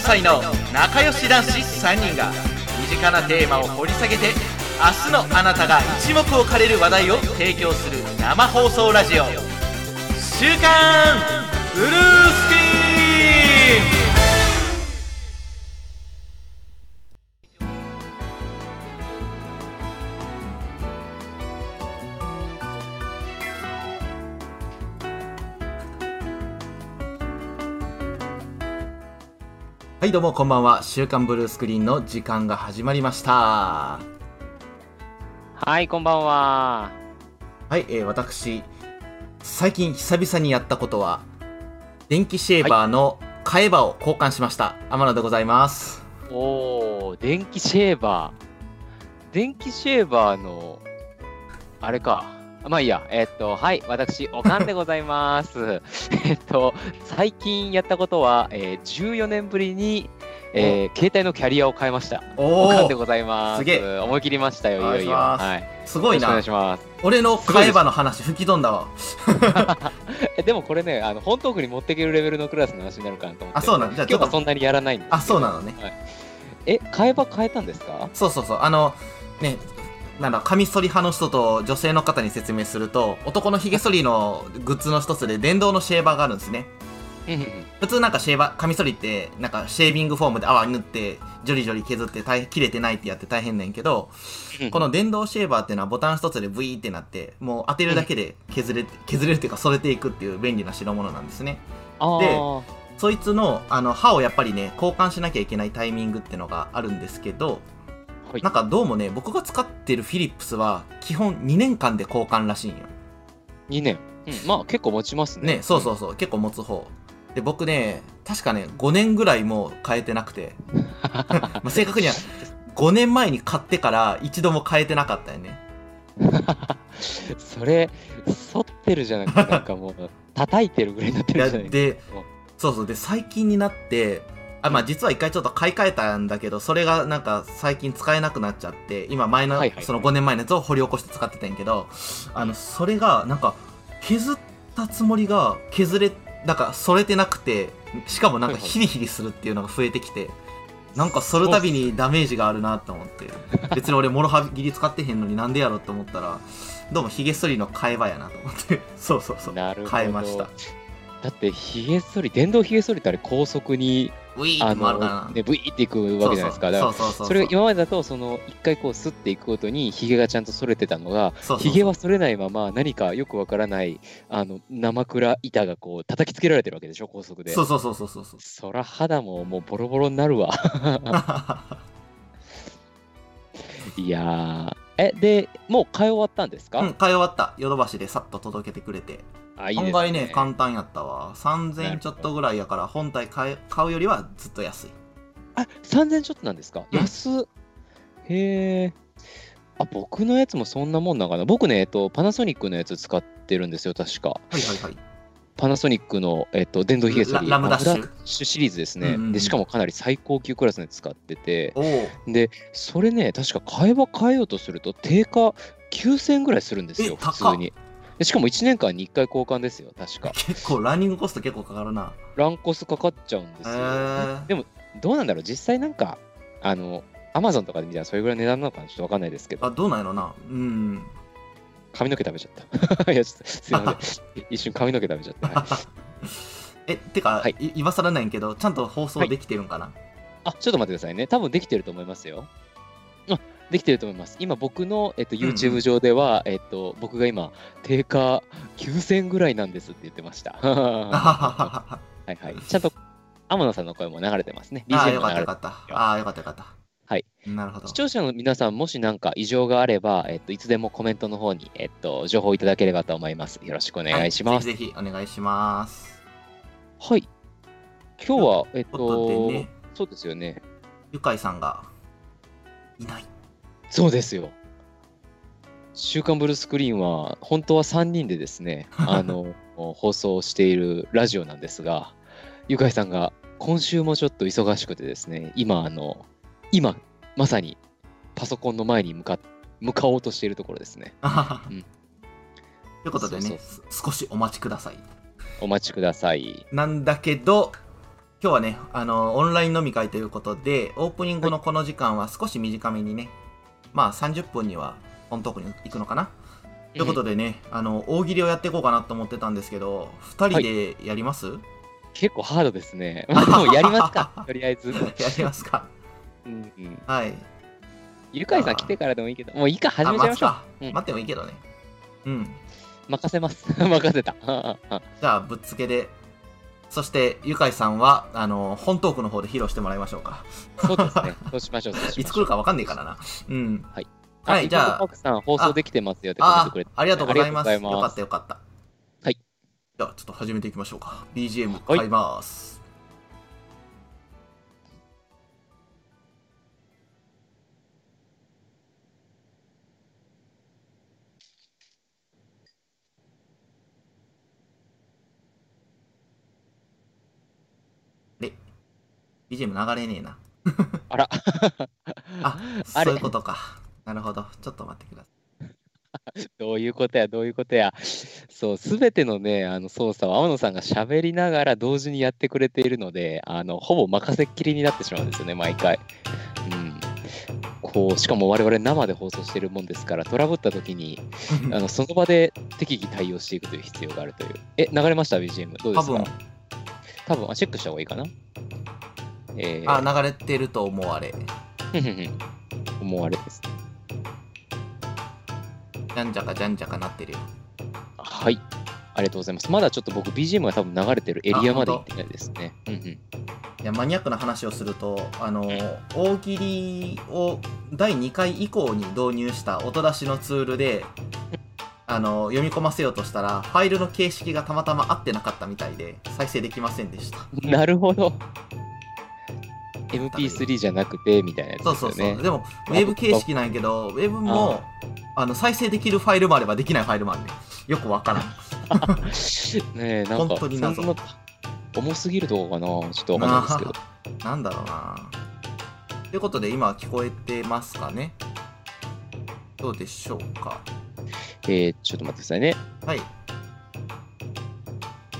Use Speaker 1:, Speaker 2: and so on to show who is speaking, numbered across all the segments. Speaker 1: 歳の仲良し男子3人が身近なテーマを掘り下げて明日のあなたが一目置かれる話題を提供する生放送ラジオ「週刊ブルースクリーン」はいどうもこんばんは「週刊ブルースクリーン」の時間が始まりました
Speaker 2: はい、こんばんは。
Speaker 1: はい、えー私、最近久々にやったことは、電気シェーバーの替え刃を交換しました。天野でございます。
Speaker 2: おー、電気シェーバー。電気シェーバーの、あれか。まあいいや、えっと、はい、私、おかんでございます。 えっと、最近やったことは、えー14年ぶりに、えー携帯のキャリアを変えました。
Speaker 1: お
Speaker 2: おかんで
Speaker 1: お
Speaker 2: ございます。
Speaker 1: すげえ
Speaker 2: 思い切りましたよ、いよい
Speaker 1: お願いし
Speaker 2: よ。
Speaker 1: ます
Speaker 2: はい。よ
Speaker 1: すご
Speaker 2: ろ
Speaker 1: い
Speaker 2: しくお願
Speaker 1: ない
Speaker 2: し。ます。
Speaker 1: 俺の替え刃の話吹き飛んだわ。
Speaker 2: え、でもこれね、あの、本トークに持っていけるレベルのクラスの話になるかなと思って。
Speaker 1: あ、そうなんじゃあちょ
Speaker 2: 今
Speaker 1: っ
Speaker 2: 日はそ
Speaker 1: と、
Speaker 2: んなにやらないんですけど
Speaker 1: あ、そうなのね。
Speaker 2: え、買えば変えたんですか
Speaker 1: そうそうそう、あの、ね、なんだ、カミソリ派の人と女性の方に説明すると、男のヒゲ剃りのグッズの一つで電動のシェーバーがあるんですね。普通なんかシェーバー、カミソリって、なんかシェービングフォームで泡塗って、ジョリジョリ削って大変、切れてないってやって大変ねんけど、この電動シェーバーっていうのはボタン一つでブイーってなって、もう当てるだけで削れて、削れるっていうか、それていくっていう便利な代物なんですね。
Speaker 2: あー
Speaker 1: そいつの、あの、刃をやっぱりね、交換しなきゃいけないタイミングってのがあるんですけど、
Speaker 2: はい
Speaker 1: なんかどうもね、僕が使ってるフィリップスは、基本2年間で交換らしいんよ。
Speaker 2: 2年、うんまあ結構持ちますね
Speaker 1: ね、そうそうそう、結構持つ方。で、僕ね、確かね、5年ぐらいもう変えてなくて、まあ正確には5年前に買ってから一度も変えてなかったよね。
Speaker 2: それ反ってるじゃな くてなんかもう叩いてるぐらいになって
Speaker 1: い
Speaker 2: る
Speaker 1: や
Speaker 2: じゃないで
Speaker 1: でそうそうで最近になってあまあ実は一回ちょっと買い替えたんだけどそれがなんか最近使えなくなっちゃって今前の、
Speaker 2: はいはい
Speaker 1: その5年前のやつを掘り起こして使ってたんやけどあのそれがなんか削ったつもりが削れなんかそれてなくてしかもなんか
Speaker 2: はいはい
Speaker 1: ヒリヒリするっていうのが増えてきてなんかそるたびにダメージがあるなと思って別に俺モロハギリ使ってへんのになんでやろうと思ったらどうもヒゲ剃りの替え刃やなと思って そうそうそう
Speaker 2: なるほど
Speaker 1: 変えました
Speaker 2: だってひげ剃り電動ひげ剃りってあれ高速に
Speaker 1: ウィーっ
Speaker 2: あ
Speaker 1: て回るから
Speaker 2: の、ね、ブイーっていくわけじゃないですかだから
Speaker 1: そうそうそう
Speaker 2: それが今までだとその一回こうすっていくごとにひげがちゃんと剃れてたのが
Speaker 1: そうそうそう
Speaker 2: ひげは剃れないまま何かよくわからないあの生倉板がこう叩きつけられてるわけでしょ高速で
Speaker 1: そうそうそうそうそうそう
Speaker 2: そら肌ももうボロボロになるわいやー、え、で、もう買い終わったんですか、
Speaker 1: うん買い終わったヨドバシでさっと届けてくれて
Speaker 2: あ、いいです
Speaker 1: 案
Speaker 2: ね。
Speaker 1: 外ね簡単やったわ3000円ちょっとぐらいやから本体買え買うよりはずっと安い
Speaker 2: あ、3000ちょっとなんですか
Speaker 1: うん
Speaker 2: 安っ。へー。あ、僕のやつもそんなもんなんかな。僕ね、えっと、パナソニックのやつ使ってるんですよ、確か。
Speaker 1: はいはいはい
Speaker 2: パナソニックの、えっと、電動ヒゲ剃り。
Speaker 1: ララムダッシュ
Speaker 2: まあラムシリーズですね、
Speaker 1: うんうんうん
Speaker 2: で。しかもかなり最高級クラスのやつ使ってて、
Speaker 1: おお
Speaker 2: で、それね、確か買えば変えようとすると、定価9000円ぐらいするんですよ、
Speaker 1: え高
Speaker 2: 普
Speaker 1: っ
Speaker 2: 通に。でしかも1年間に1回交換ですよ、確か。
Speaker 1: 結構ランニングコスト結構かかるな
Speaker 2: ランコスかかっちゃうんですよ。
Speaker 1: へー
Speaker 2: でも、どうなんだろう実際なんか、あの、アマゾンとかで見たらそれぐらいの値段なのかなちょっとわかんないですけど、
Speaker 1: あどうなんやろなうん
Speaker 2: 髪の毛食べちゃった。い や、ちょっと、すい ません。一瞬髪の毛食べちゃった。はい
Speaker 1: えてか、
Speaker 2: はい
Speaker 1: い今更なんやけどちゃんと放送できてるんかな、
Speaker 2: あ、ちょっと待ってくださいね。多分できてると思いますよ。あ、できてると思います。今僕の、えっと、
Speaker 1: んうん
Speaker 2: YouTube 上では、えっと、僕が今、定価9000ぐらいなんですって言って ました。は
Speaker 1: あ
Speaker 2: いはい。ちゃんと、天野さんの声も流れてますね。
Speaker 1: あ
Speaker 2: BGM
Speaker 1: よ
Speaker 2: も
Speaker 1: かった
Speaker 2: 流
Speaker 1: よ
Speaker 2: れて
Speaker 1: かったああよかったよかった
Speaker 2: はい
Speaker 1: なるほど
Speaker 2: 視聴者の皆さん、もし何か異常があれば、えっと、いつでもコメントの方に、えっと、情報いただければと思います。よろしくお願いします。は
Speaker 1: は
Speaker 2: い。
Speaker 1: い、ぜひぜひお願いします
Speaker 2: 今日は、
Speaker 1: とい
Speaker 2: えっ
Speaker 1: うこと
Speaker 2: と、
Speaker 1: でね
Speaker 2: そうですよね。
Speaker 1: ゆかいさんがいない
Speaker 2: そうですよ。週刊ブルースクリーンは、本当は3人でで すね、あの、放送しているラジオなんですが、ゆかいさんが今週もちょっと忙しくてですね、今、あの、今、まさにパソコンの前に向か向かおうとしているところですね。うん
Speaker 1: ということでね
Speaker 2: そう
Speaker 1: す少しお待ちください
Speaker 2: お待ちください。
Speaker 1: なんだけど今日はね、あの、オンライン飲み会ということで、オープニングのこの時間は少し短めにね、まあ30分には本トークに行くのかな。ということでね、あの、大喜利をやっていこうかなと思ってたんですけど、2人でやります、
Speaker 2: 結構ハードですね。まあ、でもやりますか、とりあえず。
Speaker 1: やりますか。
Speaker 2: うんうん、
Speaker 1: はい。
Speaker 2: ゆかいさん来てからでもいいけど、もういいか、始
Speaker 1: あ
Speaker 2: めちゃ
Speaker 1: 待
Speaker 2: いま
Speaker 1: つ
Speaker 2: しょう。
Speaker 1: か、
Speaker 2: うん
Speaker 1: 待ってもいいけどね。うん。
Speaker 2: 任せます。 任せた。
Speaker 1: じゃあ、ぶっつけで。そして、ゆかいさんは、あの、本トークの方で披露してもらいましょうか。
Speaker 2: そうですね。そうしましょう。そうしましょう
Speaker 1: いつ来るかわかんないからな。うん。
Speaker 2: はい。
Speaker 1: は、
Speaker 2: はいい、
Speaker 1: じ
Speaker 2: じ
Speaker 1: ゃ
Speaker 2: ゃ
Speaker 1: あ
Speaker 2: あ、、奥さん、放送できてますよってコメン
Speaker 1: あ
Speaker 2: トくれて
Speaker 1: ありがとうございます。
Speaker 2: ありがとう
Speaker 1: よか
Speaker 2: ございま
Speaker 1: っ
Speaker 2: す
Speaker 1: たよかった。
Speaker 2: はい。
Speaker 1: じゃあちょっと始めていきましょうか。BGM
Speaker 2: はい
Speaker 1: 買います。で、BGM 流れねえな。
Speaker 2: あら。
Speaker 1: あ
Speaker 2: あれ
Speaker 1: そういうことか。なるほど。ちょっと待ってくださ
Speaker 2: どういうことや、どういうことや。そう、すべてのね、あの操作を天野さんが喋りながら同時にやってくれているので、あの、ほぼ任せっきりになってしまうんですよね、毎回。うん。こう、しかも我々生で放送しているもんですから、トラブった時 に、
Speaker 1: い。
Speaker 2: あの、その場で適宜対応していくという必要があるという。え、流れました ?BGM。どうで
Speaker 1: 多
Speaker 2: すか
Speaker 1: 分、
Speaker 2: 多分あ、チェックした方がいいかな。えー、
Speaker 1: あ、流れてると思われ。
Speaker 2: ふんふんふん思われです。
Speaker 1: じゃんじゃかじゃんじゃかなってるよ。
Speaker 2: はい。ありがとうございます。まだちょっと僕 BGM が多分流れてるエリアまで行ってないですね。うんうん。
Speaker 1: いやマニアックな話をするとあの大喜利を第2回以降に導入した音出しのツールであの読み込ませようとしたらファイルの形式がたまたま合ってなかったみたいで再生できませんでした
Speaker 2: なるほど。MP3 じゃなくてみたいなやつ
Speaker 1: そう
Speaker 2: です
Speaker 1: そう
Speaker 2: よね。
Speaker 1: そう、でもウェブ形式なんやけどウェブもあの再生できるファイルもあればできないファイルもあるねよくわからん
Speaker 2: ねえ、なんか、
Speaker 1: 本当に謎
Speaker 2: そんな重すぎるとこかな、ちょっとわかんないですけど。
Speaker 1: なんだろうなということで今聞こえてますかねどうでしょうか
Speaker 2: えー、ちょっと待ってくださいね。
Speaker 1: はい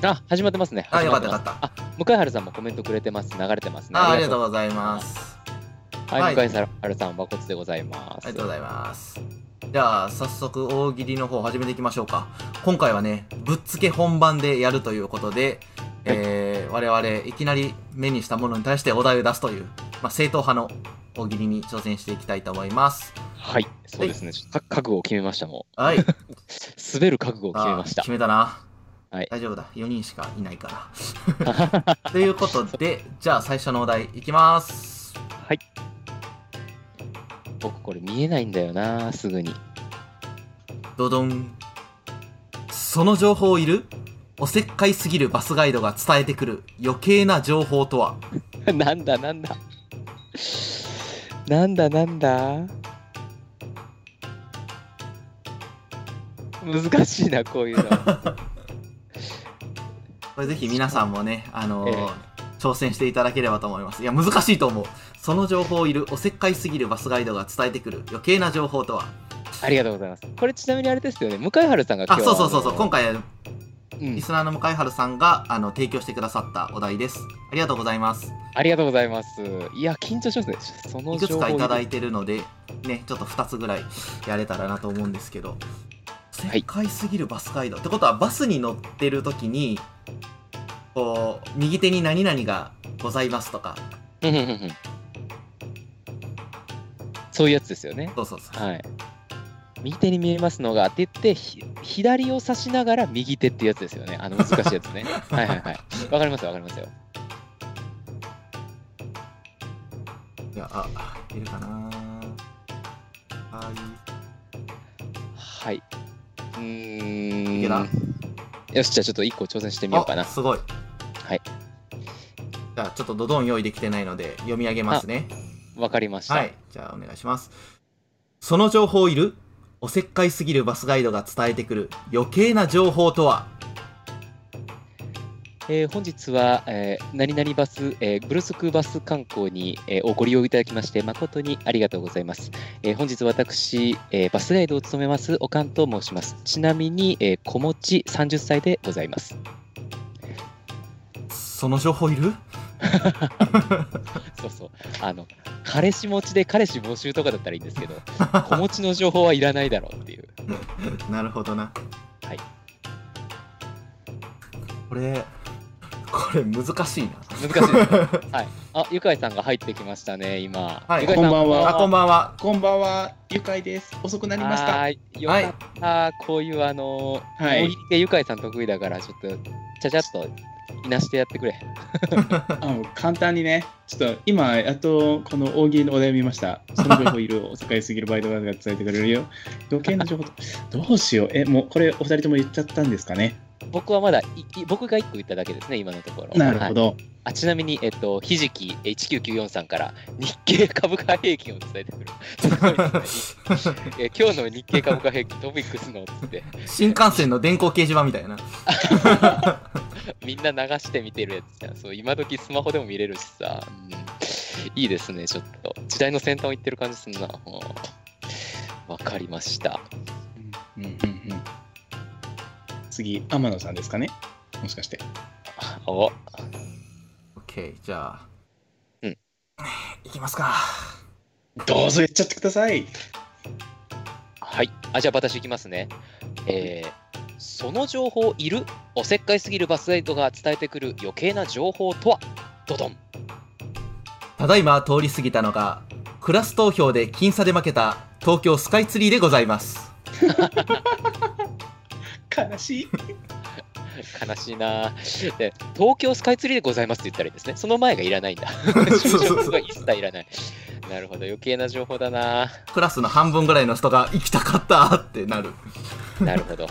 Speaker 2: あ、始まってますね。
Speaker 1: あ
Speaker 2: 始
Speaker 1: よ
Speaker 2: ま
Speaker 1: か
Speaker 2: っ
Speaker 1: ってたよ
Speaker 2: ま
Speaker 1: か
Speaker 2: す
Speaker 1: った
Speaker 2: あ、向井春さんもコメントくれてます。流れてますね。
Speaker 1: あありがとう
Speaker 2: う。
Speaker 1: ございます
Speaker 2: はい、
Speaker 1: はい
Speaker 2: 向井春さん、和骨でございます。
Speaker 1: ありがとうございます。じゃあ、早速大喜利の方始めていきましょうか。今回はね、ぶっつけ本番でやるということで、えー我々いきなり目にしたものに対してお題を出すという、まあ、正統派の大喜利に挑戦していきたいと思います。
Speaker 2: はい、そうですね。ちょっと覚悟を 決めました、も
Speaker 1: はい。
Speaker 2: う。滑る覚悟を決めまし
Speaker 1: あ
Speaker 2: た
Speaker 1: 決。めたな。
Speaker 2: はい
Speaker 1: 大丈夫だ。4人しかいない から。ということで、じゃあ最初のお題いきます。
Speaker 2: 僕、これ見えないんだよな、すぐに。
Speaker 1: ドドン。その情報いるおせっかいすぎるバスガイドが伝えてくる余計な情報とは
Speaker 2: なんだなんだなんだなんだ難しいなこういうの
Speaker 1: これぜひ皆さんもね、あのー挑戦していただければと思います。いや、難しいと思う。その情報いるおせっかいすぎるバスガイドが伝えてくる余計な情報とは
Speaker 2: ありがとうございますこれちなみにあれですよね向井春さんが今
Speaker 1: あ、
Speaker 2: 日
Speaker 1: そうそうそうそう。今
Speaker 2: 回、
Speaker 1: 回、
Speaker 2: うん
Speaker 1: リスナーの向井春さんがあの提供してくださったお題です。ありがとうございます。
Speaker 2: ありがとうございますいや緊張しますねその
Speaker 1: いくつ
Speaker 2: 情報
Speaker 1: かいただいてるので、ね、ちょっと2つぐらいやれたらなと思うんですけど、
Speaker 2: は
Speaker 1: 世
Speaker 2: い
Speaker 1: 界すぎるバスガイド、ってことは、バスに乗ってる時に、こう、右手に何々がございますとか、
Speaker 2: うんうんうんうん そういうやつですよね
Speaker 1: そうそうそう。
Speaker 2: はい右手に見えますのがって言ってひ左を指しながら右手ってやつですよねあの難しいやつ ねはいはいはいわかりますよわかりますよ
Speaker 1: いや、あ、いるかなはい。
Speaker 2: はい。うーん。
Speaker 1: いけた
Speaker 2: よし、じゃあちょっと1個挑戦してみようかな
Speaker 1: あ。すごい。
Speaker 2: はい。
Speaker 1: じゃあ、ちょっとドドン用意できてないので、読み上げますね。
Speaker 2: わかりました。
Speaker 1: はい。じゃあ、お願いします。その情報いるおせっかいすぎるバスガイドが伝えてくる余計な情報とは
Speaker 2: えー本日は、えー何々バス、えーブルスクバス観光に、えーおご利用いただきまして、誠にありがとうございます。えー本日私、えーバスガイドを務めます、おかんと申します。ちなみに、えー子持ち30歳でございます。
Speaker 1: その情報いる
Speaker 2: そうそう。あの、彼氏持ちで彼氏募集とかだったらいいん ですけど、子持ちの情報はいらないだろうっていう。
Speaker 1: なるほどな
Speaker 2: はい
Speaker 1: これこれ難しいな
Speaker 2: 難しいですね。はい。あ、ゆかいさんが入ってきましたね、今。
Speaker 1: はい
Speaker 2: ゆかいさ
Speaker 3: こんばんは
Speaker 1: あこんばんは
Speaker 3: こんばんは、ゆかいです。遅くなりました。
Speaker 2: はい。よかった。こういう、あのー、
Speaker 3: はい
Speaker 2: 大 喜利系ゆかいさん得意だから、ちょっと、ちゃちゃっと、いなしてやってくれ。
Speaker 3: あの簡単にね、ちょっと今、やっとこの大喜利のお題を見ました。その情報いる、お境すぎるバイトが伝えてく れるよ。余計な情報と、どうしよう。え、もうこれ、お二人とも言っちゃったんですかね。
Speaker 2: 僕はまだい、い僕が1個言っただけですね、今のところ。
Speaker 3: なるほ
Speaker 2: はい
Speaker 3: ど。
Speaker 2: あちなみに、えっと、ひじき1994さんから、日経株価平均を伝えて くる。すごいですねえ今日の日経株価平均、トピックスのっつって、
Speaker 1: 新幹線の電光掲示板みたいな
Speaker 2: みんな流して見てるやつじゃん。そう、今時スマホでも見れるしさ、うん、いいですね、ちょっと。時代の先端を言ってる感じすんな。うんわかりました。
Speaker 3: うんうんうん、次、天野さんですかね。もしかして。
Speaker 2: お、
Speaker 1: OK じゃあ
Speaker 2: うん
Speaker 1: いきますか
Speaker 3: どうぞ言っちゃってください。
Speaker 2: はい。あ、じゃあ私いきますね。えーその情報いるおせっかいすぎるバスガイドが伝えてくる余計な情報とはドドン
Speaker 1: ただいま通り過ぎたのがクラス投票で僅差で負けた東京スカイツリーでございます
Speaker 3: 悲しい。
Speaker 2: 悲しいなぁで東京スカイツリーでございますって言ったらいいですね。その前がいらないん だ。
Speaker 1: そうそう
Speaker 2: が一切いらない。なるほど、余計な情報だなぁ
Speaker 1: クラスの半分ぐらいの人が行きたかったってなる
Speaker 2: なるほど。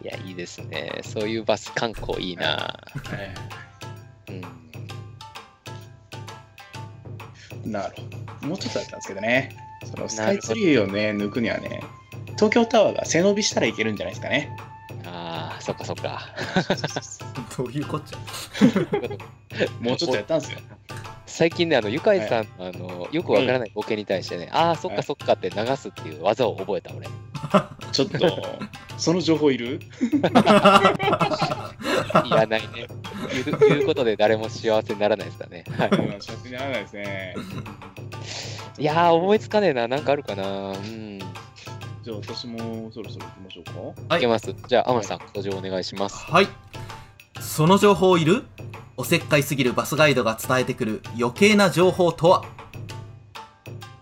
Speaker 2: いや、いいですね。そういうバス観光いいな。うん。
Speaker 3: なるほど。もうちょっとだったんですけどね。そのスカイツリーをね、抜くにはね、東京タワーが背伸びしたらいけるんじゃないですかね。
Speaker 2: ああ、そっかそっか。
Speaker 1: どういうこっちゃ
Speaker 3: もうちょっとやったんですよ。
Speaker 2: 最近ね、あの、ゆかいさん、あの、よくわからないボケに対してね、ああ、そっかそっかって流すっていう技を覚えた俺。
Speaker 3: ちょっと、その情報い
Speaker 2: い
Speaker 3: る
Speaker 2: らないね。言 う言うことで誰も幸せにならないですからね。はい。
Speaker 3: うん幸せにならないですね。
Speaker 2: いやー、思いつかねえな。なんかあるかな。うん。
Speaker 3: じゃあ私もそろそろ行きましょうか。
Speaker 1: はい
Speaker 2: いけます。じゃあ、天野さん、登場お願いします。
Speaker 1: はいその情報いるおせっかいすぎるバスガイドが伝えてくる余計な情報とは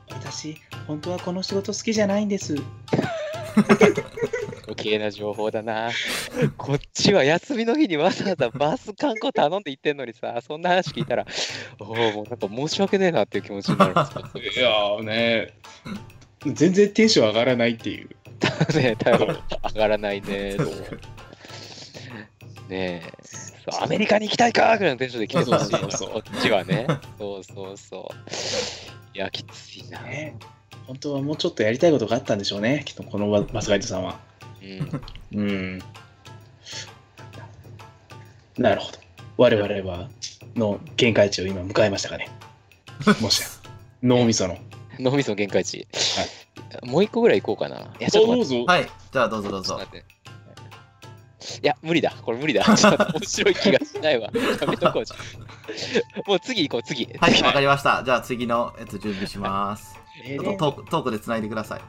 Speaker 3: 私、本当はこの仕事好きじゃないんです。
Speaker 2: 余計な情報だな。こっちは休みの日にわざわざバス観光頼んで行ってんのにさ、そんな話聞いたら、 おお、もうなんか申し訳ねえなっていう気持ちになるん ですよ。
Speaker 3: いやーね、全然テンション上がらないっていう。
Speaker 2: ねえ、多分上がらないね。 どうねえそう、アメリカに行きたいかぐらいのテンションで来てほしいな
Speaker 3: そうそうそう
Speaker 2: こっちはね。そうそうそう。いや、きついな。
Speaker 3: ね、本当はもうちょっとやりたいことがあったんでしょうね、きっとこのババスガイドさんは。
Speaker 2: うん、
Speaker 3: うん。なるほど。我々はの限界値を今迎えまし たかね。もしや、脳みその。
Speaker 2: 脳みその限界値。もう一個ぐらい行こうかな。いや、ちょっと待って
Speaker 3: うぞ
Speaker 1: はいじゃあどうぞどう
Speaker 2: ちょっ
Speaker 1: ぞ
Speaker 2: と待っていや、無理だ。これ無 理だ。ちょっと面白い気がしないわ。やめとこうじゃん。もう次行こう、次。
Speaker 1: はいわかりましたじゃあ次のやつ準備します
Speaker 3: え
Speaker 1: ちょ
Speaker 3: ー
Speaker 1: っとトークトークでつないでください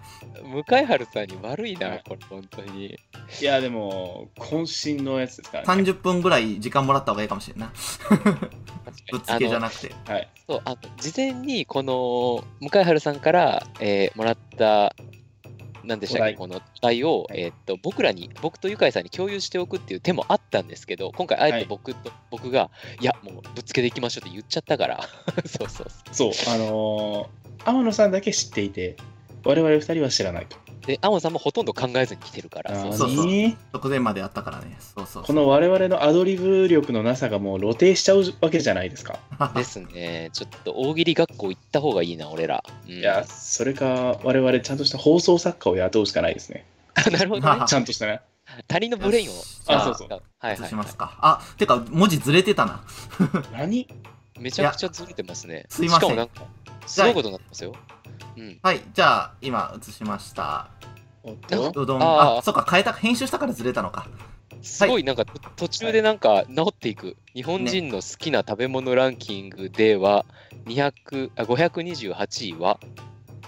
Speaker 2: 向井春さんに悪いな、これ、本当に。
Speaker 3: いや、でも、渾身のやつですからね。
Speaker 1: 30分ぐらい時間もらった方がいいかもしれんなぶっつけじゃ
Speaker 2: あの
Speaker 1: なくて
Speaker 3: はい。
Speaker 2: そうあの事前に、この向井春さんから、えーもらった、なんでしたっ
Speaker 3: お
Speaker 2: け、
Speaker 3: 題
Speaker 2: この題を、
Speaker 3: はい
Speaker 2: えーっと僕らに、僕と向井さんに共有しておくっていう手もあったんですけど、今回、あえ
Speaker 3: は
Speaker 2: て
Speaker 3: い
Speaker 2: 僕と、僕が、いや、もうぶっつけでいきましょうって言っちゃったから、 そうそうそう。
Speaker 3: そう、あのー天野さんだけ知っていて、我々二人は知らないと。
Speaker 2: で、天野さんもほとんど考えずに来てるから、
Speaker 3: あ
Speaker 2: そ
Speaker 3: ー
Speaker 2: う
Speaker 1: そうそう
Speaker 3: ね
Speaker 1: 直前までやったからねそうそう
Speaker 3: この我々のアドリブ力のなさがもう露呈しちゃうわけじゃないですか。
Speaker 2: ですね。ちょっと大喜利学校行った方がいいな、俺ら。うん
Speaker 3: いや、それか、我々ちゃんとした放送作家を雇うしかないですね。
Speaker 2: なるほどね。
Speaker 3: ちゃんとし たね。
Speaker 2: 他人のブレインを。
Speaker 3: あそうそう
Speaker 2: 使はい
Speaker 1: そう
Speaker 2: はい
Speaker 1: し。ますかあてか文字ずれてたな
Speaker 3: 何
Speaker 2: めちゃくちゃずれてますね。
Speaker 1: すいません
Speaker 2: しかもなんか、すごいことになってますよ。うん。
Speaker 1: はいじゃあ今映しました
Speaker 3: おっ
Speaker 2: な
Speaker 3: と
Speaker 1: うどん
Speaker 2: あー
Speaker 1: あそっか変えた編集したからずれたのか
Speaker 2: すごいなんかと途中でなんか治っていく、日本人の好きな食べ物ランキングでは200あ528位は
Speaker 1: 言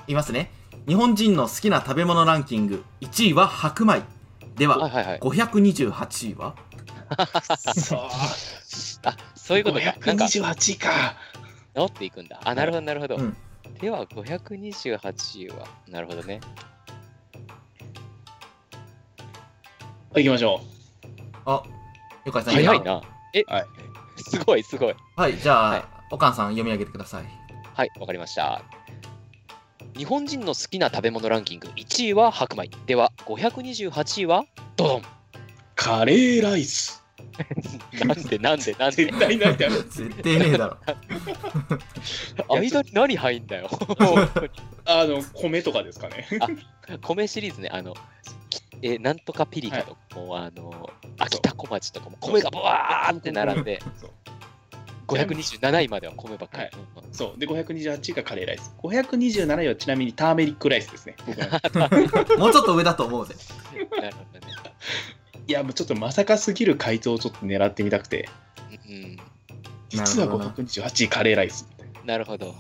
Speaker 1: いますね。日本人の好きな食べ物ランキング、1位は白米。で
Speaker 2: は
Speaker 1: は、
Speaker 2: いはいはい
Speaker 1: 528位は
Speaker 3: そう。
Speaker 2: あそういうことかなんか治
Speaker 3: 528か。
Speaker 2: っていくんだあなるほどなるほど、
Speaker 1: うん
Speaker 2: では528位はなるほどね
Speaker 3: 行きましょ
Speaker 1: あ、ゆかいさん、
Speaker 2: 早い
Speaker 1: 今
Speaker 2: なえ、
Speaker 3: はい
Speaker 2: すごいすごい
Speaker 1: はい、じゃあ、
Speaker 2: はい
Speaker 1: おかんさん読み上げてください。
Speaker 2: はい、わかりました。日本人の好きな食べ物ランキング1位は白米。では、528位はドドン。
Speaker 3: う。カレーライス。
Speaker 2: なんでなんでなんで
Speaker 3: 絶対なんてある。
Speaker 1: 絶対ねえだろ。
Speaker 2: 間に何入んだよ。
Speaker 3: あの、米とかですかね。
Speaker 2: 米シリーズね、あの、きえーなんとかピリカとかも、あの、秋田小町とかも米がブワーって並んで、
Speaker 3: そう。
Speaker 2: 527位までは米ばっかり。
Speaker 3: はい
Speaker 2: うんうん
Speaker 3: そうで、528がカレーライス。527位はちなみにターメリックライスですね。僕は
Speaker 1: もうちょっと上だと思うぜ。
Speaker 2: なるほどね
Speaker 3: いや、もうちょっとまさかすぎる回答をちょっと狙ってみたくて。
Speaker 2: うん
Speaker 3: 実は
Speaker 1: なるほどな
Speaker 3: 528位カレーライス。
Speaker 2: うん。なるほど。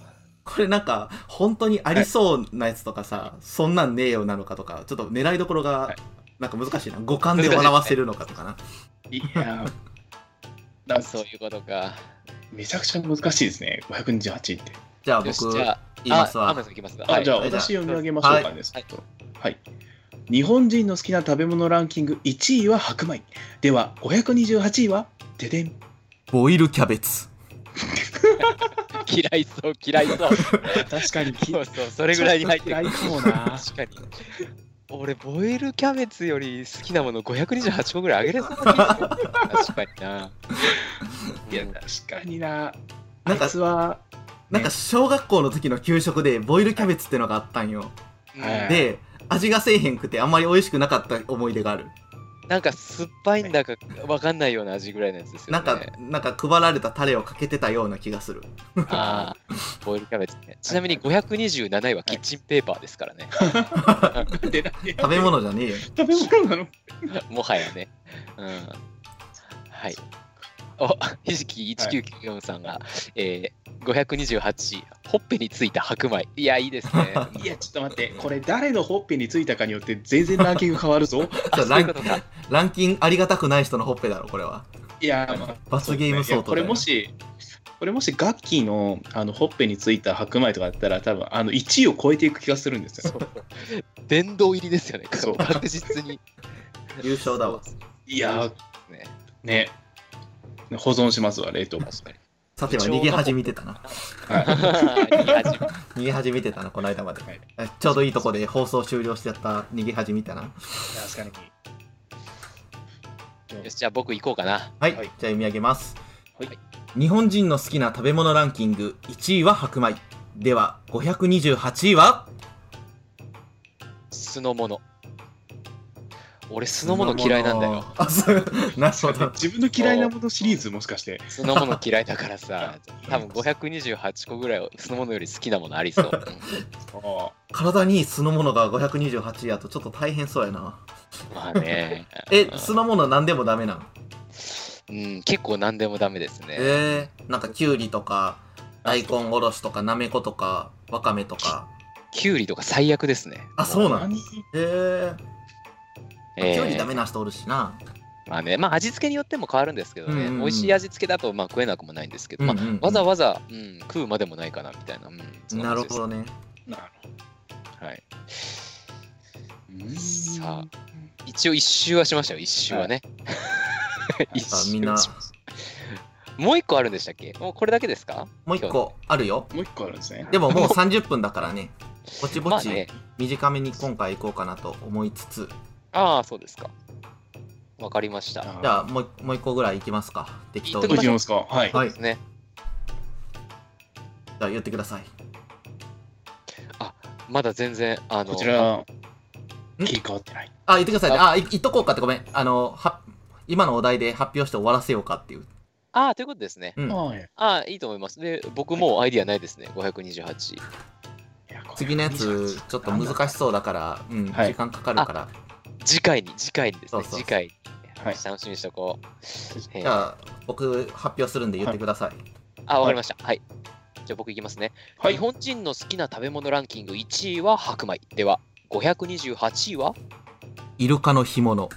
Speaker 1: これなんか、本当にありそうなやつとかさ、そんなんねえよなのかとか、ちょっと狙いどころ
Speaker 3: は
Speaker 1: が
Speaker 3: い、
Speaker 1: なんか難しいな。五感で笑わせるのかとかな。
Speaker 3: いやー。だ
Speaker 2: そういうことか。
Speaker 3: めちゃくちゃ難しいですね、528って。
Speaker 1: じゃあ
Speaker 2: よし、
Speaker 1: 僕、
Speaker 2: じ
Speaker 1: 言
Speaker 2: ゃあ、
Speaker 1: います
Speaker 2: あ
Speaker 1: わ
Speaker 2: 天。野さんいきます。
Speaker 3: あ、
Speaker 2: はい
Speaker 3: じゃあ
Speaker 1: はい
Speaker 3: 私
Speaker 1: じゃ
Speaker 3: 読み上げましょうか
Speaker 1: は
Speaker 3: ね。はい、はい。日本人の好きな食べ物ランキング1位は白米。では、528位は、ででん。
Speaker 1: ボイルキャベツ。
Speaker 2: 嫌いそう、嫌い そう。
Speaker 3: 確かに、き
Speaker 2: そうそう、それぐらいに入ってくる。
Speaker 3: ちょっと嫌いそうな
Speaker 2: 確かに。俺、ボイルキャベツより好きなもの528個ぐらいあげ れそうな気がする確かにな。
Speaker 3: いや、確かにな。
Speaker 1: な
Speaker 3: あ
Speaker 1: ん
Speaker 3: い
Speaker 1: か
Speaker 3: つは、
Speaker 1: なんか小学校の時の給食でボイルキャベツってのがあったんよ。
Speaker 2: うん
Speaker 3: はい
Speaker 1: で、味がせえへんくてあんまり美味しくなかった思い出がある。
Speaker 2: なんか酸っぱいんだかわかんないような味ぐらいのやつですよね。
Speaker 1: なんか、なんか配られたタレをかけてたような気がする。
Speaker 2: あーボイルキャベツね。ちなみに527位はキッチンペーパーですからね。
Speaker 3: でだけ
Speaker 1: 食べ物じゃねえよ。
Speaker 3: 食べ物なの
Speaker 2: もはやね。うん。はい。お、ひじき1994さんが、えー、528、ほっぺについた白米。いや、いいですね。
Speaker 3: いや、ちょっと待って、これ誰のほっぺについたかによって全然ランキング変わ るぞ。
Speaker 2: あ、そういうことか。
Speaker 1: ランキンありがたくない人のほっぺだろ、これは。
Speaker 3: いや、まあ
Speaker 1: 罰ゲーム相当
Speaker 3: こ
Speaker 1: だ
Speaker 3: れ
Speaker 1: よ
Speaker 3: もし、これもしガッキーのあのほっぺについた白米とかだったら、多分あの1位を超えていく気がするんですよ。
Speaker 2: 殿堂入りですよね。
Speaker 3: そう
Speaker 2: 確実に。
Speaker 1: 優勝だわ。
Speaker 3: いやー、
Speaker 2: ね、
Speaker 3: ね。保存しますわ、冷凍 庫。
Speaker 2: 確かに。
Speaker 1: さては逃げ恥見てたな。
Speaker 3: はい。
Speaker 1: 逃げ恥見てたな、この間まで
Speaker 3: はい。
Speaker 1: あちょうどいいとこで放送終了しちゃった逃げ恥見たな。
Speaker 3: 確かに。
Speaker 2: よし、じゃあ僕行こうかな。
Speaker 1: はい、じゃ
Speaker 3: はい
Speaker 1: あ読み上げます、
Speaker 3: はい
Speaker 1: 日本人の好きな食べ物ランキング1位は白米では528位は
Speaker 2: 酢の物。俺、酢の物嫌いなんだよ。
Speaker 1: あそうなるほど
Speaker 3: 自分の嫌いなものシリーズもしかして。
Speaker 2: 酢の物嫌いだからさ、 多分528個ぐらい酢の物より好きなものあり そう。
Speaker 3: あ
Speaker 1: 体に酢の物が528やとちょっと大変そうやな
Speaker 2: うんまあね。
Speaker 1: え酢の物何でもダメなの
Speaker 2: うん、結構何でもダメですね。
Speaker 1: えー、なんかきゅうりとか大根おろしとかなめことかわかめとか
Speaker 2: きゅうりとか最悪ですね。
Speaker 1: あそう
Speaker 3: あ
Speaker 1: なの
Speaker 3: 何
Speaker 1: え
Speaker 2: え
Speaker 1: ー、
Speaker 2: ー
Speaker 1: きゅうりダメな人おるしな、
Speaker 2: まあね、まあ味付けによっても変わるんですけどね、
Speaker 1: うんうんうん
Speaker 2: 美味しい味付けだとまあ食えなくもないんですけど、
Speaker 1: うんうんうん
Speaker 2: まあ、わざわざ、うん、食うまでもないかなみたいな。うんそん
Speaker 1: なる
Speaker 2: 感じで
Speaker 1: ほ
Speaker 2: す
Speaker 1: どね
Speaker 3: なる
Speaker 2: はい、
Speaker 3: ほど
Speaker 2: さ一応一周はしましたよ、一周はね。 一
Speaker 1: さあみ
Speaker 2: 周
Speaker 1: んな
Speaker 2: もう一個あるんでしたっけもうこれだけですか
Speaker 1: もう一個あるよ
Speaker 3: もう一個あるんですね。
Speaker 1: でも もう30分だからね、ぼちぼ
Speaker 2: まあ
Speaker 1: ち
Speaker 2: ね、
Speaker 1: 短めに今回行こうかなと思いつつ、
Speaker 2: ああ、そうですか。わかりました。
Speaker 1: じ
Speaker 3: じ
Speaker 1: ゃ
Speaker 3: ゃ
Speaker 1: あもうもう一個ぐらい行きますか、適当
Speaker 2: 行
Speaker 1: に。
Speaker 2: っ
Speaker 1: じ
Speaker 2: と
Speaker 1: ゃ
Speaker 2: き
Speaker 1: あ
Speaker 3: ますか。はい。
Speaker 1: はい
Speaker 2: ですね。
Speaker 1: 言ってください。
Speaker 2: まだ全然、あの、
Speaker 3: こちら、切り替わってない。
Speaker 1: あ、言ってくださいね。あ、い言っとこうかってごめん。あの、は今のお題で発表して終わらせようかっていう。
Speaker 2: ああ、ということですね。
Speaker 1: うん
Speaker 3: はい。
Speaker 2: ああ、いいと思います。で、僕もうアイディアないですね、528。
Speaker 3: いやこれ
Speaker 1: 次のやつ、ちょっと難しそうだから、うん、
Speaker 3: はい
Speaker 1: 時間かかるから。
Speaker 2: 次回に、次回にです
Speaker 1: そ
Speaker 2: ね、
Speaker 1: うそうそう
Speaker 2: 次回。
Speaker 3: はい。
Speaker 2: 楽しみにしとこう。え
Speaker 1: じ
Speaker 2: ー
Speaker 1: ゃあ、僕発表するんで言ってください。
Speaker 2: あ、わかりました。はい。じゃあ僕いきますね。
Speaker 3: はい
Speaker 2: 日。本人の好きな食べ物ランキング1位は白米。では、528位は
Speaker 1: イルカの干物。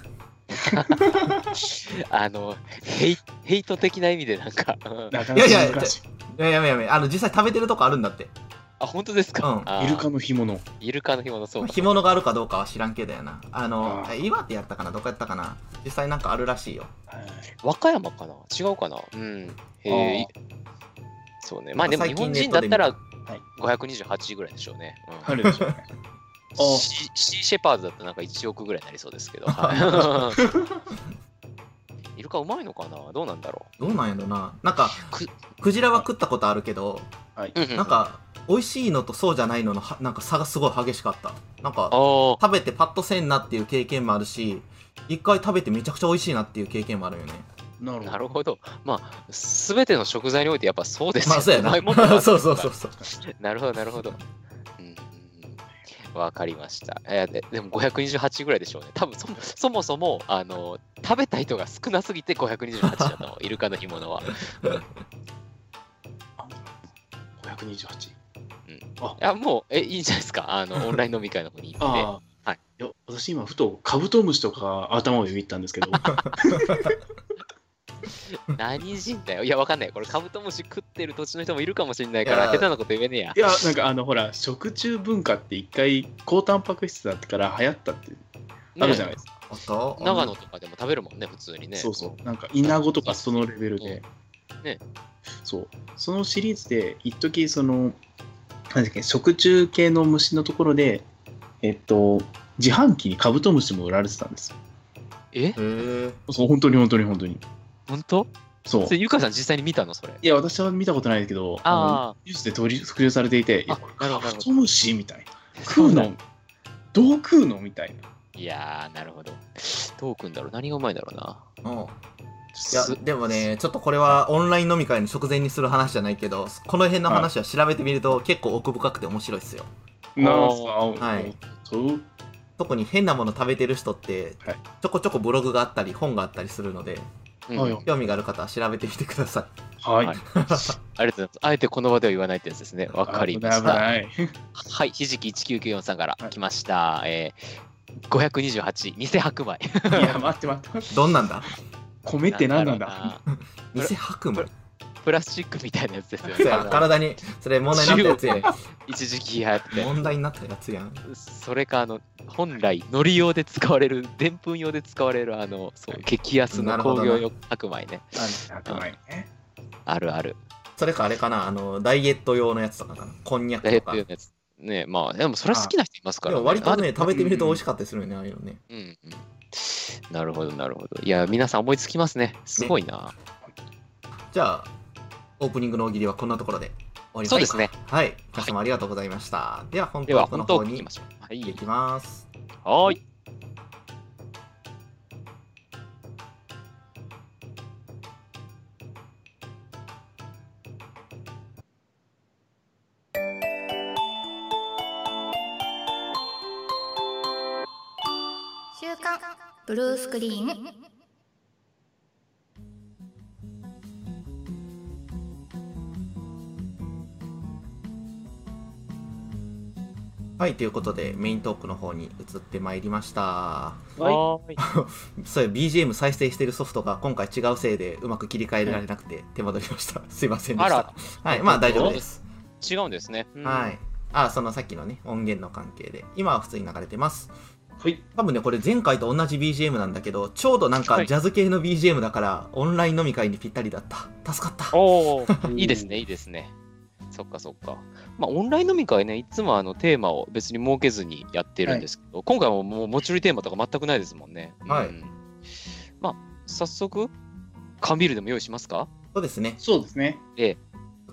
Speaker 2: あのヘイ、ヘイト的な意味でなんか。うん
Speaker 3: なか
Speaker 1: い
Speaker 3: な
Speaker 1: やいや
Speaker 3: か難し
Speaker 1: い
Speaker 3: い。
Speaker 1: やいやいやいや、あの、実際食べてるとこあるんだって。
Speaker 2: あ、本当です
Speaker 1: う
Speaker 2: か
Speaker 1: ん、
Speaker 2: あー
Speaker 3: イルカの干物。
Speaker 2: イルカの干物、そうか。
Speaker 1: 干物があるかどうかは知らんけどやな。あの
Speaker 3: あ、ー
Speaker 1: 岩手やったかなどこやったかな実際なんかあるらしいよ。
Speaker 3: はい
Speaker 2: 和歌山かな違うかなうん。へえ。そうね。まあでも日
Speaker 1: 最近
Speaker 2: 本
Speaker 1: ネッ
Speaker 2: 人
Speaker 1: ト
Speaker 2: だっ
Speaker 1: で見
Speaker 2: た
Speaker 1: た
Speaker 2: ら
Speaker 3: はい
Speaker 2: 528位ぐらいでしょうね。うん
Speaker 3: あるでしょうね。あ
Speaker 2: シーシーシェパーズだとなんか1億ぐらいになりそうですけど。 はいイルカうまいのかなどうなんだろ
Speaker 1: どうなんやろな。なんか、
Speaker 2: うく
Speaker 1: クジラは食ったことあるけど、
Speaker 3: はい。
Speaker 2: うう
Speaker 1: なんか、美味しいのとそうじゃないののはなんか差がすごい激しかった。なん
Speaker 2: あ
Speaker 1: か、
Speaker 2: ー
Speaker 1: 食べてパッとせんなっていう経験もあるし、一回食べてめちゃくちゃ美味しいなっていう経験もある よね。
Speaker 3: なるほど。
Speaker 2: なるほど。まあ、すべての食材においてやっぱそうです
Speaker 1: まあ、そうや
Speaker 2: うま
Speaker 1: な。
Speaker 2: いもんだ な
Speaker 1: そうそうそう そう。
Speaker 2: なるほど、なるほど。うんうんうんわかりました。えーででも528ぐらいでしょうね。多分そもそもそもあの食べた人が少なすぎて528だと思う、イルカの干物は。い
Speaker 3: 528。
Speaker 2: や、もうえいいんじゃないですか。あ のオンライン飲み会の方に行って。
Speaker 3: ああ。
Speaker 2: はい
Speaker 3: いや私今ふとカブトムシとか頭をよぎったんですけど
Speaker 2: 何人だよ。いや、わかんない。これ、カブトムシ食ってる土地の人もいるかもしれないか
Speaker 1: い
Speaker 2: ら、
Speaker 1: や
Speaker 2: 下手なこと言えねえや
Speaker 3: い。やなんかあのほら食虫文化って一回高タンパク質だったから流行ったってあるじゃないですか、
Speaker 1: あと、
Speaker 2: 長野とかでも食べるもんね、普通にね。
Speaker 3: そうそうなんかイナゴとかそのレベルで、
Speaker 2: ね
Speaker 3: そうそのシリーズで一時その何だっけ食虫系の虫のところでえっと自販機にカブトムシも売られてたんですよ
Speaker 2: え
Speaker 1: へえ。
Speaker 3: そう本当に本当に本当に
Speaker 2: 本当
Speaker 3: そう
Speaker 2: それゆかさん実際に見たのそれ。
Speaker 3: いや私は見たことないですけど
Speaker 2: ああ
Speaker 3: のニュースで取り復習されていていや
Speaker 2: あ
Speaker 3: これ
Speaker 2: なる
Speaker 3: カ
Speaker 2: ほど
Speaker 3: ブトムシみたいな食うのどう食うのみたいない
Speaker 2: やー、なるほど。どうくんだろう何がうまいだろうな。
Speaker 1: うん。い
Speaker 2: す
Speaker 1: やでもねちょっとこれはオンライン飲み会の直前にする話じゃないけどこの辺の話は調べてみると結構奥深くて面白いですよ
Speaker 3: なんすか
Speaker 1: はい
Speaker 3: そう
Speaker 1: 特に変なもの食べてる人って
Speaker 3: はい
Speaker 1: ちょこちょこブログがあったり本があったりするので
Speaker 2: うん
Speaker 3: はい
Speaker 1: 興味がある方は調べてみてくださ
Speaker 3: はい
Speaker 2: はい ありがとうございます。あえてこの場では言わないってやつですね。わかりまし
Speaker 3: 危
Speaker 2: た。
Speaker 3: ない危ない
Speaker 2: はい、ひじき1994さんから
Speaker 3: はい
Speaker 2: 来ました。えー528、偽白 米。
Speaker 3: いや待って待 って待って
Speaker 1: いどんなんだ
Speaker 3: 米って何なんだ
Speaker 2: ろうな
Speaker 1: 偽白
Speaker 2: こ
Speaker 1: 米
Speaker 2: れプラスチックみたいなやつです よ
Speaker 1: そ
Speaker 2: ね。
Speaker 1: や体にそれ問題になったや
Speaker 2: 一時期やっ
Speaker 1: つや
Speaker 2: て。
Speaker 1: 問題になったやつやん
Speaker 2: それか、あの、本来、海苔用で使われる、でんぷん用で使われる、あの、そう、激安
Speaker 1: なる
Speaker 2: の
Speaker 1: ほど
Speaker 2: 工
Speaker 1: な
Speaker 2: 業用白米ね。
Speaker 3: あ危ないね
Speaker 2: あるある。
Speaker 1: それかあれかなあのダイエット用のやつとかかなこんにゃく
Speaker 2: ダイエ
Speaker 1: と
Speaker 2: ット
Speaker 1: か
Speaker 2: 用のやつ。ねまあ、でもそれは好きな人いますか
Speaker 1: で
Speaker 2: ら、ね。
Speaker 1: も割と
Speaker 2: あで
Speaker 1: ね食べてみると美味しかったりするよねああいうのね
Speaker 2: うんうん。なるほど、なるほど。いや、皆さん思いつきますね。すごいな。
Speaker 1: じゃあオープニングの大喜利はこんなところで終わりましょうか
Speaker 2: そうですね。
Speaker 1: はい、皆様ありがとうございました。では、本
Speaker 2: では、
Speaker 1: 当の方
Speaker 2: 本当聞
Speaker 1: に
Speaker 2: き
Speaker 1: 行
Speaker 2: ましょう。はい。
Speaker 1: きます。
Speaker 2: はーい。
Speaker 4: 週刊ブルースクリーン
Speaker 1: はい、ということで、メイントークの方に移ってまいりました。
Speaker 3: はい
Speaker 2: はーい。
Speaker 1: そういう BGM 再生してるソフトが今回違うせいでうまく切り替えられなくて手間取りました。 すいませんでした。
Speaker 2: あ
Speaker 1: はい、まあ大丈夫です。
Speaker 2: 違うんですね。うん
Speaker 1: はい。。あ、そのさっきのね、音源の関係で。今は普通に流れてます。
Speaker 3: はい
Speaker 1: 多分ね、これ前回と同じ BGM なんだけど、ちょうどなん
Speaker 2: は
Speaker 1: か
Speaker 2: い
Speaker 1: ジャズ系の BGM だから、オンライン飲み会にぴったりだった。助かった。
Speaker 2: おお、いいですね、いいですね。そっかそっか。まあ、オンライン飲み会ね、いつもあのテーマを別に設けずにやってるんですけど、今回ももう持ち寄りテーマとか全くないですもんね。
Speaker 1: はい
Speaker 2: うんまあ、早速、缶ビールでも用意しますか
Speaker 1: そうですね。
Speaker 3: そうですね
Speaker 1: ち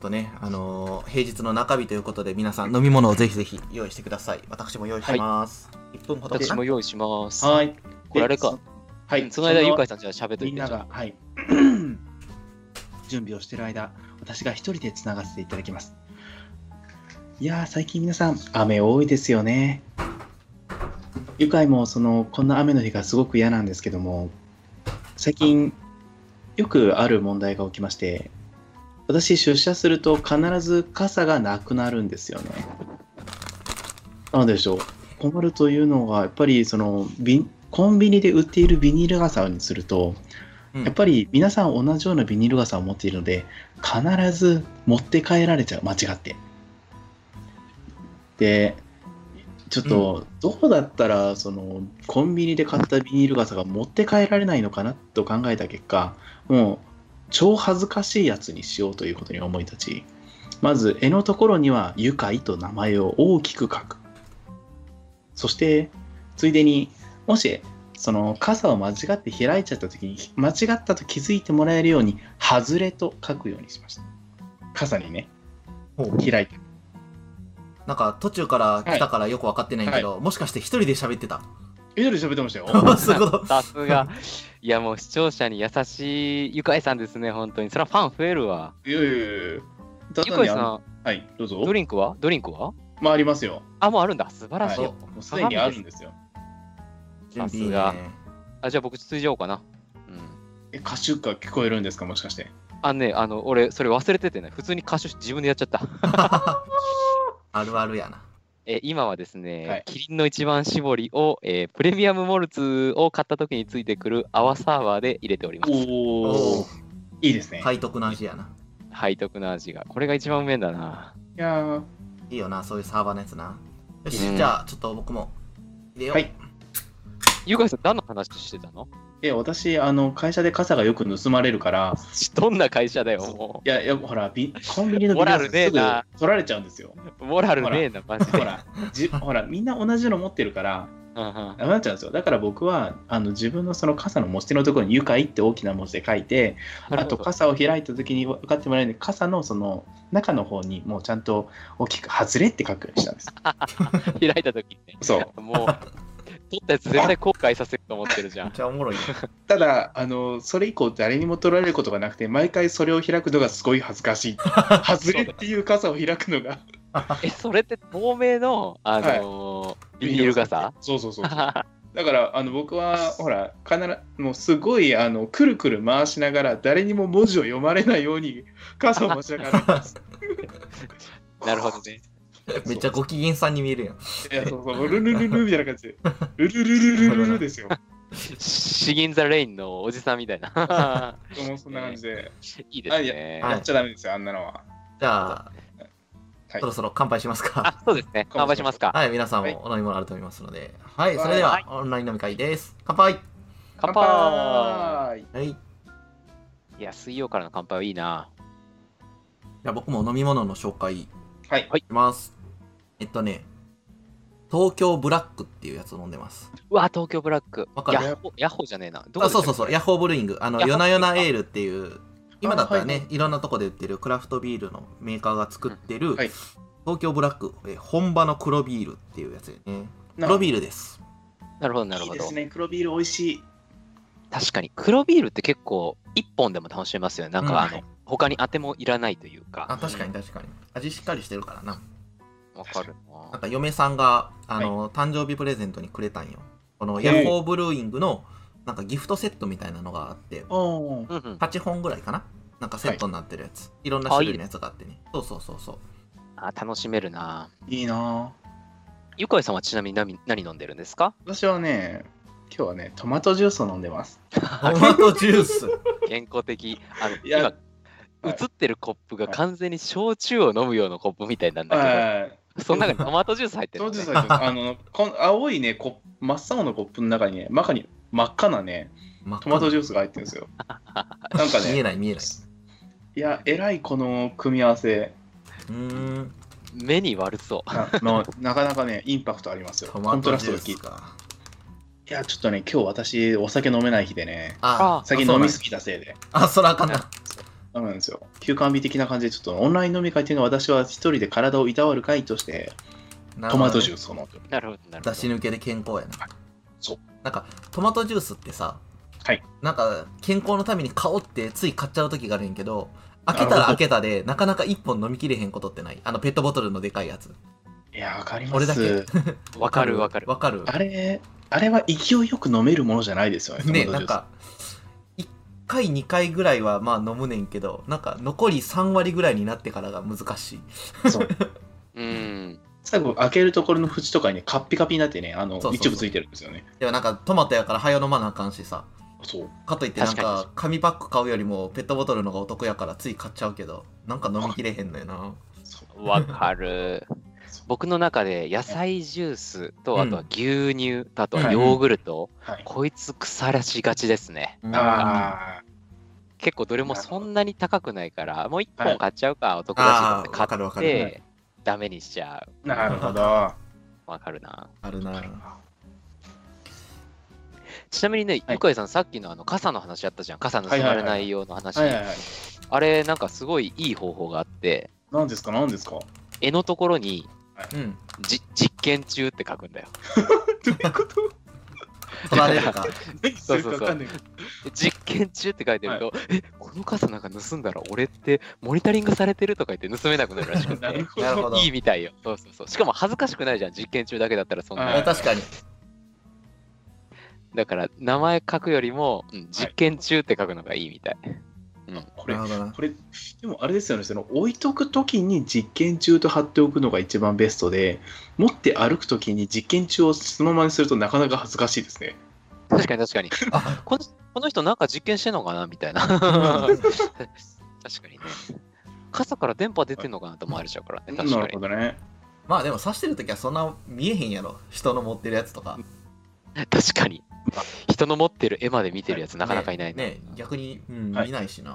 Speaker 1: ょっとね、あのー平日の中日ということで、皆さん飲み物をぜひぜひ用意してください。私も用意します。1分ほどで
Speaker 2: 私も用意します。
Speaker 3: はい
Speaker 2: これあれか
Speaker 3: でそはい
Speaker 2: その間、ゆかい
Speaker 3: と
Speaker 2: さんじゃあ喋っとい
Speaker 3: みん
Speaker 2: て。
Speaker 3: ながはい 準備をしてる間私が一人でつながせていただきますいやー最近皆さん雨多いですよねゆかいもそのこんな雨の日がすごく嫌なんですけども最近よくある問題が起きまして私出社すると必ず傘がなくなるんですよねなんでしょう困るというのがやっぱりそのビンコンビニで売っているビニール傘にすると
Speaker 1: うん
Speaker 3: やっぱり皆さん同じようなビニール傘を持っているので必ず持って帰られちゃう間違ってでちょっとどうだったらそのコンビニで買ったビニール傘が持って帰られないのかなと考えた結果もう超恥ずかしいやつにしようということに思い立ちまず絵のところには「愉快」と名前を大きく書くそしてついでにもしその傘を間違って開いちゃった時に間違ったと気づいてもらえるように「外れ」と書くようにしました傘にね
Speaker 1: ほう
Speaker 3: 開いて
Speaker 1: なんか途中から来たからよく分かってないけど、もしかして一人で喋ってた
Speaker 3: 一人で喋ってま したよ
Speaker 1: そういうこと
Speaker 2: さすが。いやもう視聴者に優しいゆかいさんですね、本当に。それはファン増えるわ。
Speaker 3: いやいやいやた
Speaker 2: ゆ
Speaker 3: だ
Speaker 2: かい
Speaker 3: ね
Speaker 2: さ
Speaker 3: あの
Speaker 2: ん、
Speaker 3: はいどうぞ
Speaker 2: ドリンクはドリンクは
Speaker 3: まあありますよ
Speaker 2: あ、もうあるんだ。素晴らしい。
Speaker 1: はい
Speaker 3: もうすでにあるんですよ
Speaker 1: 準備いい
Speaker 2: さ
Speaker 1: ね
Speaker 2: あじゃあ僕、続いちゃおうかな。うん。
Speaker 3: え歌手が聞こえるんですかもしかして
Speaker 2: あのね、あの、俺、それ忘れててね、普通に歌手自分でやっちゃった。
Speaker 1: あるあるやな
Speaker 2: えー今はですね、
Speaker 3: はい
Speaker 2: キリンの一番搾りを、えープレミアムモルツを買った時についてくる泡サーバーで入れております。
Speaker 3: お
Speaker 1: お
Speaker 3: おいいですね、い、
Speaker 1: 背徳の味やな
Speaker 2: 背徳の味が。これが一番うめえんだな。
Speaker 3: やー
Speaker 1: いいよなそういうサーバーのやつなよし、
Speaker 2: うん
Speaker 1: じゃあちょっと僕も入れよう、
Speaker 3: はい
Speaker 2: ゆかいさん、何の話してたの
Speaker 3: え私あの会社で傘がよく盗まれるから
Speaker 2: どんな会社だよ、も
Speaker 3: いやいやほらビコンビニのビニ
Speaker 2: モラ
Speaker 3: ー
Speaker 2: ル
Speaker 3: ル
Speaker 2: ねえ
Speaker 3: すぐ
Speaker 2: な
Speaker 3: 取られちゃうんですよ
Speaker 2: う。モラルねえな、マジ
Speaker 3: ほ
Speaker 2: で。
Speaker 3: らじほらみんな同じの持ってるから
Speaker 2: うんうん
Speaker 3: なくなっちゃうんですよだから僕はあの自分のその傘の持ち手のところに「愉快」って大きな文字で書いてあと傘を開いた時に分かってもらえるように傘のその中の方にもうちゃんと大きく「外れ」って書くようにしたんです
Speaker 2: 開いた時にね、
Speaker 3: そう
Speaker 2: もう、取ったやつ絶対後悔させると思ってるじゃ
Speaker 1: め っ
Speaker 2: ん。
Speaker 1: ちゃおもろいね
Speaker 3: ただあのそれ以降誰にも取られることがなくて毎回それを開くのがすごい恥ずか しい「外れ」っていう傘を開くのが
Speaker 2: え、それって透明の、あのービニール傘
Speaker 3: そうそうそうだからあの僕はほら必ずもうすごいあのくるくる回しながら誰にも文字を読まれないように傘を持ちながら歩いてます
Speaker 2: なるほどね。
Speaker 1: めっちゃご機嫌さんに見えるやん
Speaker 3: いや そうそうルルルルみたいな感 じでルルルルルルルですよ
Speaker 2: シギン・ザ・レインのおじさんみたいな。
Speaker 3: もうそんな感じで
Speaker 2: いいですね。
Speaker 1: はい
Speaker 3: やっちゃダメですよあんなのは
Speaker 1: じゃあ、
Speaker 3: はい
Speaker 1: そろそろ乾杯しますか
Speaker 2: あ、そうですね。乾杯しますか。
Speaker 1: はい皆さんもお飲み物あると思いますのではい、それでは、
Speaker 2: はい
Speaker 1: オンライン飲み会です乾杯
Speaker 2: 乾杯
Speaker 3: 乾杯
Speaker 1: はい
Speaker 2: いや、水曜からの乾杯はいいな。
Speaker 1: じゃあ僕も飲み物の紹介し
Speaker 3: はい
Speaker 1: ます。えっとね、東京ブラックっていうやつを飲んでます。
Speaker 2: うわ、東京ブラック
Speaker 1: わ。かる
Speaker 2: ヤッホーヤッホーじゃねえな。ど
Speaker 1: あ
Speaker 2: でし
Speaker 1: そ
Speaker 2: た
Speaker 1: う
Speaker 2: っけ
Speaker 1: そうそう、ヤッホーブルーイング。あの、
Speaker 2: ヤッホー
Speaker 1: 夜な夜なエールっていう、今だったらね、
Speaker 3: あ
Speaker 1: いろんなとこで売ってるクラフトビールのメーカーが作ってる、
Speaker 3: んはい
Speaker 1: 東京ブラック、えー本場の黒ビールっていうやつよね。
Speaker 3: な
Speaker 1: 黒ビールです。
Speaker 2: なるほど、なるほ
Speaker 3: いい
Speaker 2: ど
Speaker 3: です。ね黒ビール美味しい
Speaker 2: 確かに、黒ビールって結構、一本でも楽しめますよね。なん
Speaker 1: うん
Speaker 2: か、あの、他に当てもいらないという
Speaker 1: あ、
Speaker 2: か。
Speaker 1: 確かに確かに。味しっかりしてるからな。
Speaker 2: わかるな
Speaker 1: なんか嫁さんが、あの、誕生日プレゼントにくれたんよ。このヤッホーブルーイングの、なんかギフトセットみたいなのがあって、
Speaker 3: おー
Speaker 2: うんうん
Speaker 1: 8本ぐらいかななんかセットになってるやつ、い、ろんな種類のやつがあってねそうそうそうそう
Speaker 2: あ楽しめるない
Speaker 3: いなぁ
Speaker 2: ゆかいさんはちなみに何何飲んでるんですか
Speaker 3: 私はね今日はねトマトジュースを飲んでます
Speaker 1: トマトジュー ス
Speaker 2: 健康的。あの
Speaker 3: いや
Speaker 2: 今、
Speaker 3: はい
Speaker 2: 映ってるコップが
Speaker 3: はい
Speaker 2: 完全に焼酎を飲むようなコップみたいなんだけど、
Speaker 3: はい
Speaker 2: その中にトマトジュース入ってる
Speaker 3: 当
Speaker 2: のね、
Speaker 3: 時さ あのこん青いねコップ真っ青のコップの中にね中に真っ赤なねトマトジ
Speaker 1: ュ
Speaker 3: ュースが入ってる んですよなんか
Speaker 1: 見え
Speaker 3: ね
Speaker 1: ない見えない
Speaker 3: いやえらいこの組み合わせ
Speaker 1: うーん
Speaker 2: 目に悪そう。
Speaker 3: なのなかなかねインパクトありますよ
Speaker 1: ト
Speaker 3: コ
Speaker 1: マ
Speaker 3: ント
Speaker 1: ト
Speaker 3: ラ
Speaker 1: ジ
Speaker 3: ス
Speaker 1: ュ
Speaker 3: トが
Speaker 1: ー
Speaker 3: 効い
Speaker 1: ス
Speaker 3: て
Speaker 1: か
Speaker 3: いやちょっとね今日私お酒飲めない日でね
Speaker 1: あ
Speaker 2: あ
Speaker 3: 先
Speaker 1: そう
Speaker 3: 飲
Speaker 1: なんや
Speaker 3: みすぎたせいで
Speaker 1: あそらあかんな
Speaker 3: そうなんですよ休館日的な感じでちょっとオンライン飲み会っていうのは私は一人で体をいたわる会としてトマトジュー
Speaker 1: ス
Speaker 3: スを飲んでる
Speaker 2: なるほど、なる
Speaker 1: 出
Speaker 2: ほど。
Speaker 1: し抜けで健康やな
Speaker 3: そう
Speaker 1: なんかトマトジュースってさ
Speaker 3: はい
Speaker 1: なんか健康のために買おうってつい買っちゃう時があるんやけど開けた
Speaker 3: なる
Speaker 1: ら
Speaker 3: ほ
Speaker 1: 開
Speaker 3: ど
Speaker 1: けたでなかなか1本飲みきれへんことってないあのペットボトルのでかいやつ
Speaker 3: いやわかりま
Speaker 1: 俺だ
Speaker 3: す
Speaker 1: け
Speaker 2: わかるわかる。
Speaker 1: わかる
Speaker 3: あれあれは勢いよく飲めるものじゃないですよね
Speaker 1: ね
Speaker 3: トマ
Speaker 1: なん
Speaker 3: トジュース
Speaker 1: か回2回ぐらいはまあ飲むねんけどなんか残り3割ぐらいになってからが難しい
Speaker 3: そう
Speaker 2: うん。
Speaker 3: 最後開けるところの縁とかに、ね、カッピカピになってねあの
Speaker 1: そうそうそう
Speaker 3: 一部ついてるんですよね
Speaker 1: でもなんかトマトやから早飲まなあかんしさ
Speaker 3: そう
Speaker 1: かといってなん
Speaker 2: 確か
Speaker 1: か紙パック買うよりもペットボトルの方がお得やからつい買っちゃうけどなんか飲みきれへんのよな
Speaker 3: そう
Speaker 2: わかる。僕の中で野菜ジュースとあとは牛乳とあとはヨーグルト、
Speaker 3: はい
Speaker 2: こいつ腐らしがちですね。
Speaker 3: ああ
Speaker 2: 結構どれもそんなに高くないから、もう1
Speaker 3: は
Speaker 2: 本
Speaker 3: い
Speaker 2: 買っちゃうか、お得
Speaker 1: あ
Speaker 2: だ
Speaker 1: あ
Speaker 2: し
Speaker 1: わかるわ
Speaker 2: 買
Speaker 1: か
Speaker 2: っ
Speaker 1: る、
Speaker 2: て、ダメにしちゃう。
Speaker 3: なるほど
Speaker 2: わかるな。
Speaker 1: あるな
Speaker 2: ちなみにね、
Speaker 3: はい
Speaker 2: ゆかいさん、さっきのあの傘の話あったじゃん。傘盗ま
Speaker 3: はい
Speaker 2: れ
Speaker 3: はいは
Speaker 2: ないいような話。
Speaker 3: はいはいはい
Speaker 2: あれ、なんかすごいいい方法があって、
Speaker 3: 何ですか何ですか
Speaker 2: 絵のところに
Speaker 1: うん
Speaker 2: じ実験中って書くんだよ。
Speaker 3: どういうこと
Speaker 1: 取られるか
Speaker 3: 何するか分かんないけど
Speaker 2: 実験中って書いてると、えこの傘なんか盗んだら俺ってモニタリングされてるとか言って盗めなくなるらしく
Speaker 3: なる
Speaker 2: て。
Speaker 3: ほ
Speaker 1: なる
Speaker 3: ど
Speaker 1: ほど
Speaker 2: いいみたいよ。そうそうそう。しかも恥ずかしくないじゃん。実験中だけだったらそんな。
Speaker 3: はい
Speaker 1: あ確かに
Speaker 2: だから名前書くよりも、うん実験中って書くのがいいみたい。
Speaker 3: こ
Speaker 1: な
Speaker 3: れ
Speaker 1: るほどな
Speaker 3: これでもあれですよねその置いとく時に実験中と貼っておくのが一番ベストで持って歩く時に実験中をそのままにするとなかなか恥ずかしいですね
Speaker 2: 確かに確かに。あこのこの人なんか実験してんのかなみたいな。 確かにね。傘から電波出てんのかなと思われちゃうからね。確
Speaker 3: な
Speaker 2: か
Speaker 3: る
Speaker 2: に
Speaker 3: ほ。どね
Speaker 1: まあでも刺してる時はそんな見えへんやろ人の持ってるやつとか
Speaker 2: 確かに。人の持ってる絵まで見てるやつなかなかいないな
Speaker 1: ねね逆に、うん
Speaker 3: はい
Speaker 1: 見ないしな、
Speaker 3: い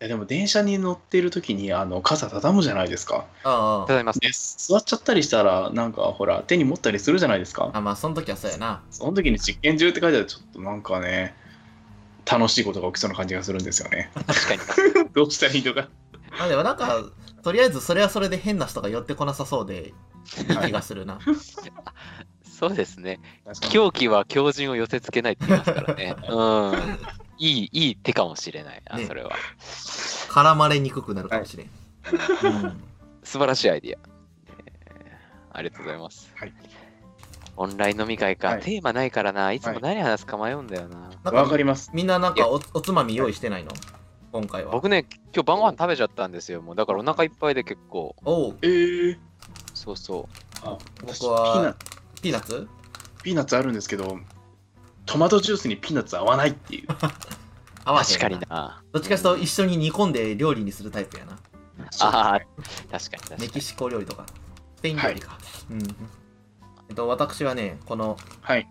Speaker 3: やでも電車に乗ってる時にあの傘畳むじゃないですか
Speaker 1: あ
Speaker 2: た
Speaker 1: あ
Speaker 2: だいます。
Speaker 3: で座っちゃったりしたらなんかほら手に持ったりするじゃないですか
Speaker 1: あまあその時はそうやな
Speaker 3: その時に実験中って書いてあるとちょっとなんかね楽しいことが起きそうな感じがするんです よね
Speaker 2: 確かに。
Speaker 3: どうしたらいいのか
Speaker 1: まあでもなんかとりあえずそれはそれで変な人が寄ってこなさそうでいい気がするな
Speaker 2: そうですね。
Speaker 3: 日
Speaker 2: 狂気は狂人を寄せつけないって言いますからね。うん。いい、いい手かもしれないな、
Speaker 1: ね
Speaker 2: それは。
Speaker 1: 絡まれにくくなるかもしれん、うん
Speaker 2: 素晴らしいアイディア。えーありがとうございます。
Speaker 3: はい
Speaker 2: オンライン飲み会か、
Speaker 3: はい
Speaker 2: テーマないからな、いつも何話すか迷うんだよな。
Speaker 1: なん
Speaker 3: わか
Speaker 1: か
Speaker 3: ります
Speaker 1: みんななんかおおつまみ用意してないの今回は
Speaker 2: 僕ね、今日晩ご飯食べちゃったんですよ。もうだからお腹いっぱいで結構、
Speaker 1: おう
Speaker 3: えー、
Speaker 2: そうそう。
Speaker 3: あ私
Speaker 1: 僕は
Speaker 3: ピ
Speaker 1: ピー
Speaker 3: ーナ
Speaker 1: ナッツ
Speaker 3: ピーナッツあるんですけどトマトジュースにピーナッツ合わないっていう
Speaker 1: 合わへん
Speaker 2: 確かにな。
Speaker 1: どっちかというと一緒に煮込んで料理にするタイプやな
Speaker 2: ああ、確かに確かに。
Speaker 1: メキシコ料理とかスペイン料理か、うんえっと私はねこの
Speaker 3: はい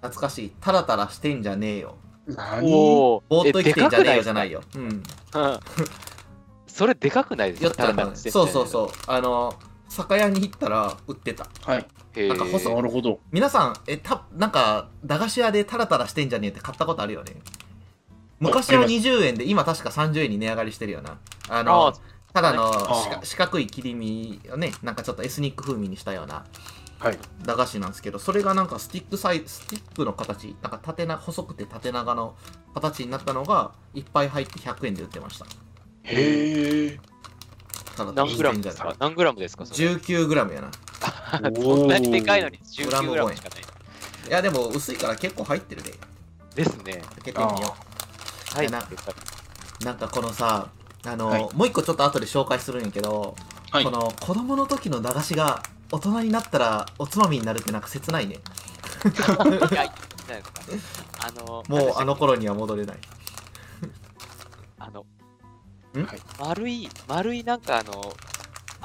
Speaker 1: 懐かしいタラタラしてんじゃねえよ
Speaker 3: 何
Speaker 2: おお、
Speaker 1: ぼーっと生きてんじゃねえよじゃないいようん
Speaker 2: うんそれでかくないです
Speaker 1: や
Speaker 2: か
Speaker 1: ったらなそうそう
Speaker 2: う。
Speaker 1: そうあの酒屋に行ったら売ってた
Speaker 3: はい
Speaker 2: へー
Speaker 1: なんか細
Speaker 3: なるほど
Speaker 1: 皆さんえたなんか駄菓子屋でタラタラしてんじゃねえって買ったことあるよね昔は
Speaker 3: ああり
Speaker 1: 20円で今確か30円に値上がりしてるよなあの
Speaker 2: あ
Speaker 1: ただの
Speaker 3: あ
Speaker 1: 四角四角い切り身をねなんかちょっとエスニック風味にしたような
Speaker 3: はい
Speaker 1: 駄菓子なんですけどそれがなんかスティックサイスティックの形なんか縦な細くて縦長の形になったのがいっぱい入って100円で売ってました
Speaker 3: へえ
Speaker 1: ただ
Speaker 2: 何グラム
Speaker 1: じ
Speaker 2: で
Speaker 1: ゃ
Speaker 2: す
Speaker 1: ない
Speaker 2: か何グラムですかそ れ
Speaker 1: 19g やな
Speaker 2: そんなにでかいのに19グラムしかない。
Speaker 1: いやでも薄いから結構入ってるで
Speaker 2: ですね。
Speaker 1: 開けてみよ
Speaker 2: はいい。
Speaker 1: なうなんかこのさあの、
Speaker 3: はい
Speaker 1: もう一個ちょっと後で紹介するんやけど、
Speaker 3: はい
Speaker 1: この子供の時の駄菓子が大人になったらおつまみになるってなんか切ないね
Speaker 2: いやいいじゃないですかあの、
Speaker 1: もうあの
Speaker 2: 何でしたっけ、
Speaker 1: 頃には戻れない
Speaker 2: あの
Speaker 1: ん
Speaker 3: はい、
Speaker 2: 丸い、丸いなんかあの、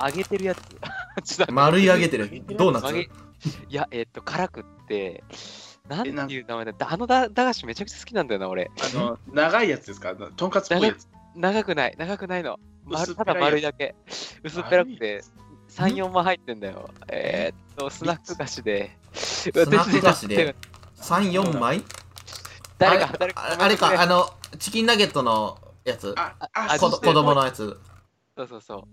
Speaker 2: 揚げてるやつ。 ちょっと待って
Speaker 1: 丸い揚げてるドーナ
Speaker 2: 曲げい
Speaker 1: ツ
Speaker 2: や、えっと、辛くって、なんて
Speaker 3: なん
Speaker 2: いう名前だったあのだ駄菓子めちゃくちゃ好きなんだよな、俺。
Speaker 3: あの長いやつですかとんかつっぽいやつ
Speaker 2: 長くない、長くないの。ま
Speaker 3: 薄
Speaker 2: る
Speaker 3: っぺ
Speaker 2: ただ
Speaker 3: らいやつ
Speaker 2: 丸いだけ。薄っぺらく
Speaker 3: 丸いや
Speaker 2: て、3、4枚入ってんだよ。えーっと、スナック菓子で。ス
Speaker 1: ナック菓子で。34枚
Speaker 2: 誰か、誰
Speaker 1: ああれかあ
Speaker 2: の。
Speaker 1: のチキンナゲットのやつ
Speaker 3: ああ
Speaker 2: あ
Speaker 1: こ
Speaker 2: そ
Speaker 1: ど
Speaker 2: う
Speaker 1: 子供のやつ
Speaker 2: そうそうそう。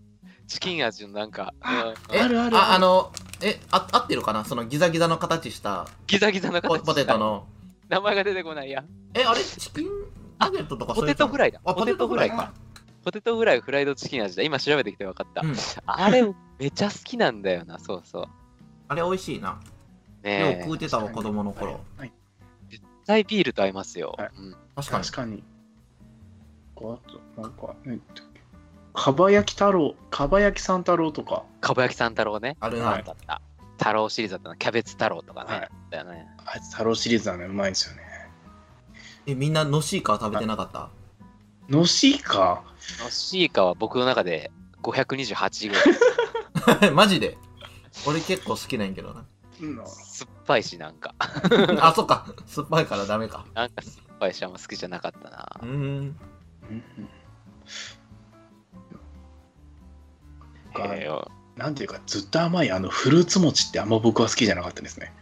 Speaker 2: チキン味のなんか、
Speaker 3: あ
Speaker 2: うん
Speaker 1: え
Speaker 3: あるある
Speaker 1: ああのえあ合ってるかなそのギザギザの形した
Speaker 2: ギザギザの形
Speaker 1: ポ
Speaker 2: した
Speaker 1: ポテト。の
Speaker 2: 名前が出てこないや。
Speaker 1: えあれチキンナゲットとか
Speaker 2: ポテトフ
Speaker 1: イ
Speaker 2: ライだ。
Speaker 1: あポテトフライか
Speaker 2: ポテトフライフライドチキン味だ。今調べてきて分かった。
Speaker 1: うん
Speaker 2: あれ、めちゃ好きなんだよな、そうそう。
Speaker 1: あれ美味しいなよく
Speaker 2: ねえ
Speaker 1: 食う。てたわ子供の頃
Speaker 3: はい
Speaker 2: 絶対ビールと合いますよ。
Speaker 3: はい
Speaker 2: うん
Speaker 1: 確かに
Speaker 3: 確かにあと、なんか、何だっけ。かばやき太郎、かばやきさん太郎とか、
Speaker 2: かばやきさん太郎ね。
Speaker 1: あるな、
Speaker 3: はい
Speaker 2: だった。太郎シリーズだったな。キャベツ太郎とかね。
Speaker 3: はい
Speaker 2: だよね。
Speaker 3: あいつ太郎シリーズなのうまいんですよね。
Speaker 1: えみんなのしいか食べてなかった
Speaker 3: のしいか。
Speaker 2: のシーカは僕の中で528ぐらい。
Speaker 1: マジで俺結構好きなんやけどな
Speaker 3: うん
Speaker 2: 酸っぱいし、なんか。
Speaker 1: あそっか酸っぱいからダメか
Speaker 2: なんか酸っぱいし、あんま好きじゃなかったな
Speaker 1: う。ーん
Speaker 3: うん
Speaker 2: へえよ
Speaker 3: なんていうか、ずっと甘いあのフルーツ餅ってあんま僕は好きじゃなかったですね。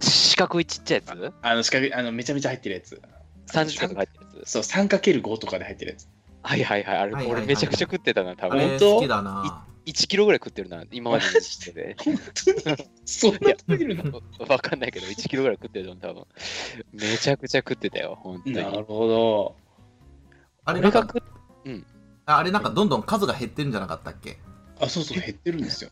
Speaker 2: 四角いちっちゃいやつ
Speaker 3: あの四角い、あのめちゃめちゃ入ってるやつ。
Speaker 2: ?30 角入ってるやつ。
Speaker 3: そう、3×5 とかで入ってるやつ。
Speaker 2: はいはいはい。あれ、
Speaker 1: はいはいはい
Speaker 2: 俺めちゃくちゃ食ってたな、多
Speaker 1: あ
Speaker 2: 分。
Speaker 1: れ
Speaker 3: 本当
Speaker 1: 好きだな
Speaker 2: 1キロぐらい食ってるな、今までの人生で。
Speaker 3: 本当に そんな食べるの
Speaker 2: わかんないけど、1キロぐらい食ってると思う、多分。めちゃくちゃ食ってたよ、本当に。
Speaker 3: なるほど。
Speaker 1: あれな
Speaker 2: 俺
Speaker 1: ん
Speaker 2: が
Speaker 1: か
Speaker 2: 食っ
Speaker 1: ああれなんかどんどん数が減ってるんじゃなかったっけ
Speaker 3: あ、そうそう、減ってるんですよ。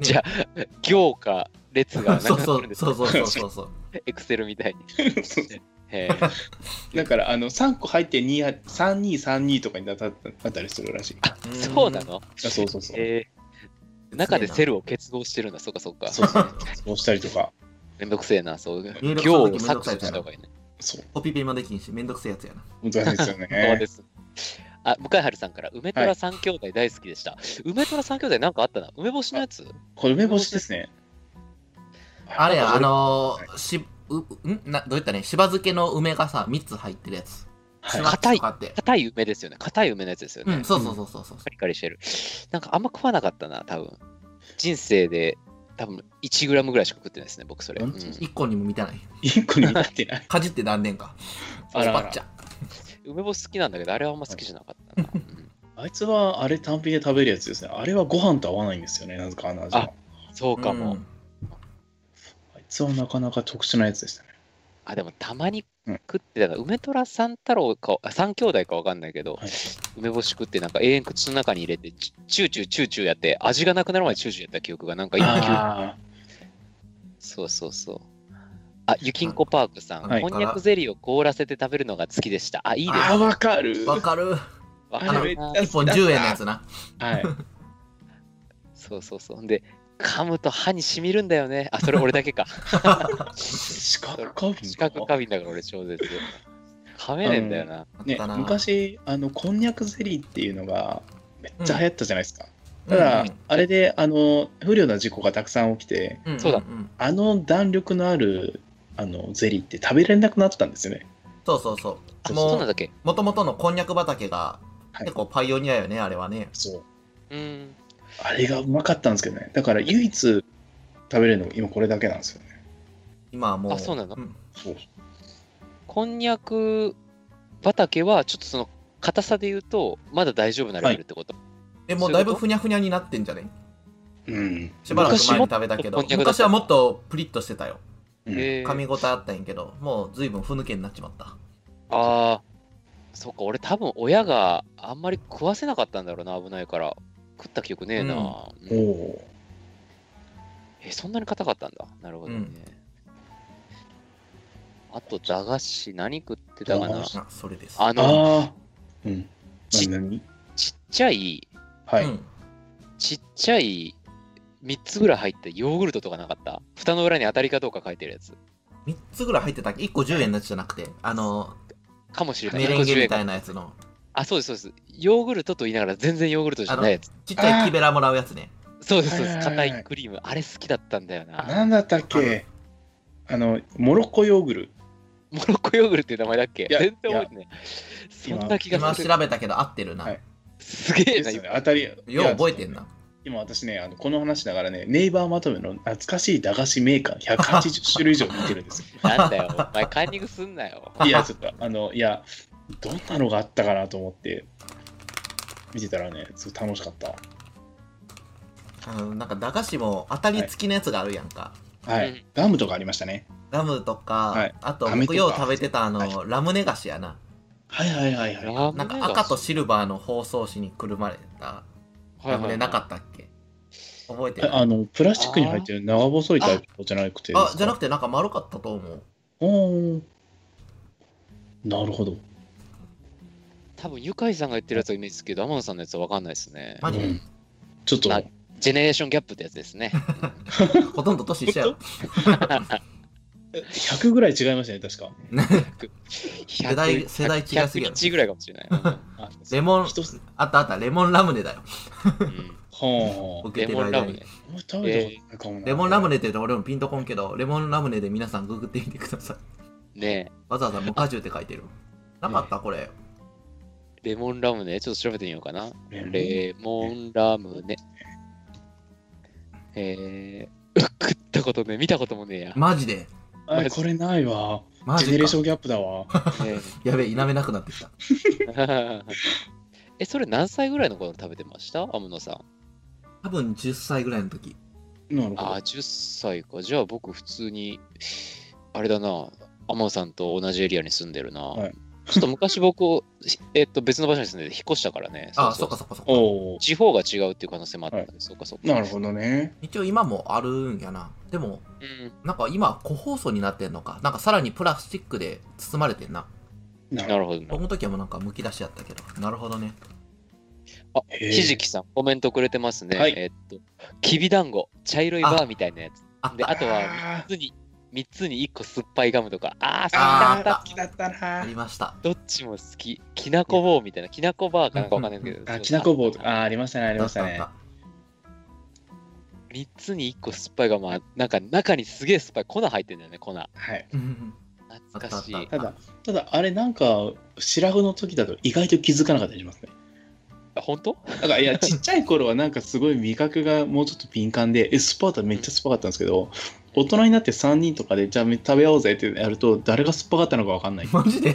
Speaker 2: じゃあ、行か列がなく
Speaker 1: そう
Speaker 2: な
Speaker 1: そ
Speaker 2: ってるん
Speaker 1: う
Speaker 2: です
Speaker 1: そう
Speaker 2: よ
Speaker 1: そうそうそうそう
Speaker 2: エクセルみたいに。
Speaker 3: そう
Speaker 2: へ
Speaker 3: だから、あの、3個入って2 3232とかになったなったりするらしい。あ、
Speaker 2: えそうなの
Speaker 3: そうそうそう。
Speaker 2: へえ中でセルを結合してるんだ、そうかそうか。
Speaker 3: そうそう。そうしたりとか。
Speaker 2: めんどくせえな、そう。
Speaker 1: 入力する時
Speaker 2: 行を
Speaker 1: めんど
Speaker 2: 削
Speaker 1: くさい
Speaker 2: 除
Speaker 1: じゃ
Speaker 2: し
Speaker 1: ん
Speaker 2: た方がいいね。
Speaker 3: そう。
Speaker 1: コピペもできんしめんどくせえやつやな
Speaker 3: 難しいです よ
Speaker 2: そう
Speaker 3: ね
Speaker 2: で。す。あ、向井春さんから、梅虎三兄弟大好きでした。梅虎三兄弟なんかあったな。梅干しのやつ
Speaker 3: これ梅干しですね。
Speaker 1: あれやあのー、しうんなどういったらいいねしば漬けの梅がさ3つ入ってるやつ
Speaker 3: は
Speaker 1: シ
Speaker 3: い
Speaker 1: ュワッ
Speaker 2: 硬い
Speaker 1: とかって
Speaker 2: 硬い梅ですよね。硬い梅のやつですよ
Speaker 1: う
Speaker 2: ね。
Speaker 1: んそうそうそうそうそう
Speaker 2: カリカリしてる。なんかあんま食わなかったな、多分。人生で多分1グラムぐらいしか食ってないですね、僕それ。
Speaker 3: うん
Speaker 2: うん
Speaker 1: 1個にも満たない
Speaker 3: 一個になってない。
Speaker 1: かじって断念か
Speaker 3: あらあら
Speaker 1: スパッチャ
Speaker 2: 梅干し好きなんだけど、あれはあんま好きじゃなかったな。うん
Speaker 3: あいつはあれ単品で食べるやつですね。あれはご飯と合わないんですよね、なぜかあの味は。
Speaker 2: あそうかも。
Speaker 1: うん
Speaker 3: あいつはなかなか特殊なやつでしたね。
Speaker 2: あ、でもたまに
Speaker 3: うん
Speaker 2: 食ってたな。梅虎三太郎か、あ三兄弟かわかんないけど、
Speaker 3: はい
Speaker 2: 梅干し食ってなんか永遠口の中に入れて、チュチューチューチューチューやって、味がなくなるまでチューチューやった記憶がなんか今記憶、
Speaker 3: あ
Speaker 2: そうそうそう。あ、ゆきんこパークさん、
Speaker 1: はい
Speaker 2: こんにゃくゼリーを凍らせて食べるのが好きでした。あ、いい
Speaker 3: ー
Speaker 2: です
Speaker 3: あー、わかる。
Speaker 1: わかる
Speaker 2: わ
Speaker 3: あ
Speaker 2: か
Speaker 3: れめ
Speaker 2: る
Speaker 3: っち
Speaker 2: な
Speaker 3: ゃ。
Speaker 1: 1本10円のやつな
Speaker 3: はい。
Speaker 2: そうそうそう。で、噛むと歯にしみるんだよね。あ、それ俺だけか。
Speaker 3: 四角花瓶
Speaker 2: 視覚過敏だから俺超絶。噛めねえんだよな。
Speaker 1: あっ
Speaker 3: ね
Speaker 1: たな、
Speaker 3: 昔、あの、こんにゃくゼリーっていうのがめっちゃ流行ったじゃないですか。
Speaker 1: うん
Speaker 3: ただ、
Speaker 1: うん
Speaker 3: あれで、あの、不慮な事故がたくさん起きて、
Speaker 1: うん
Speaker 2: そうだ
Speaker 1: ん
Speaker 3: あの弾力のある、あの、ゼリーって食べられなくなったんですよね。
Speaker 1: そうそうそう
Speaker 2: あ、
Speaker 1: も
Speaker 2: そううなんだっけ
Speaker 1: もともとのこんにゃく畑が
Speaker 3: はい
Speaker 1: 結構パイオニアよね、あれはね。
Speaker 3: そう。
Speaker 2: うん。
Speaker 3: あれがうまかったんですけどね。だから、唯一食べれるのが今これだけなんですよね。
Speaker 1: 今はもう。
Speaker 2: あそうなの
Speaker 1: ん
Speaker 3: そう。
Speaker 2: こんにゃく畑は、ちょっとその、硬さで言うと、まだ大丈夫なレベルってこと。
Speaker 1: え、もうだいぶふにゃふにゃになってんじゃね
Speaker 3: うん。
Speaker 1: しばらく
Speaker 2: 昔
Speaker 1: 前
Speaker 2: も
Speaker 1: に食べたけど、
Speaker 2: こんに
Speaker 1: 昔
Speaker 2: ゃくだった
Speaker 1: はもっとプリッとしてたよ。
Speaker 3: うん
Speaker 2: へえ
Speaker 1: 噛み応えあったんやけど、もうずいぶんふぬけになっちまった。
Speaker 2: ああ、そっか、俺多分親があんまり食わせなかったんだろうな、危ないから。食った記憶ねえな。
Speaker 3: お
Speaker 2: うん
Speaker 3: お
Speaker 2: え、そんなに硬かったんだ。なるほどね。
Speaker 1: うん
Speaker 2: あと、駄菓子、何食ってたか
Speaker 3: 駄
Speaker 2: な
Speaker 3: 菓子
Speaker 1: あ、それです。
Speaker 2: あ
Speaker 3: ー。
Speaker 2: の、
Speaker 3: ああ。うん。
Speaker 2: ち
Speaker 3: 何
Speaker 2: ちっちゃい、
Speaker 3: はい。
Speaker 1: うん。
Speaker 2: ちっちゃい3つぐらい入ったヨーグルトとかなかった蓋の裏に当たりかどうか書いてるやつ
Speaker 1: 3つぐらい入ってたっけ ?1 個10円のやつじゃなくて、あの、
Speaker 2: かもしれない。
Speaker 1: メレンゲみ
Speaker 2: 150
Speaker 1: た
Speaker 2: 円
Speaker 1: いなやつの、
Speaker 2: あ、そうです、そうです。ヨーグルトと言いながら全然ヨーグルトじゃないやつ。
Speaker 1: ちっちゃい木べらもらうやつね。
Speaker 2: そうです、そう
Speaker 3: は
Speaker 2: で
Speaker 3: い
Speaker 2: す。
Speaker 3: はいはい
Speaker 2: 硬いクリーム。あれ好きだったんだよな。
Speaker 3: なんだったっけあの、モロッコヨーグル。
Speaker 2: モロッコヨーグルトっていう名前だっけ
Speaker 3: いや
Speaker 2: 全然覚えてない。そ
Speaker 3: や
Speaker 2: んな気
Speaker 1: 今
Speaker 2: がする。
Speaker 1: 調べたけど合ってるな。
Speaker 3: はい
Speaker 2: すげえ
Speaker 3: で
Speaker 2: な
Speaker 3: す、よね。当たり。
Speaker 1: よう覚えてん
Speaker 3: いや。
Speaker 1: な。
Speaker 3: 今私ね、あのこの話だからね、ネイバーまとめの懐かしい駄菓子メーカー180種類以上見てるんです よ。
Speaker 2: なんだよ。お前カンニングすんなよ。
Speaker 3: いや、ちょっと、あの、いや、どんなのがあったかなと思って、見てたらね、すごい楽しかった。
Speaker 1: あのなんか駄菓子も当たり付きのやつがあるやんか。
Speaker 3: は
Speaker 2: うん
Speaker 3: い。ガムとかありましたね。
Speaker 1: ラムとか、
Speaker 3: はい
Speaker 1: あと
Speaker 3: ラメ
Speaker 1: 僕
Speaker 3: とか
Speaker 1: よう食べてたあの、
Speaker 3: は
Speaker 1: ラムネ菓子やな。
Speaker 3: はいはいはいはい。
Speaker 2: ラム
Speaker 1: な
Speaker 2: ネ
Speaker 1: ん
Speaker 2: が
Speaker 1: か赤とシルバーの包装紙にくるまれた
Speaker 2: はい
Speaker 1: ラ
Speaker 2: はい
Speaker 1: ム
Speaker 2: はい
Speaker 1: ネなかったっけ覚えて
Speaker 3: え
Speaker 1: ない
Speaker 3: あの、プラスチックに入ってる長細いタイプじゃなくてですか。
Speaker 1: あじゃなくてなんか丸かったと思う
Speaker 3: おーなるほど。
Speaker 2: 多分ユカイさんが言ってるやつはイメージですけど、天野さんのやつは分かんないですね。
Speaker 1: マジ
Speaker 3: う
Speaker 1: で
Speaker 3: んちょっと、
Speaker 2: はいジェネレーションギャップってやつですね。
Speaker 1: ほとんど年一緒やろ。
Speaker 3: 100ぐらい違いましたね、確か。
Speaker 2: 世
Speaker 1: 代世代違いすぎやろ
Speaker 2: 101ぐらいかもしれない。
Speaker 3: あ
Speaker 1: レモン、
Speaker 3: 一つ。
Speaker 1: あったあった、レモンラムネだよ。
Speaker 2: うん
Speaker 3: はあ。
Speaker 1: 受
Speaker 2: レ
Speaker 1: けてる
Speaker 2: モンラ
Speaker 1: 間
Speaker 2: ム
Speaker 1: に
Speaker 2: ネ。。
Speaker 3: もう食べたことないかもな
Speaker 1: レモンラムネって言うと俺もピンとこんけど、レモンラムネで皆さんググってみてください。
Speaker 2: ね
Speaker 1: わざわざ無果汁って書いてる。なかったこれ。
Speaker 2: えレモンラムネ、ちょっと調べてみようかな。
Speaker 3: レモン
Speaker 2: レモンラムネ。えー、食ったことね、見たこともねえや。
Speaker 1: マジで。
Speaker 3: あこれないわ。
Speaker 1: マ
Speaker 3: ジェネ
Speaker 1: ジ
Speaker 3: レーション
Speaker 1: か。
Speaker 3: ギャップだわ。
Speaker 2: ね
Speaker 1: やべえ、否めなくなってきた。
Speaker 2: え え、それ何歳ぐらいの頃食べてました天野さん。
Speaker 1: 多分10歳ぐらいの時。
Speaker 3: なるほ
Speaker 2: あ
Speaker 3: ど
Speaker 2: あ、。10歳か。じゃあ僕普通に、あれだな、天野さんと同じエリアに住んでるな。
Speaker 3: はい
Speaker 2: ちょっと昔僕、えっと別の場所に住んでて引っ越したからね。
Speaker 1: あ、そ
Speaker 2: そ
Speaker 1: うっか
Speaker 2: そう
Speaker 1: そっかそっか。
Speaker 3: おお。
Speaker 2: 地方が違うっていう可能性もあったんで、
Speaker 3: は
Speaker 2: そうかそうか。
Speaker 3: なるほどね。
Speaker 1: 一応今もあるんやな。でも、
Speaker 2: うん、
Speaker 1: なんか今、個包装になってんのか。なんかさらにプラスチックで包まれてんな。
Speaker 3: な
Speaker 2: なるほどな。
Speaker 1: 僕の時はもうなんかむき出しやったけど。なるほどね。
Speaker 3: へえ
Speaker 2: ひじきさん、コメントくれてますね。
Speaker 3: はい
Speaker 2: えっと、きびだんご、茶色いバーみたいなやつ。
Speaker 1: あ
Speaker 2: で、あとは
Speaker 3: あ
Speaker 2: 3つに、3つに1個酸っぱいガムとか。ああ、
Speaker 3: ー
Speaker 2: 酸っ
Speaker 1: あー
Speaker 2: ぱい
Speaker 3: 好きだった
Speaker 1: あ
Speaker 3: な
Speaker 1: り。ました。
Speaker 2: どっちも好き。きなこ棒みたいな。きなこバーかなんかわかんないけど。
Speaker 3: あ、きなこ棒とか、あーありましたね、あ
Speaker 1: あ
Speaker 3: りましたね。
Speaker 2: 3つに1個酸っぱいがまあなんか中にすげえ酸っぱい粉入ってんだよね粉
Speaker 3: はい。
Speaker 2: 懐かしい
Speaker 1: あったあった
Speaker 3: だ、ただ、あれなんか、白髪の時だと意外と気づかなかったりしますね。
Speaker 2: あ本当
Speaker 3: だから、 いや、ちっちゃい頃はなんかすごい味覚がもうちょっと敏感で、え、スパータめっちゃ酸っぱかったんですけど、大人になって3人とかで、じゃあ食べようぜってやると、誰が酸っぱかったのかわかんない。
Speaker 1: マジで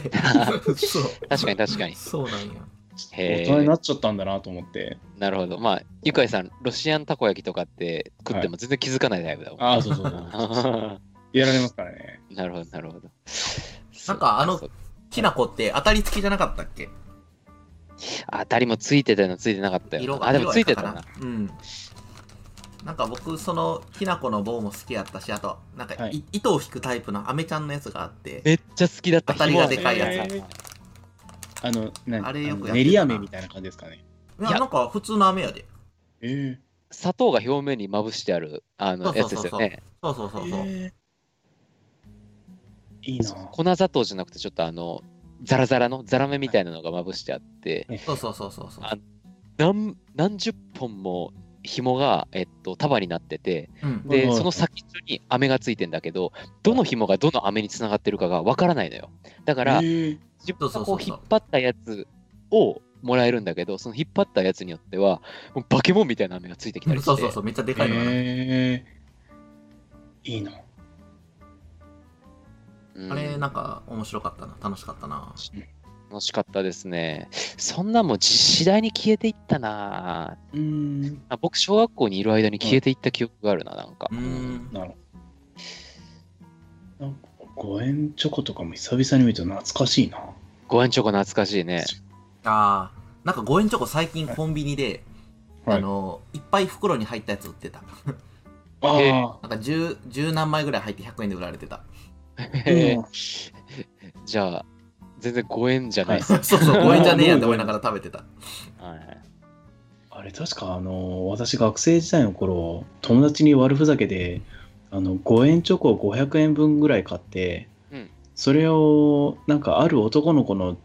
Speaker 1: そう。
Speaker 2: 確かに確か に
Speaker 1: そうなんや。
Speaker 2: へ
Speaker 3: 大人にな
Speaker 2: え
Speaker 3: っちゃったんだなと思って。
Speaker 2: なるほどまあゆかいさんロシアンたこ焼きとかって食っても全然気づかないタイプだもん、
Speaker 3: ああ、そうそうそう。 やられますからね。
Speaker 2: なるほどなるほど
Speaker 1: なんかあの
Speaker 2: そう
Speaker 1: きなこって当たり付きじゃなかったっけ
Speaker 2: あたりもついてたのついてなかったよ
Speaker 1: 色
Speaker 2: な
Speaker 1: が
Speaker 2: あでもついてた
Speaker 1: 色
Speaker 2: な
Speaker 1: やったかなうんなんか僕そのきなこの棒も好きやったしあとなんか、い
Speaker 3: はい
Speaker 1: 糸を引くタイプのアメちゃんのやつがあって、
Speaker 2: めっちゃ好きだった
Speaker 1: 当たりがでかいや
Speaker 3: つあの、なん
Speaker 1: あれよくやってるな
Speaker 3: 練り飴みたいな感じですかね。
Speaker 1: いやなんか普通の飴やで
Speaker 3: ええ
Speaker 2: 砂糖が表面にまぶしてあるあの
Speaker 1: そ
Speaker 2: や
Speaker 1: う
Speaker 2: つ
Speaker 1: そ
Speaker 2: で
Speaker 1: う
Speaker 2: す
Speaker 1: そうそう
Speaker 2: よね
Speaker 1: そうそうそうそう、
Speaker 3: ええいいなぁ。
Speaker 2: 粉砂糖じゃなくてちょっとあのザラザラのザラメみたいなのがまぶしてあって、
Speaker 1: そうそうそうそうそう
Speaker 2: あ何何十本も紐が、えっと、束になってて
Speaker 1: うん
Speaker 2: で、
Speaker 3: はいはい
Speaker 2: その先っちょに飴がついてんだけどどの紐がどの飴につながってるかがわからないのよだから、
Speaker 3: ええ
Speaker 2: 自分がこ
Speaker 1: そうそうそう
Speaker 2: う
Speaker 1: そう
Speaker 2: 引っ張ったやつをもらえるんだけどその引っ張ったやつによってはもうバケモンみたいな飴がついてきたりして
Speaker 1: そうそうそうめっちゃでかいの、
Speaker 3: ええいいなぁ。
Speaker 2: うん
Speaker 1: あれなんか面白かったな楽しかったな
Speaker 2: 楽しかったですねそんなんもじ次第に消えていったな
Speaker 3: うーん。
Speaker 2: あ僕小学校にいる間に消えていった記憶があるななんか
Speaker 1: うーん
Speaker 3: なるほど。なんか、五円チョコとかも久々に見ると懐かしいな。
Speaker 2: ご円チョコ懐かしいね
Speaker 1: あーなんか5円チョコ最近コンビニで、
Speaker 3: はい
Speaker 1: あのいっぱい袋に入ったやつ売ってた
Speaker 3: あ
Speaker 1: なんか十十何枚ぐらい入って100円で売られてた
Speaker 3: あ、
Speaker 2: へえ
Speaker 3: うん
Speaker 2: じゃあ、全然ご縁じゃないです。
Speaker 1: そうそう5円じゃねえやんって思いながら食べてた
Speaker 2: はい
Speaker 3: あれ確かあの私学生時代の頃友達に悪ふざけであの5円チョコを500円分ぐらい買って、
Speaker 2: うん
Speaker 3: それをなんかある男の子の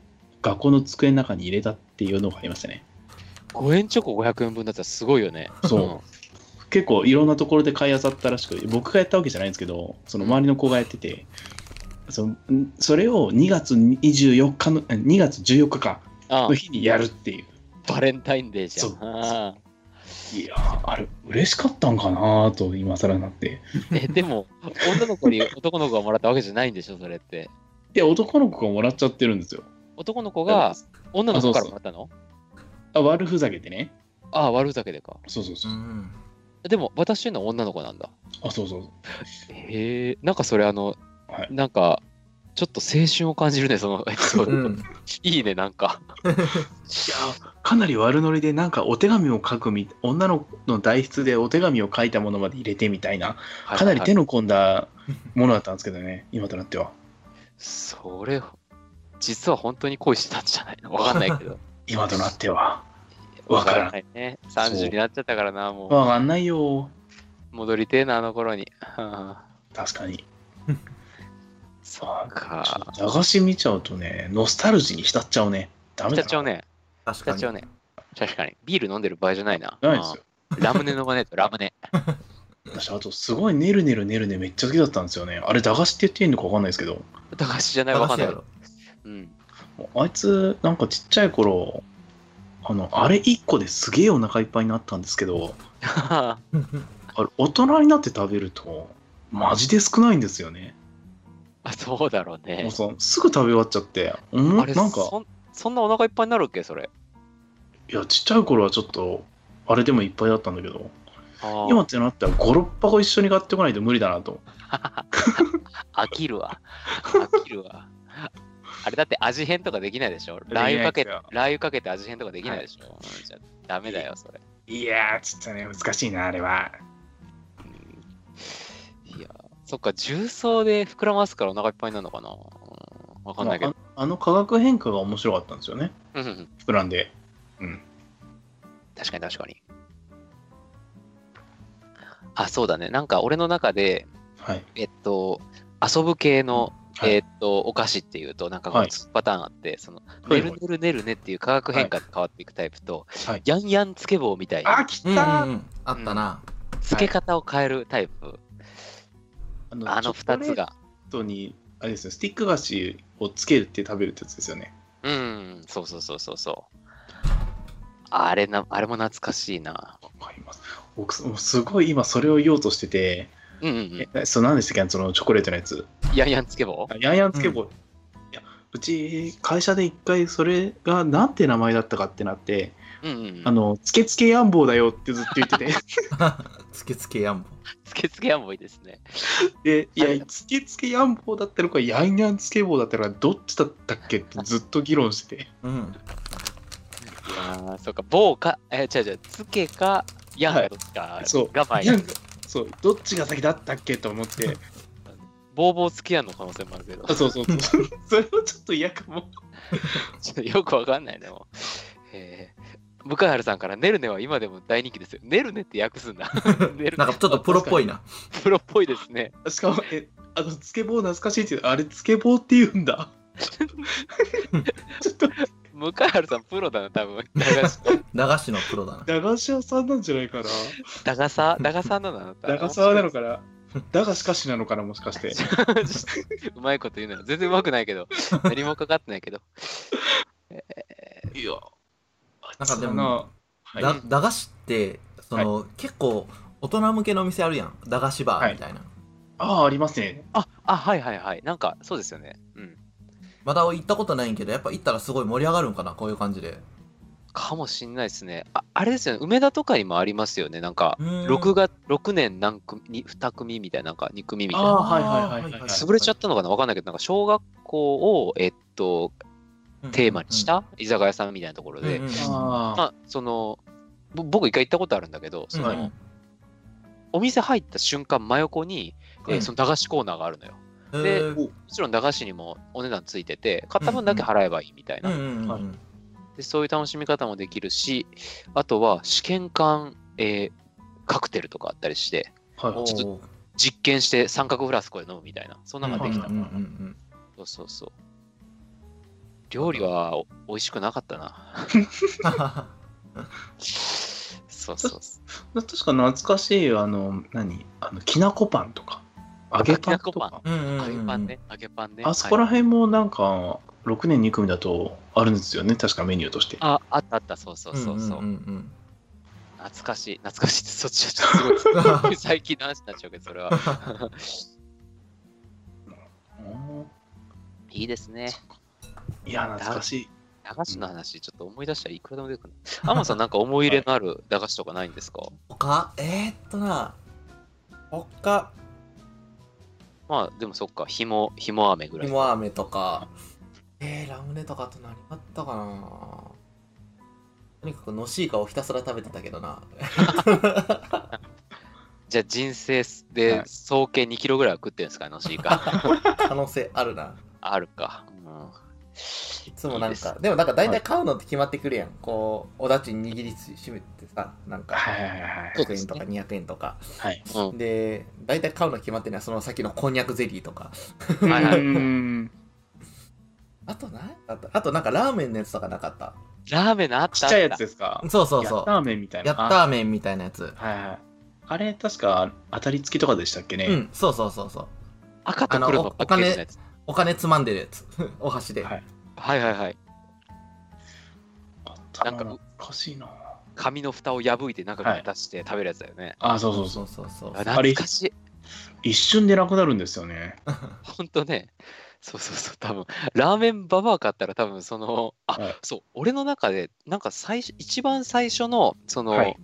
Speaker 3: 学校の机の中に入れたっていうのがありました ね
Speaker 2: ご縁チョコ500円分だったらすごいよね。
Speaker 3: そ結構いろんなところで買い漁ったらしく僕がやったわけじゃないんですけどその周りの子がやっててそのんそれを2月24日のあ2月14日か
Speaker 2: うん。あ
Speaker 3: の日にやるっていう
Speaker 2: バレンタインデーじゃ
Speaker 3: そうん
Speaker 2: あ
Speaker 3: いやーあれ嬉しかったんかなと今更なって
Speaker 2: ー。え、でも、女の子 に男の子がもらったわけじゃないんでしょ、それって。
Speaker 3: いや男の子がもらっちゃってるんですよ
Speaker 2: 男の子が女の子から
Speaker 3: あそうそう
Speaker 2: もらったの
Speaker 3: あ悪ふざけてね。
Speaker 2: ああ、悪ふざけでか。
Speaker 3: そうそうそうう。
Speaker 1: ん
Speaker 2: でも、私のは女の子なんだ。
Speaker 3: あ、そうそうそう。
Speaker 2: へえ、なんかそれ、あの、
Speaker 3: はい
Speaker 2: なんか、ちょっと青春を感じるね、そのエピソード。
Speaker 1: うん
Speaker 2: いいね、なんか。
Speaker 3: いや、かなり悪ノリで、なんかお手紙を書くみ、女の子の代筆でお手紙を書いたものまで入れてみたいな、かなり手
Speaker 2: の。
Speaker 3: の込んだものだったんですけどね、今となっては。
Speaker 2: それ、実は本当に恋してたんじゃないのわかんないけど。
Speaker 3: 今となっては。 わからん
Speaker 2: ないね。30になっちゃったからな、も
Speaker 3: わかんないよ。
Speaker 2: う。戻りてえな、あの頃に。うん
Speaker 3: 確か に。
Speaker 2: そっか。
Speaker 3: 駄菓子見ちゃうとね、ノスタルジーに浸っちゃうね。ダメ
Speaker 2: 浸
Speaker 3: だな。
Speaker 2: っちゃうね。
Speaker 1: 確
Speaker 2: 浸
Speaker 1: か
Speaker 2: っちゃう
Speaker 1: に。
Speaker 2: ね。確かに。ビール飲んでる場合じゃないな。
Speaker 3: ないですよ。
Speaker 2: うんラムネ飲まねえと、ラムネ。
Speaker 3: 私、あと、すごいねるねるねるねめっちゃ好きだったんですよね。あれ、駄菓子って言っていいのかわかんないですけど、
Speaker 2: 駄菓子じゃない、わ
Speaker 1: 駄
Speaker 2: か
Speaker 1: 菓
Speaker 2: ん
Speaker 1: 子や
Speaker 2: ない。
Speaker 1: ろ。
Speaker 2: うん。
Speaker 3: もうあいつ、なんかちっちゃい頃、あの、あれ1個ですげえお腹いっぱいになったんですけど、あれ、大人になって食べると、マジで少ないんですよね。
Speaker 2: あそうだろう
Speaker 3: も
Speaker 2: ね
Speaker 3: う。さすぐ食べ終わっちゃって、うん、な
Speaker 2: あ
Speaker 3: ん
Speaker 2: れ、
Speaker 3: か、
Speaker 2: そんそんなお腹いっぱいになるっけ、それ。
Speaker 3: いや、ちっちゃい頃はちょっと、あれでもいっぱいだったんだけど、
Speaker 2: あ
Speaker 3: 今
Speaker 2: ー
Speaker 3: ってなったら5、6箱一緒に買ってこないと無理だなと。
Speaker 2: 飽きるわ。飽きるわ。あれだって味変とかできないでしょラー油かけ
Speaker 3: でき
Speaker 2: て、
Speaker 3: な
Speaker 2: ラー
Speaker 3: いですよ
Speaker 2: 油かけて味変とかできないでしょ、うんじゃあダメだよ、それ。
Speaker 3: いやー、ちょっとね、難しいな、あれは。
Speaker 2: いや、そっか、重曹で膨らますからお腹いっぱいになるのかな、うん、わかんないけど。
Speaker 3: まあああの化学変化が面白かったんですよね。
Speaker 2: うんうんうん
Speaker 3: 膨らんで。うん。
Speaker 2: 確かに確かに。あ、そうだね。なんか俺の中で、
Speaker 3: はい。
Speaker 2: えっと、遊ぶ系の、
Speaker 3: はい
Speaker 2: えっと、お菓子っていうと、なんかこ
Speaker 3: は
Speaker 2: う
Speaker 3: い
Speaker 2: ツーパターンあって、その、
Speaker 3: はい
Speaker 2: ねるねるねるねっていう化学変化で変わっていくタイプと、
Speaker 3: はい
Speaker 2: やんやんつけ棒みたいに
Speaker 3: あ、来た
Speaker 1: うんう
Speaker 3: ー、
Speaker 1: んうん。あったな。
Speaker 2: つけ方を変えるタイプ、あの2つ。が。
Speaker 3: チョコレートに、あれですね、スティック菓子をつけるって食べるってやつですよね。
Speaker 2: うん、そうそうそうそうそう。あれな、あれも懐かしいな。
Speaker 3: わかります。僕、もうすごい今それを言おうとしてて、
Speaker 2: うんうんうん。
Speaker 3: え、そう、何でしたっけ、そのチョコレートのやつ。
Speaker 2: やんやんつけ棒
Speaker 3: あヤンヤンつけ棒。いや、うち、会社で一回それがなんて名前だったかってなって、
Speaker 2: うんうんう
Speaker 3: あ
Speaker 2: ん。
Speaker 3: の、つけつけやんぼうだよってずっと言って て。
Speaker 1: つけつけやんぼ。
Speaker 2: つけつけやんぼいいですね。
Speaker 3: で、い
Speaker 2: あれ
Speaker 3: や、つけつけやんぼうだったのか、やんやんつけ棒だったのか、どっちだったっけってずっと議論してて。
Speaker 1: うん。
Speaker 2: いやーそうか、棒か、え、違う違う、つけか、やんかどっちか
Speaker 3: そう
Speaker 2: が前
Speaker 3: やんそう、どっちが先だったっけと思って、
Speaker 2: ボーボーつけやんの可能性もあるけど
Speaker 3: あ、、そうそう そう。それはちょっと嫌かも。
Speaker 2: ちょっとよくわかんないね、もう。えー、向原さんから、ねるねは今でも大人気ですよ。ねるねって訳す んだ。ねる
Speaker 1: なんかちょっとプロっぽいな。
Speaker 2: プロっぽいですね。
Speaker 3: しかも、え、あの、つけ棒懐かしいっていう、あれ、つけ棒って言うんだ。ちょっと、
Speaker 2: 向原さん、プロだな、多分。駄菓子
Speaker 1: 駄菓子のプロだな。
Speaker 3: 駄菓子屋さんなんじゃないかな。
Speaker 2: 駄菓さ、駄菓さんなのあなた
Speaker 3: 駄菓子屋なのかな。駄菓子菓子なのかな、もしかして。
Speaker 2: うまいこと言うなら全然うまくないけ ど何もかかってないけど
Speaker 3: いや、
Speaker 1: なんかでも
Speaker 3: も、はい
Speaker 1: だ駄菓子って、その、結構大人向けのお店あるやん。駄菓子バーみたいな。
Speaker 3: ああ、ありますね。
Speaker 2: ああはいはいはいなんかそうですよねうん
Speaker 1: まだ行ったことないんけど、やっぱ行ったらすごい盛り上がるんかな、こういう感じで。
Speaker 2: かもしんないですねああれですよね梅田とかにもありますよねなんか
Speaker 1: 録
Speaker 2: 6月6年何組に2組みたいななんか2組みたい
Speaker 3: あ
Speaker 2: な
Speaker 3: ーはいはいはいはい
Speaker 2: 潰れちゃったのかなわかんないけどなんか小学校をえっとテーマにした居酒屋さんみたいなところ
Speaker 1: うんうん
Speaker 2: で
Speaker 1: うん
Speaker 3: あ
Speaker 2: まあそのぼ僕一回行ったことあるんだけどそ
Speaker 1: はい
Speaker 2: のお店入った瞬間真横にえーその駄菓子コーナーがあるのよ
Speaker 1: うん
Speaker 2: で
Speaker 1: へー
Speaker 2: もちろん駄菓子にもお値段ついてて、買った分だけ払えばいいみたいな、
Speaker 1: うんうんうん
Speaker 3: はい
Speaker 2: で。そういう楽しみ方もできるし、あとは試験管、えーカクテルとかあったりして、
Speaker 3: あ、はい。
Speaker 2: ちょっと実験して三角フラスコで飲むみたいな、そんなのができた。
Speaker 1: うんうんうんうん
Speaker 2: そうそうそう。料理はお美味しくなかったな。そうそうそ
Speaker 3: 確か懐かしい、あの、何あの、きなこパンとか、揚げパンと
Speaker 2: きなこ
Speaker 3: か。
Speaker 1: うんうん
Speaker 2: う。
Speaker 1: うん
Speaker 2: 揚げパンね、揚げパンね。
Speaker 3: あそこら
Speaker 2: はい
Speaker 3: 辺もなんか、6年2組だとあるんですよね、確かメニューとして。
Speaker 2: あ、あったあった、そうそうそうそう。
Speaker 1: んんんん
Speaker 2: 懐かしい、懐かしいって、そっちはちょっとすごい、最近の話になっちゃうけど、それは。いいですね。
Speaker 3: いや、懐かしい。
Speaker 2: 駄菓子の話、ちょっと思い出したらいくらでも出てくる。アマさん、なんか思い入れのある駄菓子とかないんですか、
Speaker 1: 他 えー、っとな他
Speaker 2: まあ、でもそっか、ひも、ひも飴ぐら
Speaker 1: ひ
Speaker 2: い。
Speaker 1: も飴とかえー、ラムネとかあと何あったかなとにかくのしいかをひたすら食べてたけどな
Speaker 2: じゃあ、人生
Speaker 3: は
Speaker 2: で
Speaker 3: い
Speaker 2: 総計2キロぐらいは食ってるんですかね、のしいか。
Speaker 1: 可能性あるな
Speaker 2: あるか。うん
Speaker 1: いつもなん
Speaker 2: いい
Speaker 1: か
Speaker 2: で
Speaker 1: でもなんか大体買うのって決まってくるやん、こうおだちに握りしめてさなんか
Speaker 3: はいはいはい
Speaker 5: そうで
Speaker 1: 100
Speaker 5: すね
Speaker 1: 円とか200円とか
Speaker 3: はい。
Speaker 2: すうん
Speaker 1: で大体買うの決まってるのはその先のこんにゃくゼリーとか
Speaker 2: はいはい
Speaker 3: うん
Speaker 1: あと何あとあとなんかラーメンのやつとかなかった
Speaker 2: ラーメンのあった
Speaker 3: ちっちゃいやつ
Speaker 2: あっ
Speaker 3: ですか
Speaker 1: そうそうそ
Speaker 3: ラ
Speaker 1: う
Speaker 3: ーメンみたいな。
Speaker 1: やったーめんみたいなやつ
Speaker 3: あはいはい。あれ、確か当たり付きとかでしたっけね。
Speaker 1: うんそうそうそうそう
Speaker 2: た赤と黒
Speaker 1: あの
Speaker 2: の
Speaker 1: お
Speaker 2: パッケージのやつ
Speaker 1: お金つまんでるやつ お箸で、
Speaker 3: はい
Speaker 2: はいはいはい
Speaker 3: あった
Speaker 2: なんか
Speaker 3: 懐かしいな。
Speaker 2: 紙の蓋を破いて中か
Speaker 3: は
Speaker 2: ら
Speaker 3: い
Speaker 2: 出して食べるやつだよね、
Speaker 3: あ、そうそうそ。
Speaker 1: そううそうそう
Speaker 2: あ
Speaker 3: あれ
Speaker 2: 懐かしい
Speaker 3: 一瞬でなくなるんですよね。
Speaker 2: ほんとねそうそうそう多分ラーメンババア買ったら多分そのあ、
Speaker 3: はい
Speaker 2: そう俺の中でなんか最初一番最初のその、
Speaker 3: はい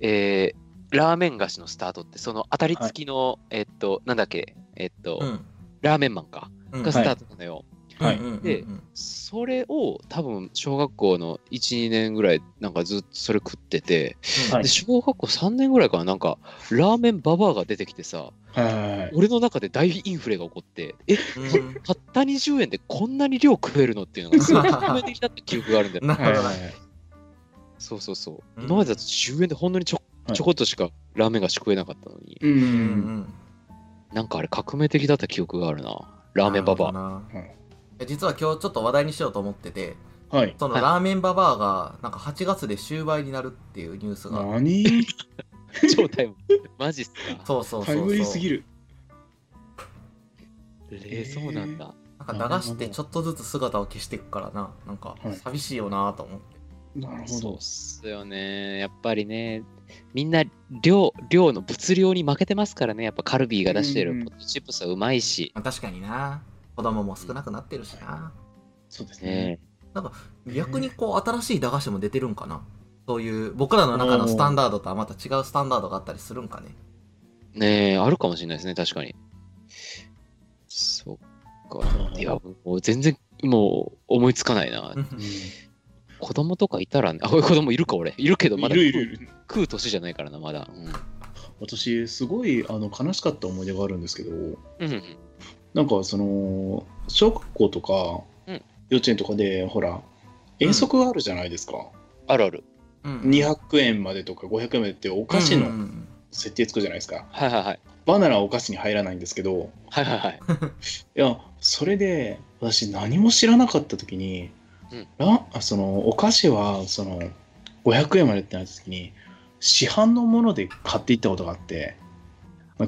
Speaker 2: えーラーメン菓子のスタートってその当たり付きの、えっとなんだっけえっと、
Speaker 1: うん
Speaker 2: ラーメンマンか
Speaker 1: うん
Speaker 2: がスタートなのよ、
Speaker 3: はい
Speaker 1: うんうんうんうん
Speaker 2: でそれを多分小学校の12年ぐらいなんかずっとそれ食ってて、
Speaker 1: うん
Speaker 3: はい
Speaker 2: で小学校3年ぐらいからなんかラーメンババアが出てきてさ
Speaker 3: はいはいはい。
Speaker 2: 俺の中で大インフレが起こってえ
Speaker 1: うん
Speaker 2: たった20円でこんなに量食えるのっていう のがすごい革命的だった記憶があるんだよ
Speaker 1: なるほ
Speaker 3: はい
Speaker 1: ど
Speaker 3: は
Speaker 1: ない
Speaker 3: はい
Speaker 2: そうそうそう、
Speaker 1: うん
Speaker 2: 今までだと10円でほんのにちょ
Speaker 3: はい
Speaker 2: ちょこっとしかラーメンがし食えなかったのに、
Speaker 1: う
Speaker 3: う
Speaker 1: んうん
Speaker 3: ん。
Speaker 1: うん
Speaker 2: なんかあれ革命的だった記憶があるなラーメンババア
Speaker 1: ア
Speaker 3: うん
Speaker 1: 実は今日ちょっと話題にしようと思ってて
Speaker 3: はい。
Speaker 1: その
Speaker 2: はい
Speaker 1: ラーメンババアがなんか8月で終売になるっていうニュースが、
Speaker 3: 何
Speaker 2: 超タイム マジっすか
Speaker 1: そうそうそ
Speaker 3: タ
Speaker 1: う
Speaker 3: イ
Speaker 1: そう
Speaker 3: ムリーすぎる。
Speaker 2: えー、そうなんだ
Speaker 1: なんか流してちょっとずつ姿を消していくからななんか
Speaker 3: はい
Speaker 1: 寂しいよなと思って、
Speaker 3: なるほ
Speaker 2: そう
Speaker 3: ど
Speaker 2: っ。すよね。やっぱりね、みんな量、量の物量に負けてますからね、やっぱカルビーが出して
Speaker 3: うんう
Speaker 2: る
Speaker 3: ん
Speaker 2: ポテトチップスはうまいし、
Speaker 1: まあ確かにな子供も少なくなってるしな
Speaker 3: そうですね。
Speaker 2: ね
Speaker 3: うん
Speaker 1: 逆にこう新しい駄菓子も出てるんかなそういう僕らの中のスタンダードとはまた違うスタンダードがあったりするんかね
Speaker 2: え、ねえ、あるかもしれないですね、確かに。そっか。
Speaker 3: うん
Speaker 2: いや、もう全然、もう思いつかないな。子供とかいたらね、あ、これ子供いるか、俺。いるけど、ま
Speaker 3: い
Speaker 2: だ
Speaker 3: る
Speaker 2: 食う
Speaker 3: いるいる。
Speaker 2: 食う年じゃないからな、まだ。
Speaker 3: 私、すごいあの悲しかった思い出があるんですけど、
Speaker 2: うん。うんうん
Speaker 3: なんかその、小学校とか
Speaker 2: うん、
Speaker 3: 幼稚園とかで、ほら、遠足があるじゃないですか。
Speaker 2: あるある。
Speaker 1: うん
Speaker 3: 200円までとか500円までってお菓子
Speaker 1: うんう
Speaker 3: の
Speaker 1: ん
Speaker 3: 設定つくじゃないですか。
Speaker 2: はいはいはい。
Speaker 3: バナナはお菓子に入らないんですけど、
Speaker 2: はいはいはい。
Speaker 3: いや、それで、私何も知らなかった時に、
Speaker 2: うん
Speaker 3: らあその、お菓子は、その、500円までってなった時に、市販のもので買っていったことがあって、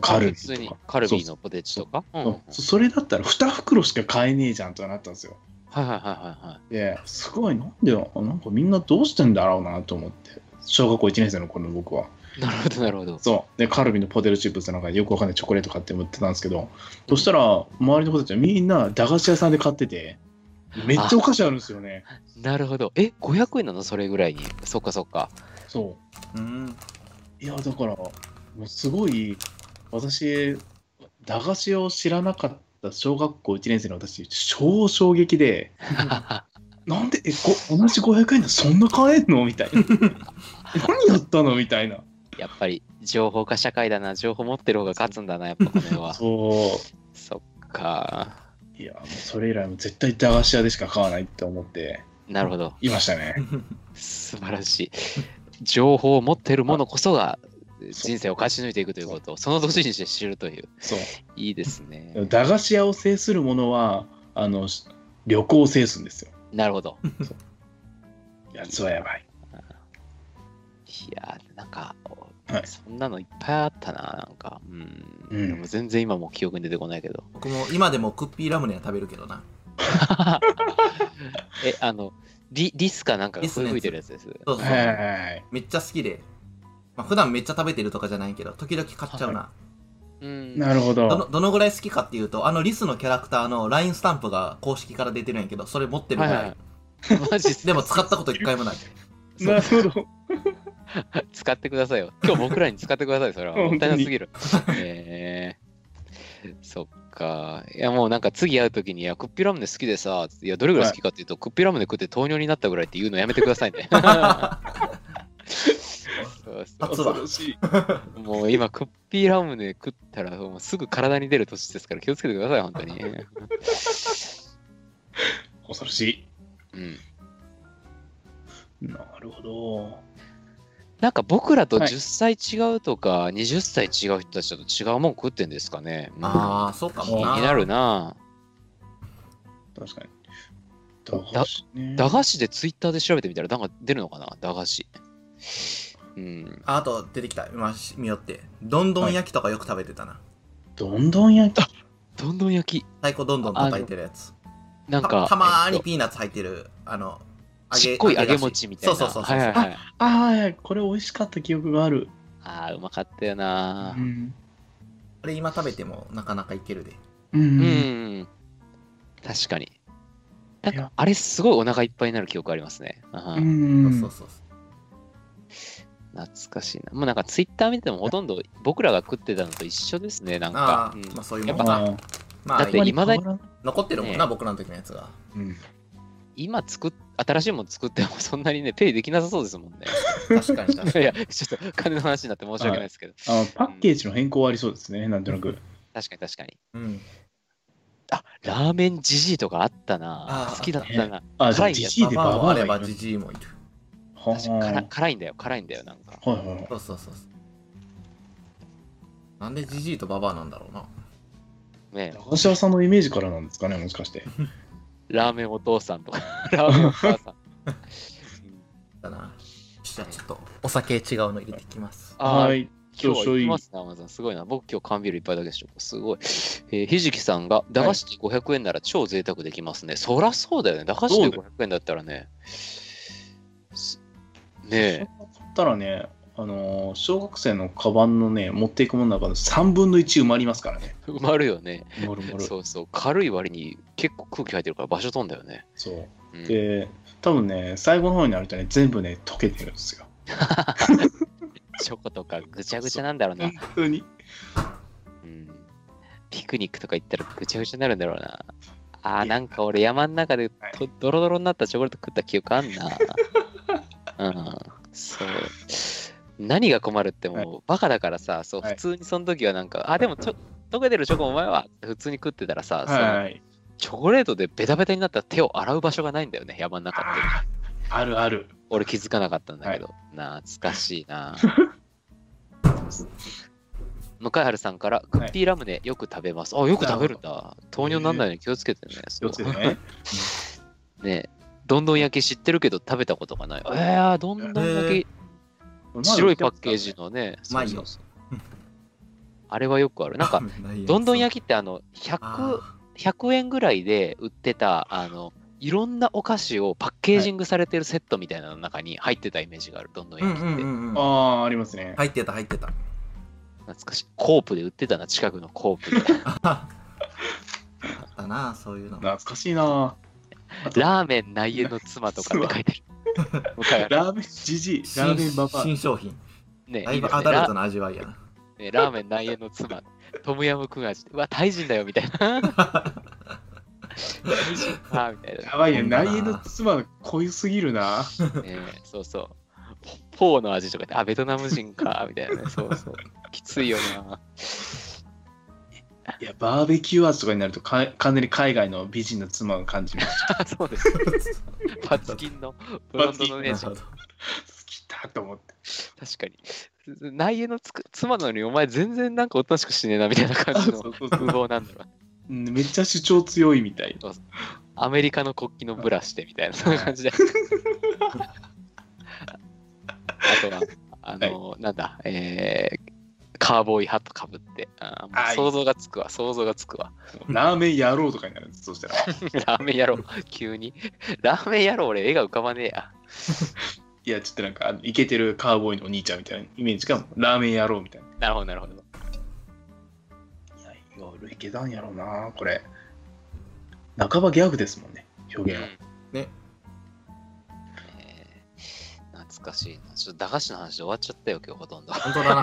Speaker 3: カルビ
Speaker 2: 普通
Speaker 3: ーと
Speaker 2: に
Speaker 3: か。
Speaker 2: カルビーのポテチとか。うんうん
Speaker 3: そう
Speaker 2: はい
Speaker 3: そそれだったら2袋しか買えねえじゃんとなったんですよ。
Speaker 2: はいはいはいはい。
Speaker 3: ですごいなんでなんかみんなどうしてんだろうなと思って小学校1年生の頃の僕は
Speaker 2: なるほどなるほど。
Speaker 3: そうでカルビのポテトチップスの中でよくわかんないチョコレート買って売ってたんですけどそしたら周りの子たちはみんな駄菓子屋さんで買っててめっちゃお菓子あるんですよね
Speaker 2: なるほど。え、500円なのそれぐらいに。そっかそっか。
Speaker 3: そ
Speaker 1: うん
Speaker 3: ういやだからもうすごい私駄菓子を知らなかった小学校1年生の私超衝撃でなんでえこ同じ500円でそんな買えんのみたいなえ何やったのみたいな
Speaker 2: やっぱり情報化社会だな。情報持ってる方が勝つんだな、やっぱこの辺は。そ
Speaker 3: そう
Speaker 2: っか。
Speaker 3: いや、もうそれ以来も絶対駄菓子屋でしか買わないって思って
Speaker 2: なるほど。
Speaker 3: いましたね。
Speaker 2: 素晴らしい。情報を持ってるものこそが人生を勝ち抜いていくということを、その年にして知るという。
Speaker 3: そう。
Speaker 2: いいですね。
Speaker 3: 駄菓子屋を制するものは、あの、し旅行を制するんですよ。
Speaker 2: なるほど。
Speaker 3: やつはやばい。
Speaker 2: いやー、なんか、
Speaker 3: はい
Speaker 2: そんなのいっぱいあったな、なんか。うん。
Speaker 3: うん
Speaker 2: でも全然今もう記憶に出てこないけど。
Speaker 1: 僕も今でもクッピーラムネは食べるけどな
Speaker 2: え、あの、リリスかなんかが吹いてるやつです。
Speaker 1: そうそう、
Speaker 3: はいはいはい。
Speaker 1: めっちゃ好きで、まあ、普段めっちゃ食べてるとかじゃないけど時々買っちゃうな、
Speaker 2: うん
Speaker 3: なるほ
Speaker 1: ど
Speaker 3: ど。
Speaker 1: のどのぐらい好きかっていうとあのリスのキャラクターの LINE スタンプが公式から出てるんやけどそれ持ってるぐらい、
Speaker 2: はいはい マジっす
Speaker 1: でも使ったこと一回もない
Speaker 3: なるほど。
Speaker 2: 使ってくださいよ。今日僕らに使ってください、それは。もったいなすぎる。えー、そっか。いや、もうなんか次会うときに、いや、クッピーラムネ好きでさ、いや、どれぐらい好きかっていうと、クッピーラムネ食って糖尿になったぐらいって言うのやめてください ね。そうそ
Speaker 1: 初だ
Speaker 3: 恐ろしい。
Speaker 2: うもう今、クッピーラムネ食ったら、もうすぐ体に出る年ですから気をつけてください、本当に。
Speaker 3: 恐ろし
Speaker 2: うん。
Speaker 3: い。なるほど。
Speaker 2: なんか僕らと
Speaker 3: はい
Speaker 2: 10歳違うとか、20歳違う人たちだと違うもん食ってんですかね。うん
Speaker 1: ああ、そうか
Speaker 2: 気
Speaker 1: もな。
Speaker 2: になるな。
Speaker 3: 確かに。駄菓子ね。
Speaker 2: 駄菓子でツイッターで調べてみたら、なんか出るのかな駄菓子。うん。
Speaker 1: ああと出てきた、今し見よって。どんどん焼きとかよく食べてたな。
Speaker 3: どんどん焼き。
Speaker 2: どんどん焼き。
Speaker 1: 太鼓どんどん叩いてるやつ。
Speaker 2: なん
Speaker 1: た
Speaker 2: か、
Speaker 1: たまー
Speaker 2: え
Speaker 1: に
Speaker 2: っと
Speaker 1: ピーナッツ入ってる、あの、
Speaker 2: ちっこい揚げ
Speaker 1: 菓子
Speaker 2: 餅みたいな。
Speaker 1: そうそうそうそ
Speaker 2: は
Speaker 1: う。
Speaker 2: いはいはい。
Speaker 3: ああ、これ美味しかった記憶がある。
Speaker 2: ああ、うまかったよ
Speaker 3: う
Speaker 2: な。
Speaker 3: ん。
Speaker 1: あれ今食べてもなかなかいけるで。
Speaker 3: うん。
Speaker 2: う
Speaker 3: うん、
Speaker 2: ん。確かに。なん
Speaker 3: い
Speaker 2: か
Speaker 3: や、
Speaker 2: あれすごいお腹いっぱいになる記憶ありますね。あー
Speaker 3: うん
Speaker 1: そうそうそう。
Speaker 2: 懐かしいな。もうなんかツイッター見てもほとんど僕らが食ってたのと一緒ですね、なん
Speaker 1: あ
Speaker 2: か。
Speaker 1: あ、
Speaker 2: うん
Speaker 1: まあそういう
Speaker 2: や
Speaker 1: も
Speaker 2: っ
Speaker 1: ん
Speaker 2: ぱ
Speaker 1: か。
Speaker 3: あ
Speaker 1: ま
Speaker 2: だ
Speaker 1: あ
Speaker 2: っ
Speaker 3: ー
Speaker 2: て今だに
Speaker 3: あんまり変わら
Speaker 1: 残ってるもんな、僕らの時のやつが。
Speaker 3: んうん
Speaker 2: 今作っ新しいもの作ってもそんなにね、ペイできなさそうです もんね。
Speaker 1: 確かに確か
Speaker 2: い
Speaker 1: に。
Speaker 2: や、ちょっと金の話になって申し訳ないですけど。
Speaker 3: あパッケージの変更はありそうですね、なんとなく。
Speaker 2: 確かに確かに。
Speaker 1: うん。
Speaker 2: あラーメンじじいとかあったな
Speaker 1: あ。ー
Speaker 2: 好きだったな。
Speaker 3: あ、じ
Speaker 2: 辛
Speaker 3: ゃあ、
Speaker 2: いやつ
Speaker 3: じじいで
Speaker 1: バ
Speaker 3: バ
Speaker 1: バアも
Speaker 3: バ
Speaker 1: あ
Speaker 3: アが
Speaker 1: れ
Speaker 3: いる
Speaker 1: ばジジイもいる。
Speaker 3: は
Speaker 2: 確か辛
Speaker 3: あ
Speaker 2: 辛いんだよ、辛いんだよ、なんか。
Speaker 3: はいはいはい。
Speaker 1: そうそうそうそう。なんでジジイとババアなんだろうな。
Speaker 2: ね
Speaker 3: 駄菓子屋さんのイメージからなんですかね、もしかして。
Speaker 2: ラーメンお父さんとか、ラーメンお母さん。
Speaker 1: だな。よしじゃあちょっとお酒違うの入れてきます。
Speaker 2: あー
Speaker 3: は、い。
Speaker 2: 今日
Speaker 3: ちょ
Speaker 2: 行きますね、アマゾン。すごいな。僕今日缶ビールいっぱいだけでしょ。すごい。えーひじきさんが、駄菓子で500円なら超贅沢できますね。そらそうだよね。駄菓子で500円だったらね。すねえ。
Speaker 3: 買ったらね、あのー小学生のカバンのね、持っていくものの中の3分の1埋まりますからね。
Speaker 2: 埋まるよね。
Speaker 3: 埋まる埋まる。そ
Speaker 2: そうそう。軽い割に結構空気入ってるから場所飛んだよね。
Speaker 3: う。
Speaker 2: うん
Speaker 3: で、多分ね、最後の方になるとね、全部ね、溶けてるんですよ。
Speaker 2: チョコとかぐちゃぐちゃなんだろうな
Speaker 3: 本。当に。
Speaker 2: うんピクニックとか行ったらぐちゃぐちゃになるんだろうな。あー
Speaker 3: いや
Speaker 2: なんか俺山の中でと
Speaker 3: は
Speaker 2: ドロドロになったチョコレート食った記憶あんな。うん、そう。何が困るってもう、バカだからさ、そう
Speaker 3: はい
Speaker 2: 普通にその時はなんか、あでもちょ溶けてるチョコお前はって普通に食ってたらさ、その
Speaker 3: はい。
Speaker 2: チョコレートでベタベタになった手を洗う場所がないんだよね、山の中って。
Speaker 3: あーあるある。
Speaker 2: 俺気づかなかったんだけど、懐かし いな向井春さんからクッピーラムネよく食べます、あよく食べるんだ糖尿なんないように気をつけてね、
Speaker 3: 気をつけ
Speaker 2: そ
Speaker 3: て
Speaker 2: う
Speaker 3: ね。
Speaker 2: ねどんどん焼き知ってるけど食べたことがないえー、どんどん焼き、白いパッケージのね
Speaker 1: うまいよ
Speaker 2: そうそうそう あれはよくある なんかどんどん焼きってあの100
Speaker 1: あ
Speaker 2: 100円ぐらいで売ってたあのいろんなお菓子をパッケージングされてるセットみたいなの中に入ってたイメージがあるどんどん
Speaker 1: ーうん
Speaker 2: 焼きっ
Speaker 1: う
Speaker 2: て、
Speaker 1: んうんうん。
Speaker 3: ああ、ありますね。
Speaker 1: 入ってた入ってた。
Speaker 2: 懐かしい。コープで売ってたな、近くのコ ープで。
Speaker 1: あったな、そういうの。
Speaker 3: 懐かしいな。
Speaker 2: ラーメン内縁の妻とかって書いてる。 向かい
Speaker 3: ラーメンじじい、ラーメンババア。
Speaker 1: 新商品。
Speaker 2: ね
Speaker 1: だ
Speaker 2: い
Speaker 1: い
Speaker 2: い
Speaker 1: ぶ
Speaker 2: です
Speaker 1: ア
Speaker 2: ね
Speaker 1: ダルト
Speaker 2: ラ
Speaker 1: な味わいやな。
Speaker 2: ねラーメン内縁の妻、トムヤムクン味。うわ、タイ人だよ、みたいな。タイ人か、みたい
Speaker 3: やばいよ、
Speaker 1: こんなな
Speaker 3: 内縁の妻が濃いすぎるな。
Speaker 2: な。ねそうそう。フォーの味とかで、あ、ベトナム人か、みたいなね。そうそう。きついよな。
Speaker 3: いや、バーベキュー味とかになるとか、完全に海外の美人の妻が感じます。
Speaker 2: そうです。パツキンのブロンドの
Speaker 1: な
Speaker 2: 姉
Speaker 1: る
Speaker 2: ちゃん
Speaker 1: ほど
Speaker 3: 好きだと思って。
Speaker 2: 確かに。内縁のつく妻なのに、お前全然なんかおとなしくしねえな、みたいな感じの
Speaker 3: そうそう
Speaker 2: 風貌なんだろうな。
Speaker 3: うんめっちゃ主張強いみたい。
Speaker 2: アメリカの国旗のブラしてみたいな、そんな感じで。あとは、あの、なんだ、えー、カーボーイハットかぶって、あーもう
Speaker 3: あー
Speaker 2: 想像がつくわ、想像がつくわ。
Speaker 3: ラーメン野郎とかになるんです、そしたら。
Speaker 2: ラーメン野郎、急に。 ラーメン野郎、俺、絵が浮かばねえや。
Speaker 3: いや、ちょっとなんか、あのイケてるカーボーイのお兄ちゃんみたいなイメージが、ラーメン野郎みたい
Speaker 2: な
Speaker 3: な。
Speaker 2: るほど、なるほど。
Speaker 3: いや、いろいろいけたんやろうな、これ。半ばギャグですもんね、表現は。
Speaker 2: うん
Speaker 1: ね。
Speaker 2: えー懐かしいな。ちょっと駄菓子の話で終わっちゃったよ、今日 ほとんど。
Speaker 1: 本当だな。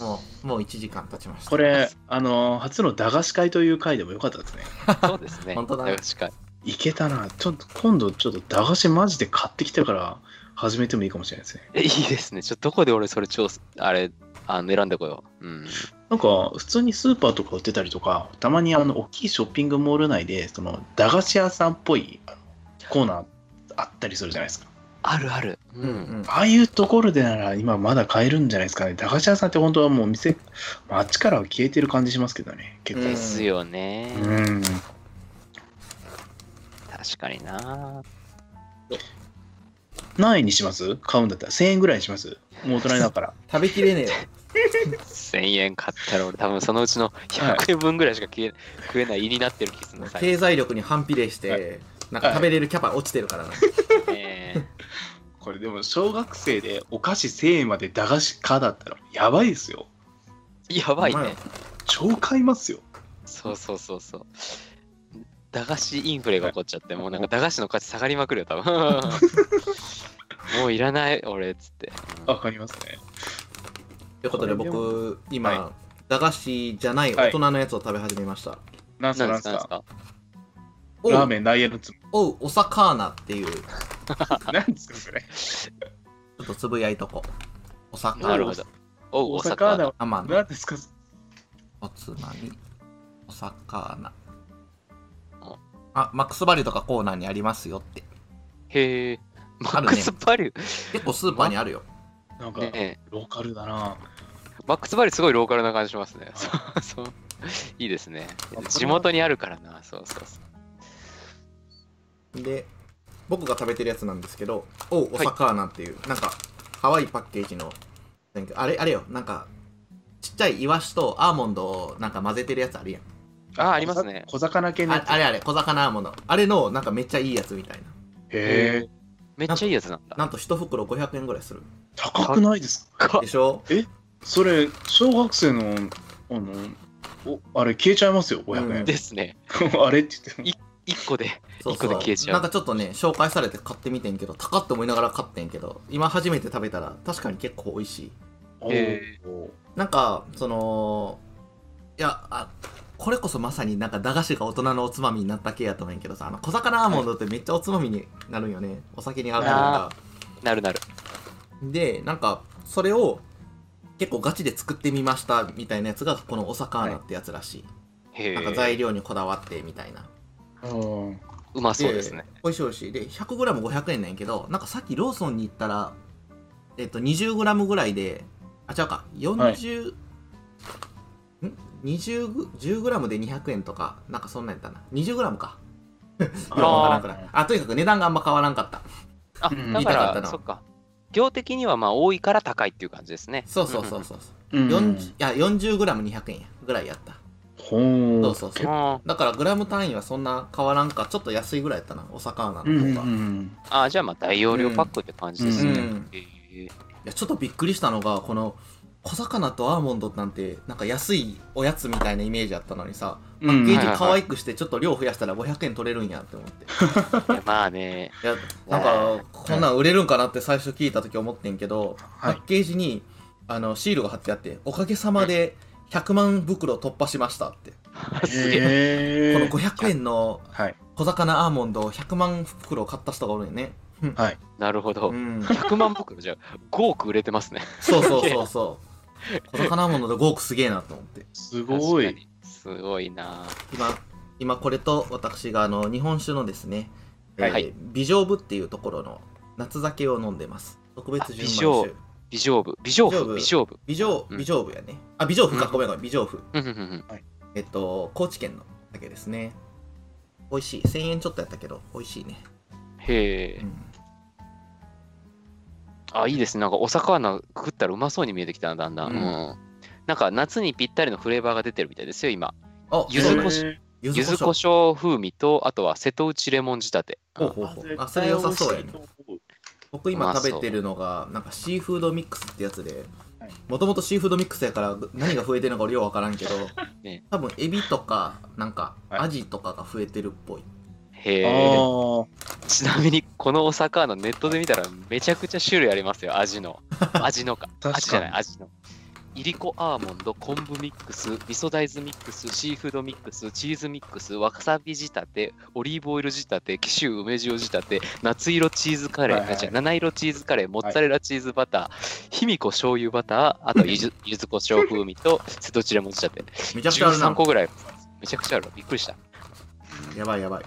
Speaker 1: もう、もう1時間経ちました。
Speaker 3: これ、あの、初の駄菓子会という回でもよかったですね。
Speaker 2: そうですね。
Speaker 1: 本当だ
Speaker 2: 駄菓子会
Speaker 3: いけたな。ちょっと、今度、ちょっと駄菓子マジで買ってきてから始めてもいいかもしれないですね。
Speaker 2: えいいですね。ちょっとどこで俺それ調査、あれ、あの選んでこよう。うん。
Speaker 3: なんか、普通にスーパーとか売ってたりとか、たまにあの、大きいショッピングモール内で、その、駄菓子屋さんっぽいあのコーナーあったりするじゃないですか。
Speaker 2: あるある。う。
Speaker 1: うんうんん
Speaker 3: ああいうところでなら、今まだ買えるんじゃないですかね。駄菓子屋さんって本当はもう店、まああっちからは消えてる感じしますけどね、結
Speaker 1: うん
Speaker 3: 構
Speaker 2: で。すよね。
Speaker 3: うん。
Speaker 2: 確かにな。
Speaker 3: 何円にします買うんだったら。1000円ぐらいにしますもう大人だから。
Speaker 1: 食べきれねえよ
Speaker 2: 1000円買ったら俺多分そのうちの100円分ぐらいしか消え食えない胃になってる気するのさ。
Speaker 1: 経済力に反比例して、
Speaker 3: はい
Speaker 1: なんか食べれるキャパ落ちてるからな、
Speaker 2: ね え
Speaker 3: これでも、小学生でお菓子1000円まで駄菓子かだったら、やばいですよ。
Speaker 2: やばいね。
Speaker 3: 超買いますよ。
Speaker 2: そうそうそうそう。駄菓子インフレが起こっちゃって、もうなんか駄菓子の価値下がりまくるよ、多 分。もういらない、俺、つって。うん
Speaker 3: わかりますね。
Speaker 1: ということで
Speaker 3: これで
Speaker 1: 僕今、
Speaker 3: は
Speaker 1: 駄菓子じゃない大人のやつを食べ始めました、
Speaker 3: なんすか
Speaker 2: 何
Speaker 3: な
Speaker 2: です
Speaker 3: ん
Speaker 2: か
Speaker 3: す
Speaker 2: 何です
Speaker 3: か
Speaker 2: か
Speaker 1: おう
Speaker 3: ラーメンダイヤのつも
Speaker 1: おうおさかーなっていうち
Speaker 3: り。なんですか、それ。
Speaker 1: ょっとつぶやいとこおさか
Speaker 2: なるほど。おう、
Speaker 3: お
Speaker 2: お魚。
Speaker 3: 魚。
Speaker 1: 生の
Speaker 3: 何ですか
Speaker 1: おつまみおさかーな
Speaker 2: あ
Speaker 1: あマックスバリューとかコーナーにありますよって
Speaker 2: へえ。マ
Speaker 1: ある
Speaker 2: ッ
Speaker 1: ね
Speaker 2: クスバリュ
Speaker 1: 結構スーパーにあるよ
Speaker 3: なんか
Speaker 2: ー。、ね
Speaker 3: ローカルだな。
Speaker 2: えマックスバリューすごいローカルな感じしますね。そうそう。いいですね
Speaker 3: これ。は
Speaker 2: 地元にあるからな。そうそうそう。
Speaker 1: で僕が食べてるやつなんですけどおうおさかーなっていう、なんか可愛いパッケージのなんかあれあれよなんかちっちゃいイワシとアーモンドをなんか混ぜてるやつあるやん
Speaker 2: あありますね
Speaker 3: 小魚系のや
Speaker 1: あ
Speaker 3: つ。
Speaker 1: あれあれ小魚アーモンドあれのなんかめっちゃいいやつみたいな
Speaker 3: へえ。
Speaker 2: めっちゃいいやつなんだ。
Speaker 1: なんと1袋500円ぐらいする
Speaker 3: 高くないですか
Speaker 2: か
Speaker 1: でしょ
Speaker 3: それ、小学生の、あの、おあれ消えちゃいますよ、500円。
Speaker 2: ですね。
Speaker 3: あれって言っても。
Speaker 2: 1個で。
Speaker 1: そう
Speaker 2: 一個で消えちゃう
Speaker 1: なんかちょっとね紹介されて買ってみてんけど高っと思いながら買ってんけど今初めて食べたら確かに結構美味しい
Speaker 3: お
Speaker 2: え
Speaker 3: ー
Speaker 1: なんかそのいやあこれこそまさになんか駄菓子が大人のおつまみになった系やと思うんやけどさあの小魚アーモンドってめっちゃおつまみになるんよね、お酒に合うというか
Speaker 2: なるなる。
Speaker 1: でなんかそれを結構ガチで作ってみましたみたいなやつがこのお魚ってやつらしい、
Speaker 2: へ
Speaker 1: なんか材
Speaker 2: え。
Speaker 1: 料にこだわってみたいな
Speaker 3: うん
Speaker 2: うまそうですね。
Speaker 1: 美味しい美味しいで 100g500 円なんやけどなんかさっきローソンに行ったらえっと 20g ぐらいであ違うか40、ん20グ 10g で200円とかなんかそんなんやったな 20g か
Speaker 2: ー
Speaker 1: わからんくらいあとにかく値段があんま変わらんかった
Speaker 2: あ、
Speaker 3: うん
Speaker 2: だ
Speaker 1: 言いたかった
Speaker 2: から、
Speaker 1: な
Speaker 2: そっか。業的にはまあ多いから高いっていう感じですね。
Speaker 1: そうそうそうそう、
Speaker 3: うん
Speaker 1: う40いや 40g200 円やぐらいやった
Speaker 3: ほー
Speaker 1: そうそう
Speaker 2: うん。
Speaker 1: そう
Speaker 2: あ
Speaker 1: だからグラム単位はそんな変わらんかちょっと安いぐらいやったなお魚の方が、
Speaker 3: うんうんう
Speaker 1: い
Speaker 3: ん
Speaker 2: あー、じゃあまあ大容量パックって感じですね。
Speaker 1: うん
Speaker 2: へえ
Speaker 1: やちょっとびっくりしたのがこの小魚とアーモンドなんてなんか安いおやつみたいなイメージあったのにさ
Speaker 3: う
Speaker 1: ゲー
Speaker 3: ん
Speaker 1: ジ可愛くしてちょっと量増やしたら500円取れるんやって思って
Speaker 2: いやまあね。
Speaker 1: いやなんかこんなん売れるんかなって最初聞いた時思ってんけど、
Speaker 3: はい
Speaker 1: パッケージにあのシールが貼ってあって「おかげさまで100万袋突破しました」って、
Speaker 2: すげえ。
Speaker 3: へ
Speaker 1: こ
Speaker 3: ー
Speaker 1: の500円の
Speaker 3: はい
Speaker 1: 小魚アーモンドを100万袋買った人がおるんよね
Speaker 2: なるほど
Speaker 1: う。ん
Speaker 2: 100万袋じゃ5億売れてますね。
Speaker 1: そうそうそうそう小魚アーモンドで5億すげえなと思って
Speaker 3: すご
Speaker 2: 確
Speaker 3: い
Speaker 2: かに。すごいな。
Speaker 1: 今今これと私があの日本酒のですね、
Speaker 2: は
Speaker 1: えー
Speaker 2: い
Speaker 1: 美丈部っていうところの夏酒を飲んでます特別純米
Speaker 2: あ美
Speaker 1: 酒
Speaker 2: 丈美丈夫。美
Speaker 1: 美
Speaker 2: 丈
Speaker 1: 丈夫
Speaker 2: 夫。美丈夫。
Speaker 1: 美丈
Speaker 2: うん
Speaker 1: 美丈部やね、あ美丈夫か、
Speaker 2: うん
Speaker 1: ごめんごめん美丈夫
Speaker 2: うんうんうん
Speaker 1: えっと高知県の酒ですね美味しい1000円ちょっとやったけど美味しいね、
Speaker 2: へ
Speaker 1: う
Speaker 2: え。
Speaker 1: ん
Speaker 2: あ、いいですね。なんかお魚食ったらうまそうに見えてきたな、だんだん。
Speaker 1: うん
Speaker 2: うんなんか夏にぴったりのフレーバーが出てるみたいですよ、今。
Speaker 1: あ
Speaker 2: 柚
Speaker 1: そうね
Speaker 2: 子胡椒
Speaker 1: 柚
Speaker 2: 柚子
Speaker 1: 子
Speaker 2: 胡
Speaker 1: 胡椒
Speaker 2: 椒風味と、あとは瀬戸内レモン仕立て。
Speaker 1: ほうほうほうあそれ良さそうやね僕今食べてるのがなんかシーフードミックスってやつで
Speaker 3: はい
Speaker 1: もともとシーフードミックスやから何が増えてるのか俺よう分からん けど、
Speaker 2: ね
Speaker 1: 多分エビとかなんか
Speaker 3: はい
Speaker 1: アジとかが増えてるっぽい、
Speaker 2: へえ。
Speaker 3: あ
Speaker 2: ちなみに、このお 魚、ネットで見たらめちゃくちゃ種類ありますよ、味の。味のか。
Speaker 3: 確かに
Speaker 2: 味じゃない、味の。いりこアーモンド、昆布ミックス、味噌大豆ミックス、シーフードミックス、チーズミックス、わさび仕立て、オリーブオイル仕立て、紀州梅塩仕立て、夏色チーズカレー、
Speaker 3: はいはい
Speaker 2: あ違う七色チーズカレー、モッツァレラチーズバター、ひみこ醤油バター、あとゆずゆずこしょう風味と、瀬戸チレモン仕 立て。
Speaker 1: めちゃくちゃある
Speaker 2: 13
Speaker 1: な
Speaker 2: 個ぐらい。めちゃくちゃある。びっくりした。
Speaker 1: やばい やばい、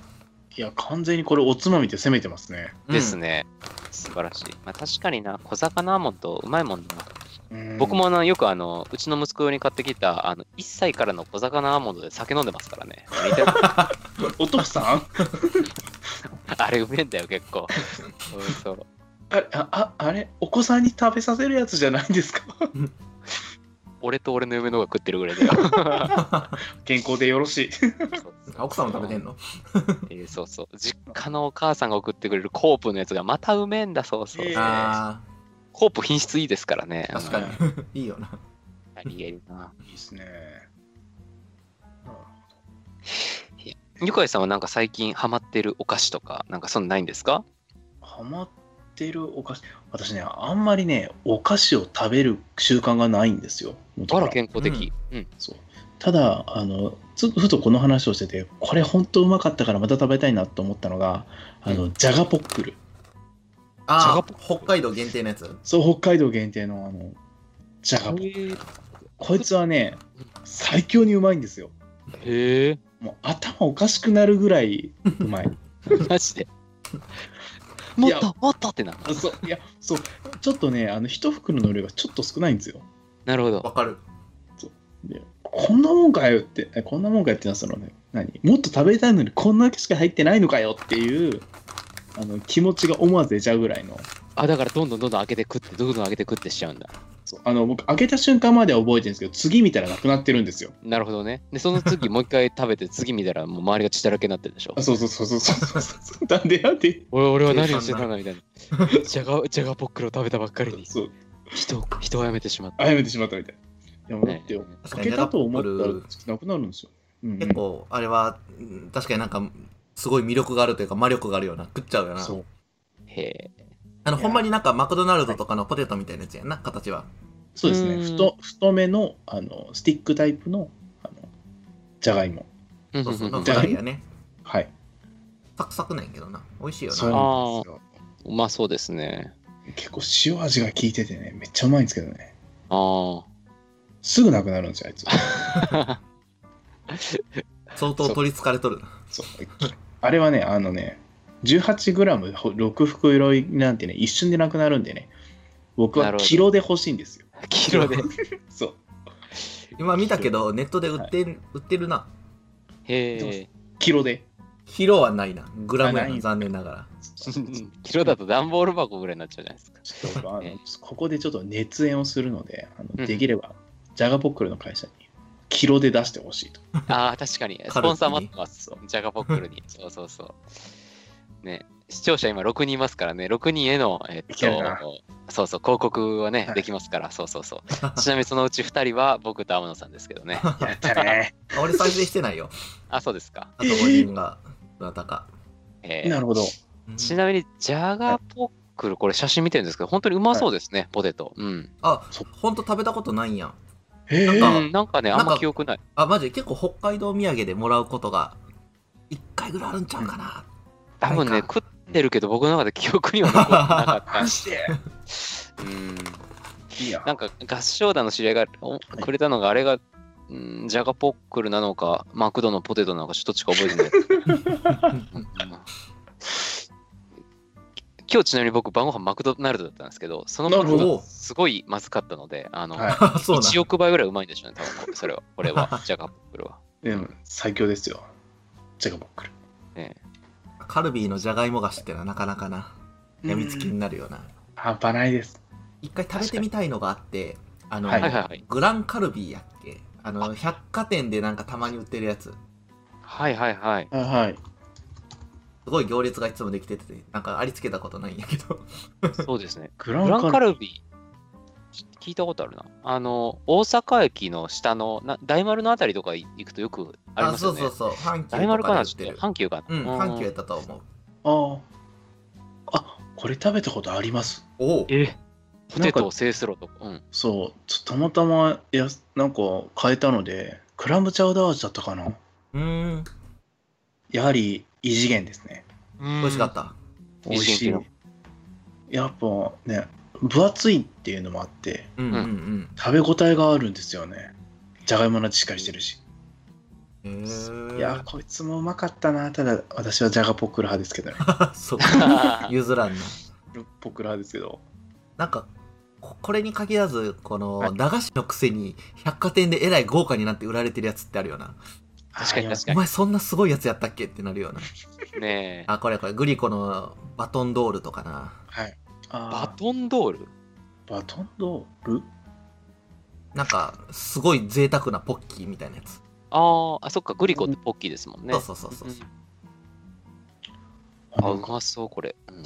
Speaker 3: いや、完全にこれおつまみで攻めてますね。
Speaker 1: うん
Speaker 2: ですね。素晴らしい。まあ、確かにな、小魚アーモンド、うまいもんな。
Speaker 3: うん
Speaker 2: 僕もあのよくあのうちの息子用に買ってきたあの1歳からの小魚アーモンドで酒飲んでますからね。似てる
Speaker 3: お父さん
Speaker 2: あれうめえんだよ 結構。そうそう
Speaker 3: ああああれお子さんに食べさせるやつじゃないんですか
Speaker 2: 俺と俺の嫁の方が食ってるぐら いだよ。
Speaker 3: 健康でよろしい
Speaker 1: 奥さんも食べてんの
Speaker 2: えーそうそう。実家のお母さんが送ってくれるコープのやつがまたうめえんだそうそう。
Speaker 3: えー
Speaker 1: あ
Speaker 2: コープ品質いいですからね。
Speaker 1: あ確かにいいよな
Speaker 2: ありえるな。
Speaker 3: いいですね
Speaker 2: ゆかいさんはなんか最近ハマってるお菓子とかなんかそんなないんですか
Speaker 3: ハマってるお菓子私ねあんまりねお菓子を食べる習慣がないんですよ元
Speaker 2: あ
Speaker 3: から
Speaker 2: ら健康的。うん。
Speaker 3: ただあのつふとこの話をしててこれ本当うまかったからまた食べたいなと思ったのがあのじゃがポックル
Speaker 1: ああ
Speaker 2: じ
Speaker 1: 北海道限定のやつ
Speaker 3: そう北海道限定のあのじゃがポックル
Speaker 2: へ
Speaker 3: こいつはね最強にうまいんですよ
Speaker 2: え。
Speaker 3: もう頭おかしくなるぐらいうまい
Speaker 2: マジ で。も
Speaker 3: い
Speaker 2: っ
Speaker 3: や
Speaker 2: ともっとってなる。
Speaker 3: あそういやそうちょっとねあの一袋の量がちょっと少ないんですよ
Speaker 2: なるほ
Speaker 1: わ
Speaker 2: ど。
Speaker 1: かる
Speaker 3: でこんなもんかよってえこんなもんかよっていうのはそのね何もっと食べたいのにこんなしか入ってないのかよっていうあの気持ちが思わず出ちゃうぐらいの
Speaker 2: あ、だからどんどんどんどん開けて食って、どんどん開けて食ってしちゃうんだ。
Speaker 3: そうあの僕開けた瞬間までは覚えてるんですけど次見たらなくなってるんですよ
Speaker 2: なるほどね。で、その 次もう一回食べて、次見たらもう周りが血だらけになってるで しょ
Speaker 3: あ。そうそうそうそうそうそう そうなんでなんで
Speaker 2: 俺俺は何を
Speaker 1: 計算だ
Speaker 2: してたんだみ たいな。じゃが、じゃがポックルを食べたばっかりに、
Speaker 3: そう
Speaker 2: 人を、人をやめてしまった。
Speaker 3: あやめてしまったみたいでもだって
Speaker 2: ね
Speaker 3: 開けたと思ったらなくなるんですよ、うんうん
Speaker 1: 結構あれはうん確かになんかすごい魅力があるというか魔力があるような食っちゃうよな
Speaker 3: そう
Speaker 2: へえ。
Speaker 1: あの
Speaker 3: いや
Speaker 1: ほんまになんかマクドナルドとかのポテトみたいなやつやんな形は
Speaker 3: そうですね
Speaker 2: うん
Speaker 3: 太太めのあのスティックタイプのあのじゃがいも
Speaker 2: うん
Speaker 1: そううんそううん
Speaker 2: う
Speaker 1: の
Speaker 2: ん
Speaker 1: フライやね
Speaker 3: はい
Speaker 1: サクサクなんやけどな美味しいよ
Speaker 3: そう
Speaker 1: な
Speaker 3: なんですよ
Speaker 2: うまそうですね。
Speaker 3: 結構塩味が効いててねめっちゃうまいんですけどね
Speaker 2: あ
Speaker 3: すぐなくなるんですよあい つ
Speaker 2: あ。
Speaker 1: 相当取りつかれとるな
Speaker 3: そうあれはねあのね 18g6 袋入りなんてね一瞬でなくなるんでね僕
Speaker 2: な
Speaker 3: は
Speaker 2: るほど
Speaker 3: キロで欲しいんですよ
Speaker 2: キロで。
Speaker 3: そう
Speaker 1: 今見たけどネットで売って,、売ってるな
Speaker 2: へえ。
Speaker 3: キ ロで
Speaker 1: キロはないなグラムや
Speaker 3: あな
Speaker 1: ない残念ながら
Speaker 2: キロだと段ボール箱ぐらいになっちゃうじゃないですか。
Speaker 3: ちょっとあの
Speaker 2: ね
Speaker 3: ここでちょっと熱演をするのであ
Speaker 2: う
Speaker 3: の
Speaker 2: ん
Speaker 3: できればジャガポックルの会社にキロで出してほしいと
Speaker 2: ああ、確かに。スポンサー待ってます。ジャガポックル に。そうそうそう。ね、視聴者今6人いますからね、6人への、えっ
Speaker 3: いけるな
Speaker 2: と、そうそう、広告はね
Speaker 3: は、い
Speaker 2: できますから、そうそう そう。ちなみにそのうち2人は僕と天野さんですけどね。
Speaker 3: やったね
Speaker 1: あ俺再生してないよ
Speaker 2: あ、そうですか。
Speaker 1: あと5人がどなたか、
Speaker 2: えー
Speaker 3: なるほど
Speaker 1: うん
Speaker 2: ちなみに、ジャガポックル、これ写真見てるんですけど、本当にうまそうですね、ポテト。うん。
Speaker 1: あ
Speaker 3: そ
Speaker 1: ほんと食べたことないんやん
Speaker 3: へ
Speaker 1: なん
Speaker 3: え
Speaker 1: かあ
Speaker 2: うんなんかね、あん
Speaker 1: なん
Speaker 2: ま
Speaker 1: か
Speaker 2: 記憶ない。
Speaker 1: あマジ結構北海道土産でもらうことが1回ぐらいあるんちゃうかな、
Speaker 2: 多分ね、
Speaker 1: ないか
Speaker 2: 食ってるけど、僕の中で記憶には残ってなか
Speaker 3: マ
Speaker 2: っ
Speaker 3: ジで
Speaker 2: た。うん。
Speaker 3: いいや
Speaker 2: なんか合唱団の知り合いがおくれたのがあれが、うんジャガポックルなのかマクドのポテトなのかちょっとしか覚えてない。うん 今日ちなみに僕晩ご飯マクドナルドだったんですけどそのマク
Speaker 1: なる
Speaker 2: ド
Speaker 1: ほど
Speaker 2: がすごいまずかったのであの、
Speaker 3: はい
Speaker 1: あ そうなん
Speaker 2: 1億倍ぐらいうまいんでしょうね多分それ はこれはジャガポックルは。
Speaker 3: でも最強ですよ。ジャガポックル。
Speaker 2: ね
Speaker 1: カルビーのじゃがいも菓子ってのはなかなかなやみつき
Speaker 3: うん
Speaker 1: になるよな
Speaker 3: 半端ないです。
Speaker 1: 一回食べてみたいのがあってあの、
Speaker 3: は
Speaker 2: はいはいはい
Speaker 1: グランカルビーやっけあの百貨店でなんかたまに売ってるやつ
Speaker 2: はいはいはい。
Speaker 3: あはい。
Speaker 1: すごい行列がいつもできててなんかありつけたことないんやけど
Speaker 2: そうです ね。
Speaker 3: グラ
Speaker 2: グラン
Speaker 3: ン
Speaker 2: カ
Speaker 3: カル
Speaker 2: ルビー聞いたことあるな。あの大阪駅の下のな大丸のあたりとか行くとよくありますよね。
Speaker 1: そうそうそう阪急
Speaker 2: 大丸
Speaker 1: と
Speaker 2: か
Speaker 1: か
Speaker 2: な
Speaker 1: で売ってる
Speaker 2: 阪急か
Speaker 1: う
Speaker 2: な。
Speaker 1: ん阪急やったと思う
Speaker 3: ああ。あ、これ食べたことあります。
Speaker 1: おお
Speaker 2: えポテトを制すろとか。うん。
Speaker 3: そう、ちょたまたまやす、なんか変えたので、クラムチャウダー味だったかな。
Speaker 1: うーん。
Speaker 3: やはり異次元ですね。
Speaker 1: 美味しか
Speaker 2: っ
Speaker 1: った。
Speaker 3: 美味し
Speaker 2: 異次
Speaker 3: い
Speaker 2: 元。
Speaker 3: やっぱね、分厚いっていうのもあって、
Speaker 1: うんうん
Speaker 3: 食べ応えがあるんですよね。じゃがいもの味しっかりしてるし。
Speaker 1: うん。へー
Speaker 3: いや、こいつもうまかったな。ただ、私はじゃがポックル派ですけどね。
Speaker 1: そう。
Speaker 2: た。
Speaker 1: 譲らんな。
Speaker 3: ポックル派ですけど。
Speaker 1: なんか、ここれに限らず、こ
Speaker 3: は
Speaker 1: の
Speaker 3: い
Speaker 1: 駄菓子のくせに百貨店でえらい豪華になって売られてるやつってあるよな。
Speaker 2: 確かに
Speaker 3: あります
Speaker 2: 確か
Speaker 1: お前そんなすごいやつやったっけってなるような。
Speaker 2: ねえ。
Speaker 1: あ、これこれ、グリコのバトンドールとかな。
Speaker 3: はい。
Speaker 2: バ
Speaker 3: あ
Speaker 2: トンドール
Speaker 3: ーバトンドール
Speaker 1: なんか、すごい贅沢なポッキーみたいなやつ。
Speaker 2: ああ、あ、そっか、グリコってポッキーですもんね。
Speaker 1: そうそうそうそう。
Speaker 2: うんあ、
Speaker 3: あ
Speaker 2: うまそう、これ。うん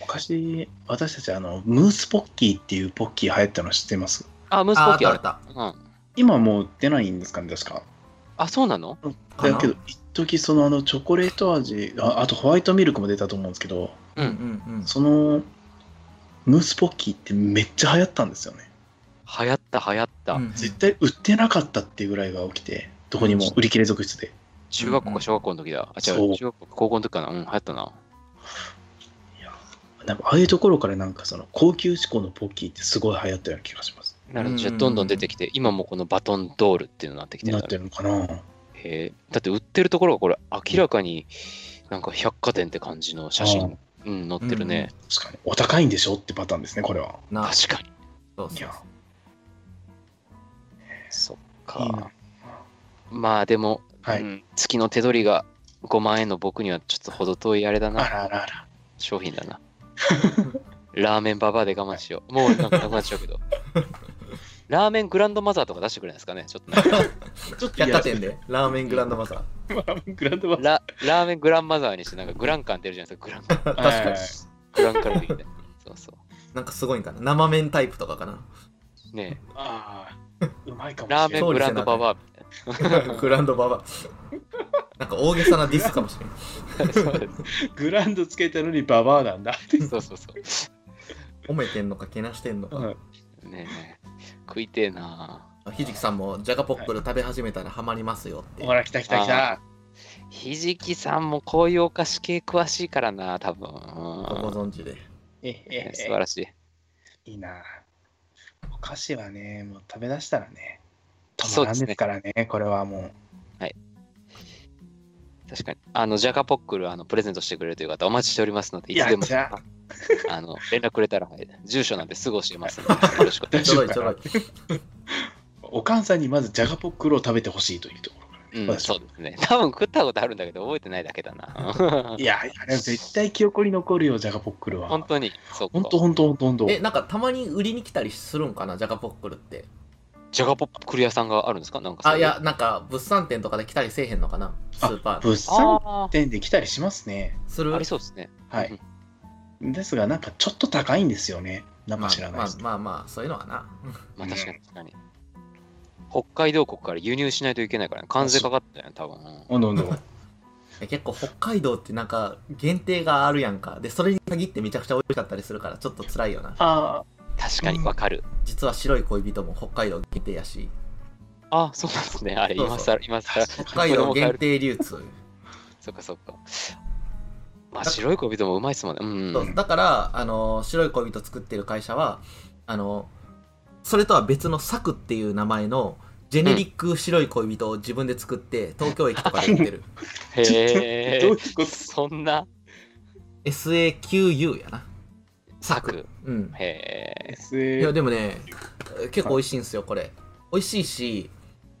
Speaker 3: 昔、私たち、あの、ムースポッキーっていうポッキー流行ったの知ってます
Speaker 2: あ、ムースポ
Speaker 1: あ、あ
Speaker 2: ッ
Speaker 1: っ
Speaker 2: キー
Speaker 1: た
Speaker 2: あ
Speaker 1: あっ
Speaker 2: る。
Speaker 1: た。
Speaker 2: うん。
Speaker 3: 今もう出ないんですかね、確か。
Speaker 2: あ、そうなの
Speaker 1: かな
Speaker 3: だけど、一時そのあのチョコレート味あ、あとホワイトミルクも出たと思うんですけど、
Speaker 2: うん
Speaker 1: うんうん。
Speaker 3: そのムースポッキーってめっちゃ流行ったんですよね。
Speaker 2: 流行った、流行った
Speaker 1: う。ん
Speaker 3: 絶対売ってなかったっていうぐらいが起きて、どこにも売り切れ続出で。
Speaker 2: 中学校か小学校の時だ。あ、違、
Speaker 3: そうう
Speaker 2: 中学校か高校の時かな。うん、流行ったな。
Speaker 3: なんかああいうところからなんかその高級志向のポッキーってすごい流行ったような気がします。
Speaker 2: なるほど。じゃあ
Speaker 1: うん
Speaker 2: どんどん出てきて、今もこのバトンドールっていうのになってきて
Speaker 3: な
Speaker 2: るん
Speaker 3: っ
Speaker 2: だ
Speaker 3: てるのかな
Speaker 2: へえだって売ってるところがこれ明らかになんか百貨店って感じの写真、うん、載ってるね、
Speaker 3: 確かに。お高いんでしょってパターンですね、これは。
Speaker 1: な、
Speaker 2: 確かに
Speaker 1: そうそう
Speaker 3: いや、
Speaker 2: そっ
Speaker 3: いい
Speaker 2: か
Speaker 3: な
Speaker 2: まあでも、
Speaker 3: はい
Speaker 2: うん月の手取りが5万円の僕にはちょっと程遠いあれだ
Speaker 3: あ
Speaker 2: な
Speaker 3: らあらあら。
Speaker 2: 商品だな ラーメンババアで我慢しようもうなんかなくなっちゃう けどラーメングランドマザーとか出してくれないですかねちょっと ね
Speaker 3: ちょっと
Speaker 1: 百貨店で、ラーメングランドマザー。
Speaker 3: グランドバ
Speaker 2: ララーメングランマザーにしてなんかグラン感出るじゃないですかグラン感
Speaker 1: 確
Speaker 3: はい
Speaker 1: かに。
Speaker 2: グランからできてそうそう
Speaker 1: なんかすごいんかな。生麺タイプとかかな。
Speaker 2: ねえ
Speaker 3: ああ、うまいかもしれ
Speaker 2: ラ
Speaker 3: ない。
Speaker 2: ーメンブランドババアみ たい
Speaker 1: グランドババア。なんか大げさなディスかもしれない。
Speaker 2: な。そうです
Speaker 3: グランドつけたのにババアなんだって。
Speaker 2: そうそうそ
Speaker 1: 褒めてんのか、けなしてんのか。
Speaker 2: う。ねえ、食いてえな。
Speaker 1: ひじきさんも、じゃがポックル食べ始めたらハマりますよって。
Speaker 3: ほら、来た来た来た。
Speaker 2: ひじきさんもこういうお菓子系詳しいからな、多分。
Speaker 1: ご存知で。
Speaker 3: ええ
Speaker 2: ね
Speaker 3: え
Speaker 2: 素晴らしい。
Speaker 3: いいな。お菓子はね、もう食べ出したらね、止まらんですからね、これはも
Speaker 2: 確かに。あの、ジャガポックルあのプレゼントしてくれるという方、お待ちしておりますので、いつでも
Speaker 3: やっちゃ
Speaker 2: あの連絡くれたら、はい住所なんですぐ教えますの で、よろしくお願いし
Speaker 1: ちょ
Speaker 2: ま
Speaker 1: ろいちょろい。
Speaker 3: う。お母さんにまずジャガポックルを食べてほしいというところから
Speaker 2: す。うん、そ
Speaker 3: ね私は
Speaker 2: うですね。多分食ったことあるんだけど、覚えてないだけだな。
Speaker 3: いや、あれは絶対記憶に残るよ、ジャガポックルは。
Speaker 2: 本当に、そうか
Speaker 3: 本当、本当、本当、本当。
Speaker 1: え、なんかたまに売りに来たりするんかな、じゃがポックルって。
Speaker 2: ジャガポックル屋さんがあるんですかなんかそう
Speaker 1: あ、
Speaker 2: う
Speaker 1: いや、、なんか物産展とかで来たりせえへんのかな、スーパーで。
Speaker 3: 物産
Speaker 2: あ
Speaker 3: 店で来たりしますね。
Speaker 1: する
Speaker 2: ーありそうですね。
Speaker 3: は
Speaker 2: うん
Speaker 3: い。ですが、なんかちょっと高いんですよね。なんか知ら
Speaker 1: ま
Speaker 3: ないで
Speaker 1: あ
Speaker 3: す。
Speaker 1: まあまあまあ、そういうのはな。
Speaker 2: まあ
Speaker 3: うん
Speaker 2: 確かに確かに。北海道国から輸入しないといけないからね。関税かかったよね、多分。
Speaker 3: おのおの。
Speaker 1: え結構北海道ってなんか限定があるやんか。で、それに限ってめちゃくちゃ美味しかったりするから、ちょっと辛いよな。
Speaker 3: ああ、
Speaker 2: 確かにわかる。
Speaker 1: 実は白い恋人も北海道限定やし、
Speaker 2: あ、そうなんですね。あれ、
Speaker 1: そうそう
Speaker 2: 今更、今
Speaker 1: 北
Speaker 2: 更。
Speaker 1: 海道限定流通。
Speaker 2: そっかそっか。まあ、白い恋人もうまいっすもんね。うん
Speaker 1: そ
Speaker 2: うん。
Speaker 1: うだから、あの、白い恋人作ってる会社は、あの、それとは別のサクっていう名前のジェネリック白い恋人を自分で作って、東京駅とかで売っ てる。
Speaker 2: へ
Speaker 3: どうい
Speaker 2: え。
Speaker 3: うこと
Speaker 2: そんな
Speaker 1: SAQU やな。
Speaker 2: 策。
Speaker 1: うん。
Speaker 2: へえ。
Speaker 1: いや、でもね、結構美味しいんですよ、これ。美味しいし、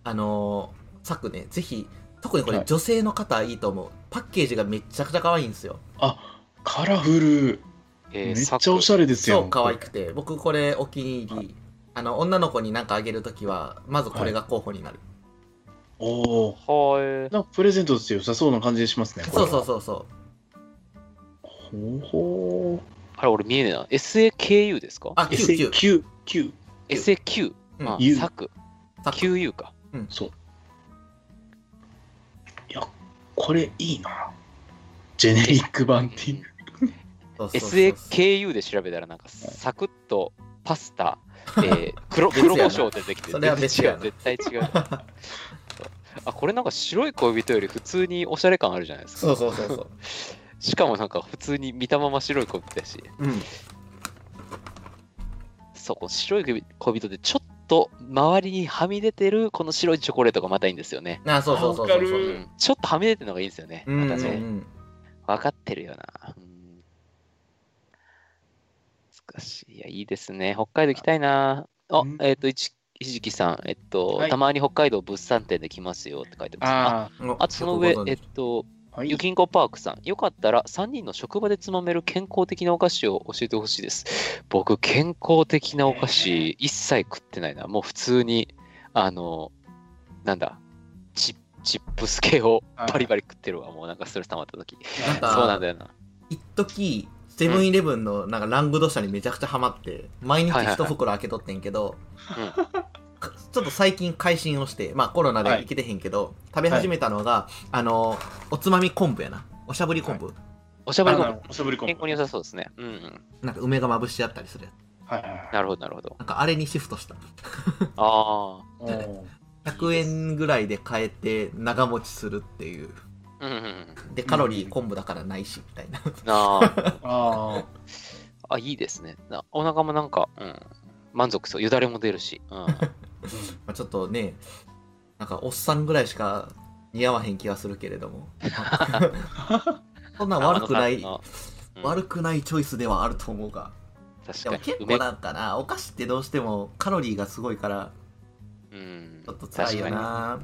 Speaker 1: あのー、サクね、ぜひ、特にこれ
Speaker 3: はい
Speaker 1: 女性の方いいと思う。パッケージがめちゃくちゃ可愛いんですよ。
Speaker 3: あカラフル。
Speaker 2: え
Speaker 3: め
Speaker 2: ー
Speaker 3: っちゃおしゃれですよ。
Speaker 1: 超可愛くて、僕これお気に入り。あの、女の子に何かあげるときは、まずこれが候補になる。
Speaker 3: おお。
Speaker 2: 策は
Speaker 3: なんかプレゼントとして良さそうな感じしますね。
Speaker 1: そうそう
Speaker 3: う。
Speaker 1: そうそう。
Speaker 3: ほうほう。
Speaker 2: い。あれ、俺見えねえな。SAKU ですか
Speaker 1: あ、
Speaker 3: S
Speaker 1: 99。
Speaker 3: 九九。
Speaker 2: ?SAQ。
Speaker 1: うん
Speaker 2: まあ
Speaker 3: U、
Speaker 2: 策。
Speaker 1: サク
Speaker 2: QU か。
Speaker 3: そう。いやこれいいな。ジェネリック版っていう。
Speaker 1: そうそうそう
Speaker 2: SAKU で調べたらなんかサクッとパスタ、えー、黒黒胡椒って出てきて
Speaker 1: それは
Speaker 2: 全
Speaker 1: 別
Speaker 2: 然
Speaker 1: や
Speaker 2: 違う
Speaker 1: な
Speaker 2: 絶対違うそうあこれなんか白い恋人より普通におしゃれ感あるじゃないです
Speaker 1: そ
Speaker 2: か
Speaker 1: うそうそうそう。
Speaker 2: しかもなんか普通に見たまま白い恋人だし
Speaker 1: うん。
Speaker 2: そうこの白い恋人でちょっと周りにはみ出てるこの白いチョコレートがまたいいんですよね、
Speaker 1: あ、そうそうそう
Speaker 3: あ
Speaker 1: そ
Speaker 3: わ
Speaker 1: う
Speaker 3: か
Speaker 1: そう。
Speaker 2: う
Speaker 3: る
Speaker 2: ん、ちょっとはみ出てるのがいいんですよね
Speaker 1: うんうんう
Speaker 2: またね
Speaker 1: ん。
Speaker 2: 分かってるよな。うん難しい。いや、いいですね。北海道行きたいな。あ
Speaker 3: うん、
Speaker 2: えっ、と、いちひじきさん、えっと、
Speaker 3: はい
Speaker 2: たまに北海道物産展で来ますよって書いてます。あ
Speaker 3: あ
Speaker 1: うん
Speaker 2: あとその上
Speaker 1: よくご、存知
Speaker 2: えっと、
Speaker 3: あ、はい
Speaker 2: ゆ。きんこパークさん、よかったら3人の職場でつまめる健康的なお菓子を教えてほしいです。僕、健康的なお菓子、一切食ってないな。もう普通に、あの、なんだ、チチップス系をバリバリ食ってるわ。もうなんかストレス溜まった時。
Speaker 1: なんか
Speaker 2: そうなんだよな。
Speaker 1: 一時セブンイレブンのなんかラングドシャにめちゃくちゃハマって、毎日一袋開けとってんけど、かちょっと最近改心をして、まあコロナで行けてへんけど、食べ始めたのが、あの、おつまみ昆布やな。おしゃぶり昆布。
Speaker 2: おしゃ
Speaker 3: バ
Speaker 2: べり
Speaker 3: ナ
Speaker 2: ご
Speaker 3: ナ
Speaker 2: 飯
Speaker 3: のおしゃぶりコン
Speaker 2: 健康に良さそうですね。うん、うん。
Speaker 1: なんか梅がまぶしてあったりするや
Speaker 3: はいはい
Speaker 2: なるほど、なるほど
Speaker 1: つ。。なんかあれにシフトした。
Speaker 2: あ
Speaker 3: はいおー。
Speaker 1: 100円ぐらいで買えて長持ちするっていう。
Speaker 2: あ。うん、うんうん。
Speaker 1: で、カロリー昆布だからないし、みたいな。
Speaker 2: あ
Speaker 3: ああ。
Speaker 2: あ。あ、いいですね。なお腹もなんか、うん。満足そう。よだれも出るし。うん。
Speaker 1: まあ、ちょっとね、なんかおっさんぐらいしか似合わへん気がするけれど も。そんな悪くない、
Speaker 2: あうん
Speaker 1: 悪くないチョイスではあると思うが。でも
Speaker 2: 確かに。
Speaker 1: 結構なんかな、お菓子ってどうしてもカロリーがすごいから、
Speaker 2: 梅うん
Speaker 1: ちょっと辛いよ
Speaker 2: 確かに
Speaker 1: な。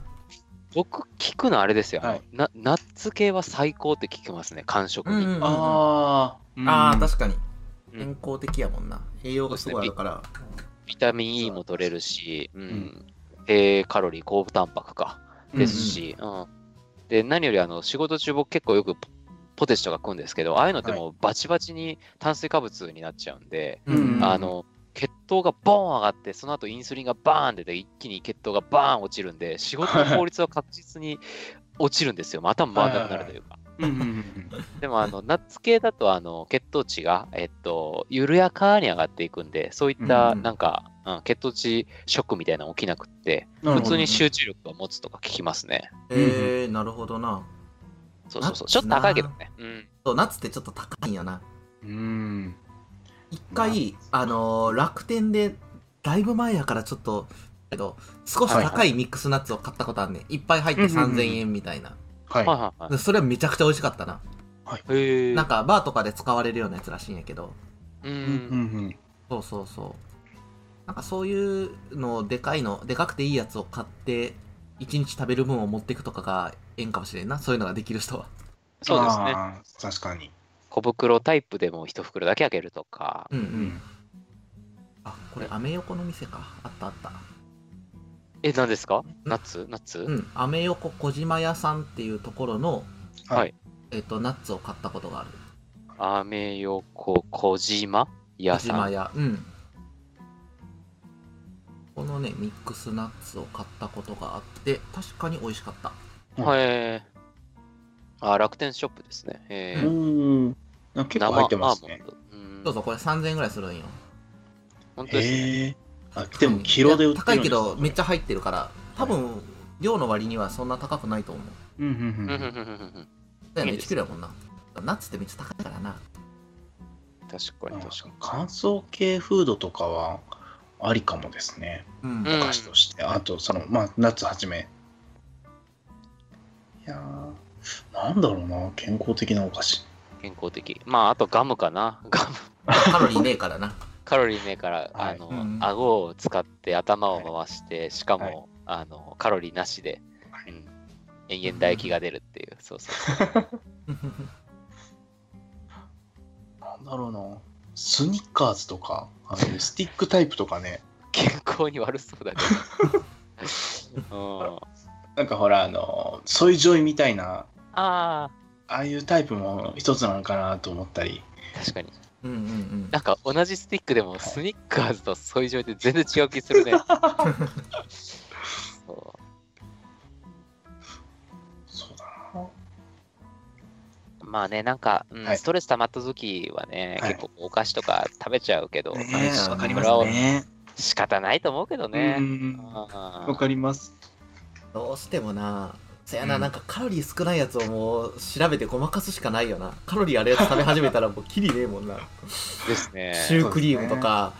Speaker 2: 僕、聞くのあれですよ、
Speaker 3: はい
Speaker 2: な。ナッツ系は最高って聞きますね、感触
Speaker 1: うんうん
Speaker 2: に。
Speaker 1: うんうん、あ
Speaker 3: あー
Speaker 1: あー、
Speaker 3: うん
Speaker 1: 確かに。
Speaker 2: うん
Speaker 1: 健康的やもんな。栄養がすごいあるから。
Speaker 2: ビタミン E も取れるし、うんん。低カロリー、高タンパクか。ですし、うんで何よりあの仕事中僕結構よくポポテチとか食うんですけどああいうのってもうバチバチに炭水化物になっちゃうんで、
Speaker 3: うんうん
Speaker 2: あの血糖がボーン上がってその後インスリンがバーン出て一気に血糖がバーン落ちるんで仕事の効率は確実に落ちるんですよ、まあ、頭回らなくなるというか。
Speaker 3: うんうんうんうん
Speaker 2: でもあのナッツ系だとあの血糖値が、えっと、緩やかに上がっていくんでそういった
Speaker 1: うん
Speaker 2: なんか、うん、血糖値ショックみたいなの起きなくって
Speaker 3: なる
Speaker 2: 普
Speaker 3: ほど
Speaker 2: 通に集中力が持つとか聞きますね。
Speaker 1: えー、なるほどな。
Speaker 2: そうそうそう。ち
Speaker 1: ナッツな
Speaker 2: ょっと高いけどね。うん。
Speaker 1: そう、夏ってちょっと高いんよな。
Speaker 3: うん。
Speaker 1: 一回、あのー楽天で、だいぶ前やからちょっと、けど、少し
Speaker 3: はい
Speaker 1: 高
Speaker 3: はい
Speaker 1: ミックスナッツを買ったことあんねん。いっぱい入って
Speaker 3: うんうんうん
Speaker 1: 3000円みたいな。
Speaker 3: はい。
Speaker 2: はいはいは
Speaker 1: でそれはめちゃくちゃ美味しかったな。
Speaker 2: い。へえ。
Speaker 1: なんか、バーとかで使われるようなやつらしいんやけど。
Speaker 2: う。
Speaker 3: うんうんん
Speaker 1: そうそうそう。なんかそういうの、でかいの、でかくていいやつを買って、一日食べる分を持っていくとかがええんかもしれんな。そういうのができる人は。
Speaker 2: そうですね。
Speaker 3: あー確かに。
Speaker 2: 小袋タイプでも一袋だけ開けるとか。
Speaker 1: うんう。
Speaker 3: うんん。
Speaker 1: あ、これ、アメ横の店か。あったあった。
Speaker 2: え、何ですかナッツナッ
Speaker 1: う
Speaker 2: ツ
Speaker 1: ん。アメ横小島屋さんっていうところの、
Speaker 2: はい。
Speaker 1: えっ、と、ナッツを買ったことがある。
Speaker 2: アメ横小島
Speaker 1: 小
Speaker 2: 屋さ
Speaker 1: 島
Speaker 2: ん。
Speaker 1: 屋。うん。このね、ミックスナッツを買ったことがあって、確かに美味しかった。
Speaker 2: はい。あ、楽天ショップですね。へえ。
Speaker 3: うん。なんか結構入ってますね
Speaker 2: 生。アーモンド
Speaker 1: ど
Speaker 2: う。
Speaker 1: うんぞ、これ3000円ぐらいするんよ。
Speaker 2: 本当ですね。
Speaker 3: へえ。あ、でも、キロで売ってるんです
Speaker 1: 高いけど、めっち
Speaker 3: ゃ。
Speaker 1: ゃ入ってるから、多分、量の割にはそんな高くないと思う。
Speaker 3: うんう
Speaker 2: うんんう
Speaker 3: う
Speaker 2: んうん
Speaker 3: ん。
Speaker 2: うんうん
Speaker 1: だよね、
Speaker 2: いい
Speaker 1: 1
Speaker 2: です
Speaker 1: キロやもんな。ナッツってめっちゃ高いからな。
Speaker 2: 確かに確かに。
Speaker 3: 乾燥系フードとかはありかもですね。
Speaker 1: うん。
Speaker 2: うん
Speaker 3: お菓子として。あと、その、まあ、ナッツはじめ。いやーなんだろうな、健康的なお菓子。
Speaker 2: 健康的。まあ、あとガムかな。ガム。
Speaker 1: カロリーねえから な。
Speaker 2: カロリーねから、
Speaker 3: はい
Speaker 2: あの、
Speaker 1: うん
Speaker 2: 顎を使って頭を回して、しかも、あのカロリーなしで、
Speaker 3: はい
Speaker 2: うん、延々唾液が出るっていう、そうそうそう。
Speaker 3: なんだろうな、スニッカーズとか、あの スティックタイプとかね。
Speaker 2: 健康に悪そうだね。うん、
Speaker 3: なんかほら、あの、ソイジョイみたいな、
Speaker 2: ああ、
Speaker 3: ああいうタイプも一つなのかなと思ったり。
Speaker 2: 確かに。
Speaker 1: うんうんうん。
Speaker 2: なんか同じスティックでも、スニッカーズとソイジョイで全然違う気するね。そ
Speaker 3: そうだな。
Speaker 2: うまあね、なんか、うん
Speaker 3: はい
Speaker 2: ストレス溜まった時はね、
Speaker 3: はい
Speaker 2: 結構お菓子とか食べちゃうけど、
Speaker 3: ね
Speaker 2: まあ
Speaker 1: え
Speaker 3: わかり
Speaker 2: こ
Speaker 3: ま
Speaker 2: れは
Speaker 3: すね。
Speaker 2: 仕方ないと思うけど
Speaker 3: う
Speaker 2: ね。
Speaker 3: ん
Speaker 2: あー
Speaker 3: わかり ます。
Speaker 1: どうしてもなそやな、
Speaker 3: うん
Speaker 1: なんかカロリー少ないやつをもう調べてごまかすしかないよなカロリーあるやつ食べ始めたらもうキリねえもん な、
Speaker 2: ですね。
Speaker 1: シュークリームとか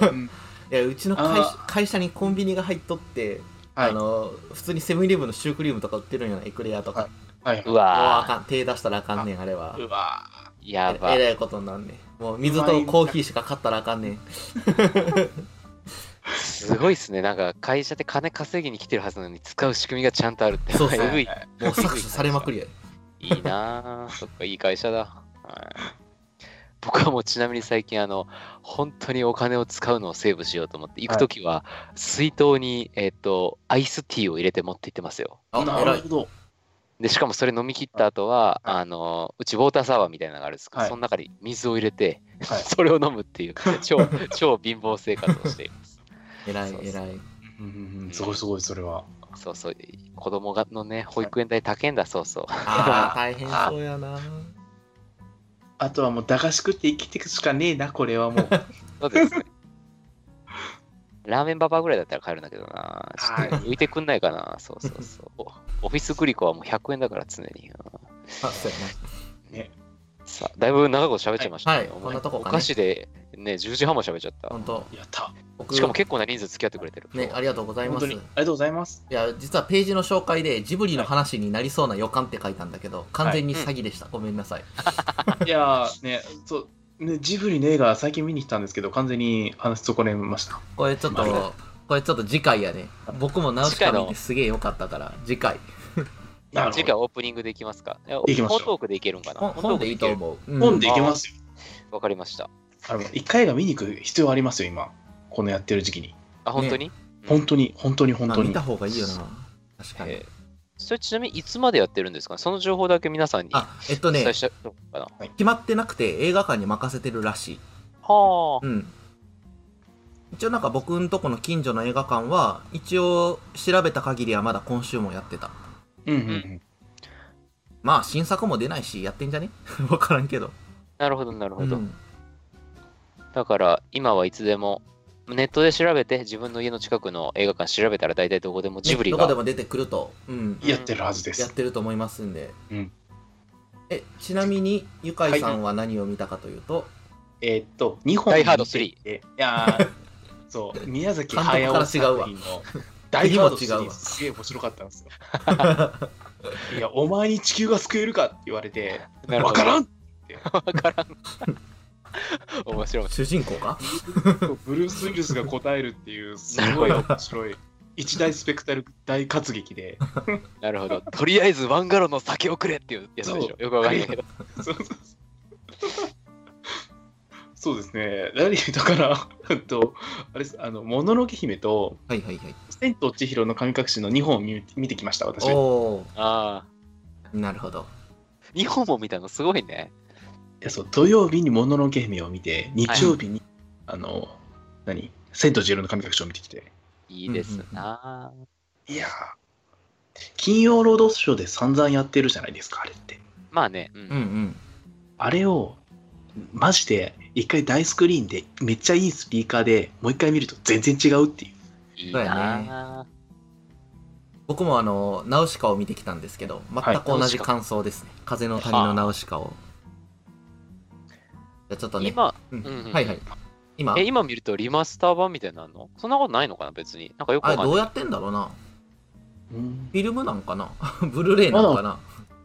Speaker 3: うん
Speaker 1: いやうちの会
Speaker 3: あ
Speaker 1: 会社にコンビニが入っとって、
Speaker 3: はい
Speaker 1: あの普通にセブンイレブンのシュークリームとか売ってるんやなエクレアとか、
Speaker 3: ははいは
Speaker 2: う
Speaker 3: い。
Speaker 1: もうあか
Speaker 2: わ
Speaker 1: ん手出したらあかんねんあれは
Speaker 3: うわ
Speaker 2: ーや
Speaker 1: え
Speaker 2: ば
Speaker 1: え
Speaker 2: い。
Speaker 1: らいことになんねんもう水とコーヒーしか買ったらあかんねん
Speaker 2: すごいですね。なんか会社で金稼ぎに来てるはずなのに使う仕組みがちゃんとあるって。
Speaker 1: そうそう
Speaker 2: えぐい。
Speaker 1: もう搾取されまくりやで
Speaker 2: いいなぁ。そっか、いい会社だ。はい僕はもうちなみに最近、あの、本当にお金を使うのをセーブしようと思って、行くときは、水筒に、えっ、と、アイスティーを入れて持って行ってますよ。
Speaker 1: あ
Speaker 3: ー
Speaker 1: え
Speaker 3: な
Speaker 1: ら
Speaker 3: る
Speaker 1: い
Speaker 3: ほど。
Speaker 2: で、しかもそれ飲み切った後は、
Speaker 3: はい
Speaker 2: あの、うちウォーターサーバーみたいなのがあるんですけど、
Speaker 3: はい
Speaker 2: その中に水を入れて、
Speaker 3: は い
Speaker 2: それを飲むっていう、超、超貧乏生活をしてい ます。
Speaker 1: えらい
Speaker 2: そうそう
Speaker 1: えらい
Speaker 3: うんうんうんすごいすごいそれは。
Speaker 2: そうそう、子供がのね、保育園代高いんだ、そうそう。
Speaker 1: あー大変そうやな
Speaker 3: あとはもう駄菓子食って生きていくしかねえなこれはもう。
Speaker 2: そうですね。ラーメンババアぐらいだったら買えるんだけどな。ちょっと浮いてくんないかな。そうそうそう。おオフィスグリコはもう100円だから常に。
Speaker 1: あそうやな
Speaker 2: さあ、だいぶ長いこと喋っちゃいました
Speaker 1: はいはい
Speaker 2: お前
Speaker 1: こんなとこかね
Speaker 2: お菓子でね、10時半も喋っちゃった。
Speaker 1: 本当
Speaker 3: やった。
Speaker 1: 僕
Speaker 2: しかも結構な人数付き合ってくれてる。
Speaker 1: ねありがとうござい
Speaker 3: 本
Speaker 1: ます
Speaker 3: 当にあ
Speaker 1: い
Speaker 3: りがとうござい ます。
Speaker 1: や実はページの紹介でジブリの話になりそうな予感って書いたんだけど完全に詐欺でした、ごめんなさい
Speaker 3: いやーねそう。ね、ジブリの映画最近見に来たんですけど完全に話し損ねました
Speaker 1: これちょっ
Speaker 3: ま
Speaker 1: とこれちょっと次回やね僕もナウシカ見てすげえ良かったから次回
Speaker 3: なるほど
Speaker 2: 次回オープニングでいきますか。いや
Speaker 3: いきましょう
Speaker 2: 本トークでいけるんかな。
Speaker 1: 本本でいいと
Speaker 2: 本トー
Speaker 1: 思う、
Speaker 2: ク
Speaker 1: うん
Speaker 3: 本でいけますよ
Speaker 2: でいけるわかりました。
Speaker 3: あの一回映画見に行く必要ありますよ今このやってる時期に
Speaker 2: あ、本当に、
Speaker 3: 本当に本当に本
Speaker 1: あ
Speaker 3: 当に
Speaker 1: 見た方がいいよな確かに、
Speaker 2: えーそれちなみにいつまでやってるんですかその情報だけ皆さんに
Speaker 1: あえっと
Speaker 2: お伝え
Speaker 1: ね
Speaker 2: したのかな。
Speaker 1: 決まってなくて映画館に任せてるらしい
Speaker 2: はあ。
Speaker 1: うん一応なんか僕んとこの近所の映画館は一応調べた限りはまだ今週もやってた
Speaker 3: うんうんうん
Speaker 1: まあ新作も出ないしやってんじゃね わからんけど
Speaker 2: なるほど、なるほど。
Speaker 1: うん
Speaker 2: だから今はいつでもネットで調べて自分の家の近くの映画館調べたら大体どこでもジブリ
Speaker 1: ねど
Speaker 2: が、
Speaker 1: こでも出てくると、うん、
Speaker 3: やってるはずです
Speaker 1: やってると思いますんで、
Speaker 3: うん
Speaker 1: えちなみにゆかいさんは何を見たかというと、
Speaker 3: えーっと、2本
Speaker 2: ダイハード
Speaker 3: 見て
Speaker 2: 3
Speaker 3: てい やー、そう、宮崎駿さんの作品のダ
Speaker 1: 監
Speaker 3: イ
Speaker 1: 督
Speaker 3: ハ
Speaker 1: から
Speaker 3: ー
Speaker 1: 違
Speaker 3: ド
Speaker 1: うわ
Speaker 3: 3すげえ面白かったんですよ。 いや、お前に地球が救えるかって言われて、
Speaker 2: なる
Speaker 3: わ
Speaker 2: ほど
Speaker 3: からん
Speaker 2: 面白い
Speaker 1: 主人公か
Speaker 3: ブルース・ウィルスが答えるっていう、すごい面白い。一大スペクタル大活劇 で、
Speaker 2: なるほ どとりあえずワンガロンの酒をくれっていうやつでし
Speaker 3: そ
Speaker 2: ょよくわかんないけど
Speaker 3: そうそうそうそうですね、ラリーだから、 えっと、あれです、あの、もののけ姫と、
Speaker 1: はいはいはい
Speaker 3: 千と千尋の神隠しの2本を見見てきました、私。
Speaker 1: おお
Speaker 2: ああ
Speaker 1: ーなるほど
Speaker 2: 日本も見たのすごいね
Speaker 3: いやそう土曜日にもののけ姫を見て、日曜日に、あの、何千と千尋の神隠しを見てきて。
Speaker 2: いいですな、
Speaker 3: いやー金曜ロードショーで散々やってるじゃないですか、あれって。
Speaker 2: まあね、うん
Speaker 1: うんうん
Speaker 3: あれを、マジで、一回大スクリーンで、めっちゃいいスピーカーでもう一回見ると全然違うっていう。
Speaker 2: いい
Speaker 1: そうや
Speaker 2: な、
Speaker 1: 僕もあのナウシカを見てきたんですけど全く同じ感想ですね、風の谷のナウシカをじゃあちょっとね
Speaker 2: 今
Speaker 1: うん
Speaker 2: うんうん
Speaker 1: はいはい今
Speaker 2: え今見るとリマスター版みたいなのあんのそんなことないのかな別になんかよく
Speaker 1: あ
Speaker 2: わ
Speaker 1: れ
Speaker 2: かん
Speaker 1: どう
Speaker 2: ない
Speaker 1: やってんだろうな
Speaker 3: うん
Speaker 1: フィルムなんかな ブルーレイなんかな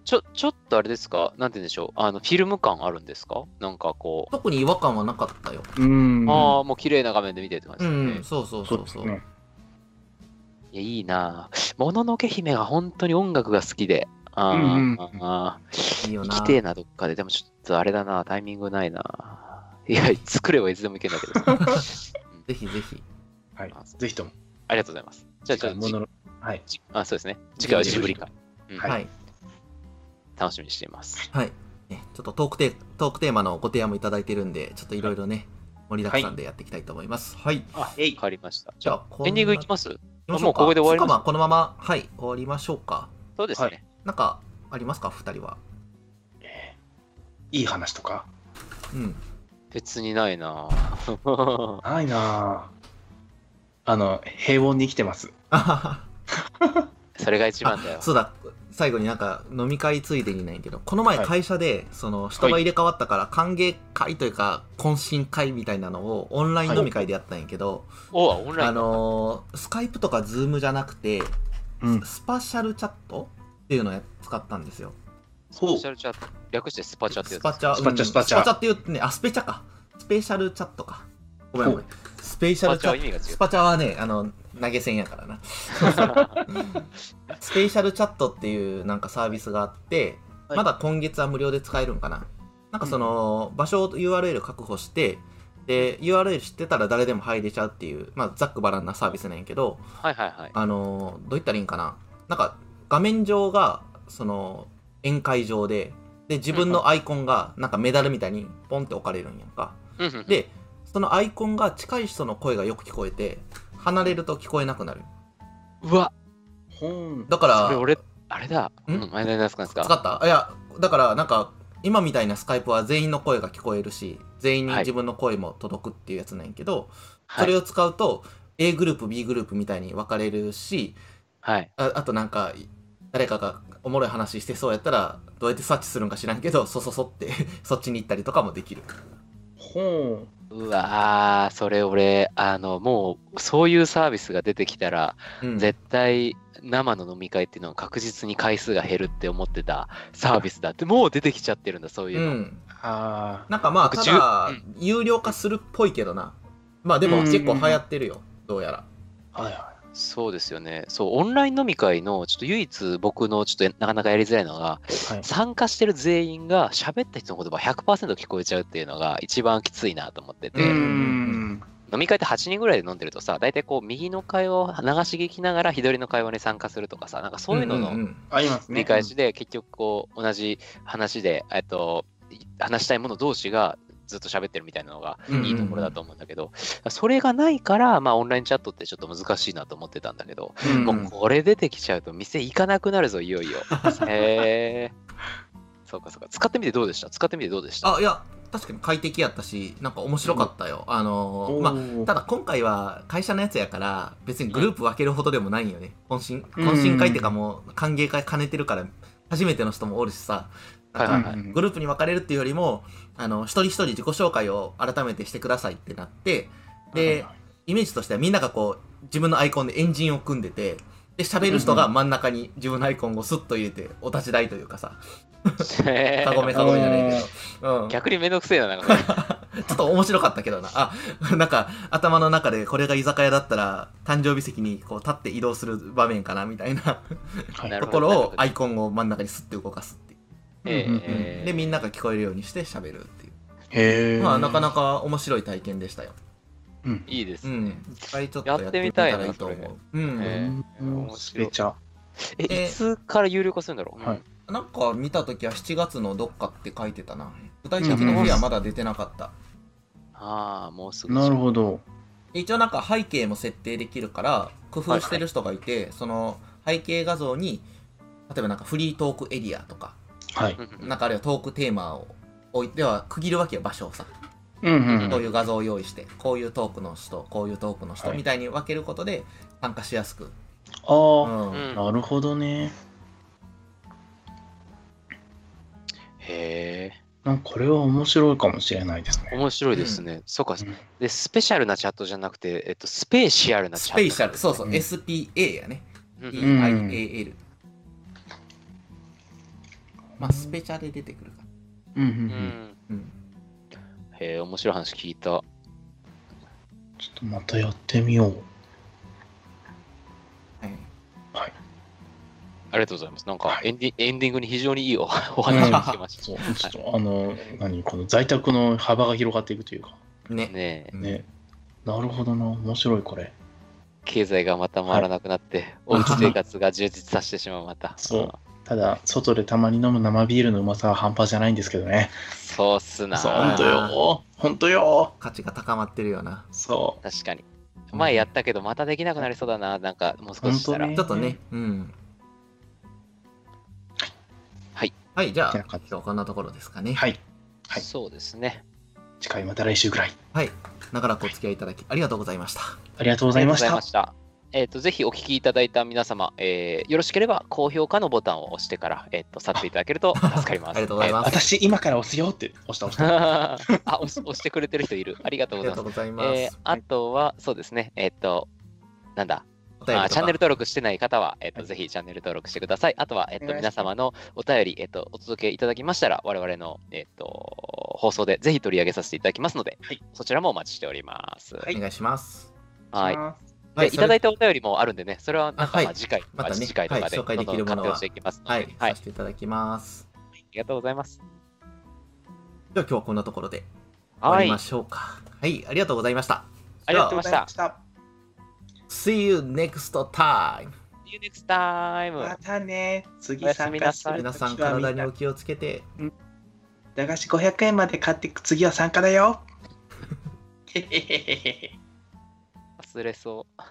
Speaker 2: ちょちょっとあれですかなんて言うんでしょうあのフィルム感あるんですかなんかこう
Speaker 1: 特に違和感はなかったよ
Speaker 3: うん
Speaker 2: ああ、もう綺麗な画面で見てるって感
Speaker 1: う
Speaker 2: じですね。
Speaker 1: ん、そうそうそうそう
Speaker 3: ですね
Speaker 2: いや、いいなぁ。もののけ姫が本当に音楽が好きで。あー、
Speaker 3: うんうん
Speaker 2: あ
Speaker 1: いいよ
Speaker 2: ー、行
Speaker 1: な
Speaker 2: きてえな、どっかで。でもちょっとあれだな、タイミングないな。いや、作ればいつでもいけんだけど。
Speaker 1: ぜひぜひ
Speaker 3: はい。ぜひとも。
Speaker 2: ありがとうございます。じゃあ、ちょっと
Speaker 3: も
Speaker 2: じ
Speaker 3: ののはい。
Speaker 2: じあ、そうですね。次回はジブリ会。うん
Speaker 3: はい
Speaker 1: はい
Speaker 2: 楽しみにしています。
Speaker 1: はい、ね、ちょっとトークテートークテーマのご提案もいただいてるんでちょっといろいろね盛りだくさんでやっていきたいと思いますはい、
Speaker 2: あ、変わかりました。
Speaker 1: じゃあこんな
Speaker 2: エンディングいきます
Speaker 1: 行きましょ
Speaker 2: もうここで終わりま
Speaker 1: つう
Speaker 2: す
Speaker 1: かまあこのままはい終わりましょうか
Speaker 2: そうですね。
Speaker 3: はい
Speaker 1: なんかありますか二人は
Speaker 3: いい話とか。
Speaker 1: うん。
Speaker 2: 別にないな ぁ
Speaker 3: ないなぁあの、平凡に生きてます。
Speaker 1: あはは
Speaker 2: それが一番だよ。
Speaker 1: そうだ、最後になんか飲み会ついでにないけど、この前
Speaker 3: はい
Speaker 1: 会社で、その人が入れ替わったから歓迎会というか、懇親会みたいなのをオンライン飲み会でやったんやけど、
Speaker 2: おはオンライ
Speaker 1: あ
Speaker 2: ン。
Speaker 1: のースカイプとかズームじゃなくて、
Speaker 3: うん。
Speaker 1: スパシャルチャットっていうのをや使ったんですよ。
Speaker 2: スペシャルチャット。略してスパチャって
Speaker 1: ス
Speaker 2: やつ。
Speaker 1: パチャ、
Speaker 3: スパ
Speaker 1: う
Speaker 3: チャ
Speaker 1: ん
Speaker 3: スパチャ
Speaker 1: スパチャって言ってね、あ、スペチャか。スペシャルチャットか。ごめんごめん。スペシャルチャ
Speaker 2: スパチャは意味が違う
Speaker 1: スパチャはね、あの、投げ銭やからな。スペシャルチャットっていうなんかサービスがあって、
Speaker 2: はい
Speaker 1: まだ今月は無料で使えるんかな。なんかその、場所を URL 確保して、で、URL 知ってたら誰でも入れちゃうっていう、まあ、ざっくばらんなサービスなんやけど、
Speaker 2: はいはいはい。
Speaker 1: あのどういったらいいんかななんか画面上がその宴会場でで自分のアイコンがなんかメダルみたいにポンって置かれるんやんか
Speaker 2: うんうんうん、
Speaker 1: でそのアイコンが近い人の声がよく聞こえて離れると聞こえなくなる
Speaker 2: うわ、
Speaker 3: ほん。
Speaker 1: だから
Speaker 2: それ俺、あれだ。
Speaker 1: ん
Speaker 2: うん、前田何すか何す
Speaker 1: 使
Speaker 2: か。
Speaker 1: ったいやだからなんか今みたいなスカイプは全員の声が聞こえるし全員に自分の声も届くっていうやつなんやけど、
Speaker 2: は
Speaker 1: それ
Speaker 2: い。
Speaker 1: を使うと A グループ B グループみたいに分かれるし
Speaker 2: はい。
Speaker 1: ああとなんかい誰かがおもろい話してそうやったらどうやって察知するんか知らんけどそそそって そっちに行ったりとかもできる
Speaker 3: ほ
Speaker 2: うわー、それ俺、あの、もう、そういうサービスが出てきたら、
Speaker 1: うん
Speaker 2: 絶対生の飲み会っていうのは確実に回数が減るって思ってたサービスだってもう出てきちゃってるんだそういううの、
Speaker 1: ん
Speaker 3: ん。あ
Speaker 1: なんかまあ
Speaker 2: 僕
Speaker 1: た
Speaker 2: じゅ
Speaker 1: だ
Speaker 2: う
Speaker 1: 有料化するっぽいけどなまあでも結構流行ってるよどうやら
Speaker 3: あ。はいは
Speaker 2: そうですよねそうオンライン飲み会のちょっと唯一僕のちょっとなかなかやりづらいのが
Speaker 3: い。はい。
Speaker 2: 参加してる全員が喋った人の言葉100%聞こえちゃうっていうのが一番きついなと思ってて、
Speaker 3: うーん。
Speaker 2: 飲み会って8人ぐらいで飲んでるとさ大体こう右の会話を流し聞きながら左の会話に参加するとかさなんかそういうのの
Speaker 1: んん
Speaker 3: ありますね。
Speaker 2: 繰り返しで結局こう同じ話で、えっと、い話したいもの同士がずっと喋ってるみたいなのが
Speaker 3: うん
Speaker 2: いいところだと思うんだけど、それがないから、まあ、オンラインチャットってちょっと難しいなと思ってたんだけど、
Speaker 3: うん
Speaker 2: もうこれ出てきちゃうと店行かなくなるぞいよ いよへえそうかそうか使ってみてどうでした使ってみてどうでした
Speaker 1: あいや確かに快適やったしなんか面白かったよ、あの
Speaker 3: お
Speaker 1: ー
Speaker 3: ー
Speaker 1: まあただ今回は会社のやつやから別にグループ分けるほどでもないんよね懇親
Speaker 3: うん
Speaker 1: 懇親会っていうかもう歓迎会兼ねてるから初めての人もおるしさなんか
Speaker 2: はいはいはい
Speaker 1: グループに分かれるっていうよりもあの一人一人自己紹介を改めてしてくださいってなってでイメージとしてはみんながこう自分のアイコンでエンジンを組んでてで喋る人が真ん中に自分のアイコンをスッと入れてお立ち台というかさ
Speaker 2: へ
Speaker 1: カゴ
Speaker 2: ー
Speaker 1: メカゴメじゃないけど、うん、
Speaker 2: 逆にめんどくせえななんかそ れ
Speaker 1: ちょっと面白かったけどな。あ、 なんか頭の中でこれが居酒屋だったら誕生日席にこう立って移動する場面かなみたいな
Speaker 2: な
Speaker 1: と
Speaker 2: るほ
Speaker 1: ころ
Speaker 2: どなるほ
Speaker 1: を
Speaker 2: ど
Speaker 1: アイコンを真ん中にスッて動かすっていう。
Speaker 2: え
Speaker 3: うんうんうん
Speaker 2: え
Speaker 1: で、みんなが聞こえるようにして喋るってい
Speaker 3: へえ。
Speaker 1: う。まあなかなか面白い体験でしたよ。
Speaker 3: うん。
Speaker 2: いいです
Speaker 1: う
Speaker 2: ね、
Speaker 1: ん。一回ちょっと
Speaker 2: や
Speaker 1: や
Speaker 2: っ
Speaker 1: ってて
Speaker 2: み
Speaker 1: み
Speaker 2: た
Speaker 1: た
Speaker 2: いな
Speaker 1: らいいと思う。う
Speaker 2: それ
Speaker 1: ん。
Speaker 2: えー面白い
Speaker 3: めちゃ。
Speaker 2: え
Speaker 1: で
Speaker 2: いつから有料化するんだろう、
Speaker 3: はい
Speaker 1: なんか見た時は7月のどっかって書いてたな。具体的な日はまだ出てなかった。
Speaker 2: ああもうすぐ
Speaker 3: なるほど。
Speaker 1: 一応なんか背景も設定できるから工夫してる人がいて、その背景画像に例えばなんかフリートークエリアとか
Speaker 3: はい。
Speaker 2: うんうん
Speaker 1: なんかあるいはトークテーマを置いては区切るわけよ場所をさ
Speaker 3: うんうん
Speaker 1: こ
Speaker 3: う。
Speaker 1: うんいう画像を用意してこういうトークの人こういうトークの人
Speaker 3: はい
Speaker 1: みたいに分けることで参加しやすく、
Speaker 3: あ
Speaker 1: うん
Speaker 2: うん
Speaker 3: あ、なるほどね。
Speaker 2: へ
Speaker 3: なんかこれは面白いかもしれないです
Speaker 2: え、
Speaker 3: ね。
Speaker 2: 面白いですね。そうか
Speaker 3: うん。
Speaker 2: で、スペシャルなチャットじゃなくて、えっと、スペーシアルなチ
Speaker 1: ス
Speaker 2: ャット。
Speaker 1: ペーシャルそうそう、
Speaker 3: うん
Speaker 1: SPA やね
Speaker 2: うんうん。
Speaker 1: EIAL、まあスペシャルで出てくるか
Speaker 3: うんうんう。
Speaker 2: うんん
Speaker 1: うん
Speaker 2: へえ、面白い話聞いた。
Speaker 3: ちょっとまたやってみよう。
Speaker 1: はい
Speaker 2: ありがとうございます。なんか
Speaker 3: は、い
Speaker 2: エンディエンディングに非常にいいお お話が聞けまし
Speaker 3: そう、ちょっとあの、何、この在宅の幅が広がっていくというか。
Speaker 2: た。
Speaker 1: ね
Speaker 2: ねえ、
Speaker 3: ね。なるほどな、面白いこれ。
Speaker 2: 経済がまた回らなくなって、おうち生活が充実させてしまう、また。
Speaker 3: そうただ、外でたまに飲む生ビールのうまさは半端じゃないんですけどね。
Speaker 2: そうっすな。
Speaker 3: そう、ほんとよ。ほんとよ。
Speaker 1: 価値が高まってるよな
Speaker 3: そ
Speaker 2: 確かに。前やったけど、またできなくなりそうだな。なんか、もう少ししたら。
Speaker 3: ほん
Speaker 1: ち
Speaker 3: と
Speaker 1: ょっとね、うん。
Speaker 2: はい。
Speaker 1: はい、じゃ
Speaker 3: てな
Speaker 1: あ
Speaker 3: 感じ、
Speaker 1: 今日こんなところですかね。
Speaker 3: う。はい。はい
Speaker 2: そうですね。
Speaker 3: 次回また来週ぐらい。
Speaker 1: 長らくお付き合いいただきありがとうございました。
Speaker 3: ありがとうご
Speaker 2: ご
Speaker 3: ざいまし
Speaker 2: ざい
Speaker 3: た
Speaker 2: ま。した。えっ、と、ぜひお聞きいただいた皆様、えーよろしければ高評価のボタンを押してから、えっ、と、去っていただけると助かります。
Speaker 1: ありがとうございます
Speaker 3: 私、今から押すよって押した押した。
Speaker 2: あ、押し押してくれてる人いる。ありがとう
Speaker 1: あ
Speaker 2: ご
Speaker 1: り
Speaker 2: ざい
Speaker 1: が
Speaker 2: ま
Speaker 1: とうござい
Speaker 2: す。
Speaker 1: ます。
Speaker 2: えーあとは、そうですね、えっ、と、なんだ、
Speaker 1: お便りと
Speaker 2: ま
Speaker 1: か
Speaker 2: あ、チャンネル登録してない方は、えっと
Speaker 3: はい
Speaker 2: ぜひチャンネル登録してください。あとは、えっ
Speaker 3: お
Speaker 2: と
Speaker 3: 願いしま
Speaker 2: 皆
Speaker 3: す
Speaker 2: 様のお便り、えっとお届けいただきましたら、我々の、えっと放送でぜひ取り上げさせていただきますので、
Speaker 3: はい
Speaker 2: そちらもお待ちしております。
Speaker 3: はい
Speaker 1: お願いします。
Speaker 2: はい
Speaker 3: は
Speaker 2: でいただい
Speaker 1: て
Speaker 2: たお便りもあるんでね、それはなん
Speaker 1: あ
Speaker 2: か
Speaker 1: はい
Speaker 2: まあ次回とか、
Speaker 1: またね
Speaker 2: 次回とかで、
Speaker 1: はい紹介できるものは
Speaker 2: どんどん発表していきますので、
Speaker 1: は
Speaker 2: はいい、、
Speaker 1: させていただきます。
Speaker 2: ありがとうございます。
Speaker 1: では今日はこんなところで終わ
Speaker 2: は
Speaker 1: り
Speaker 2: い
Speaker 1: ま、しょうか。はい、ありがとうございました。
Speaker 2: ありがとうございました。
Speaker 3: た。
Speaker 1: See you next time!
Speaker 2: See you next time!
Speaker 3: またね。次
Speaker 2: おやすみなさい
Speaker 1: 皆さん
Speaker 3: 参加する時
Speaker 1: 体
Speaker 3: はみん
Speaker 1: に
Speaker 3: な
Speaker 1: お気をつけて。
Speaker 3: 駄菓子500円まで買って 次は参加だよ。へへへへへ。
Speaker 2: 忘れそう。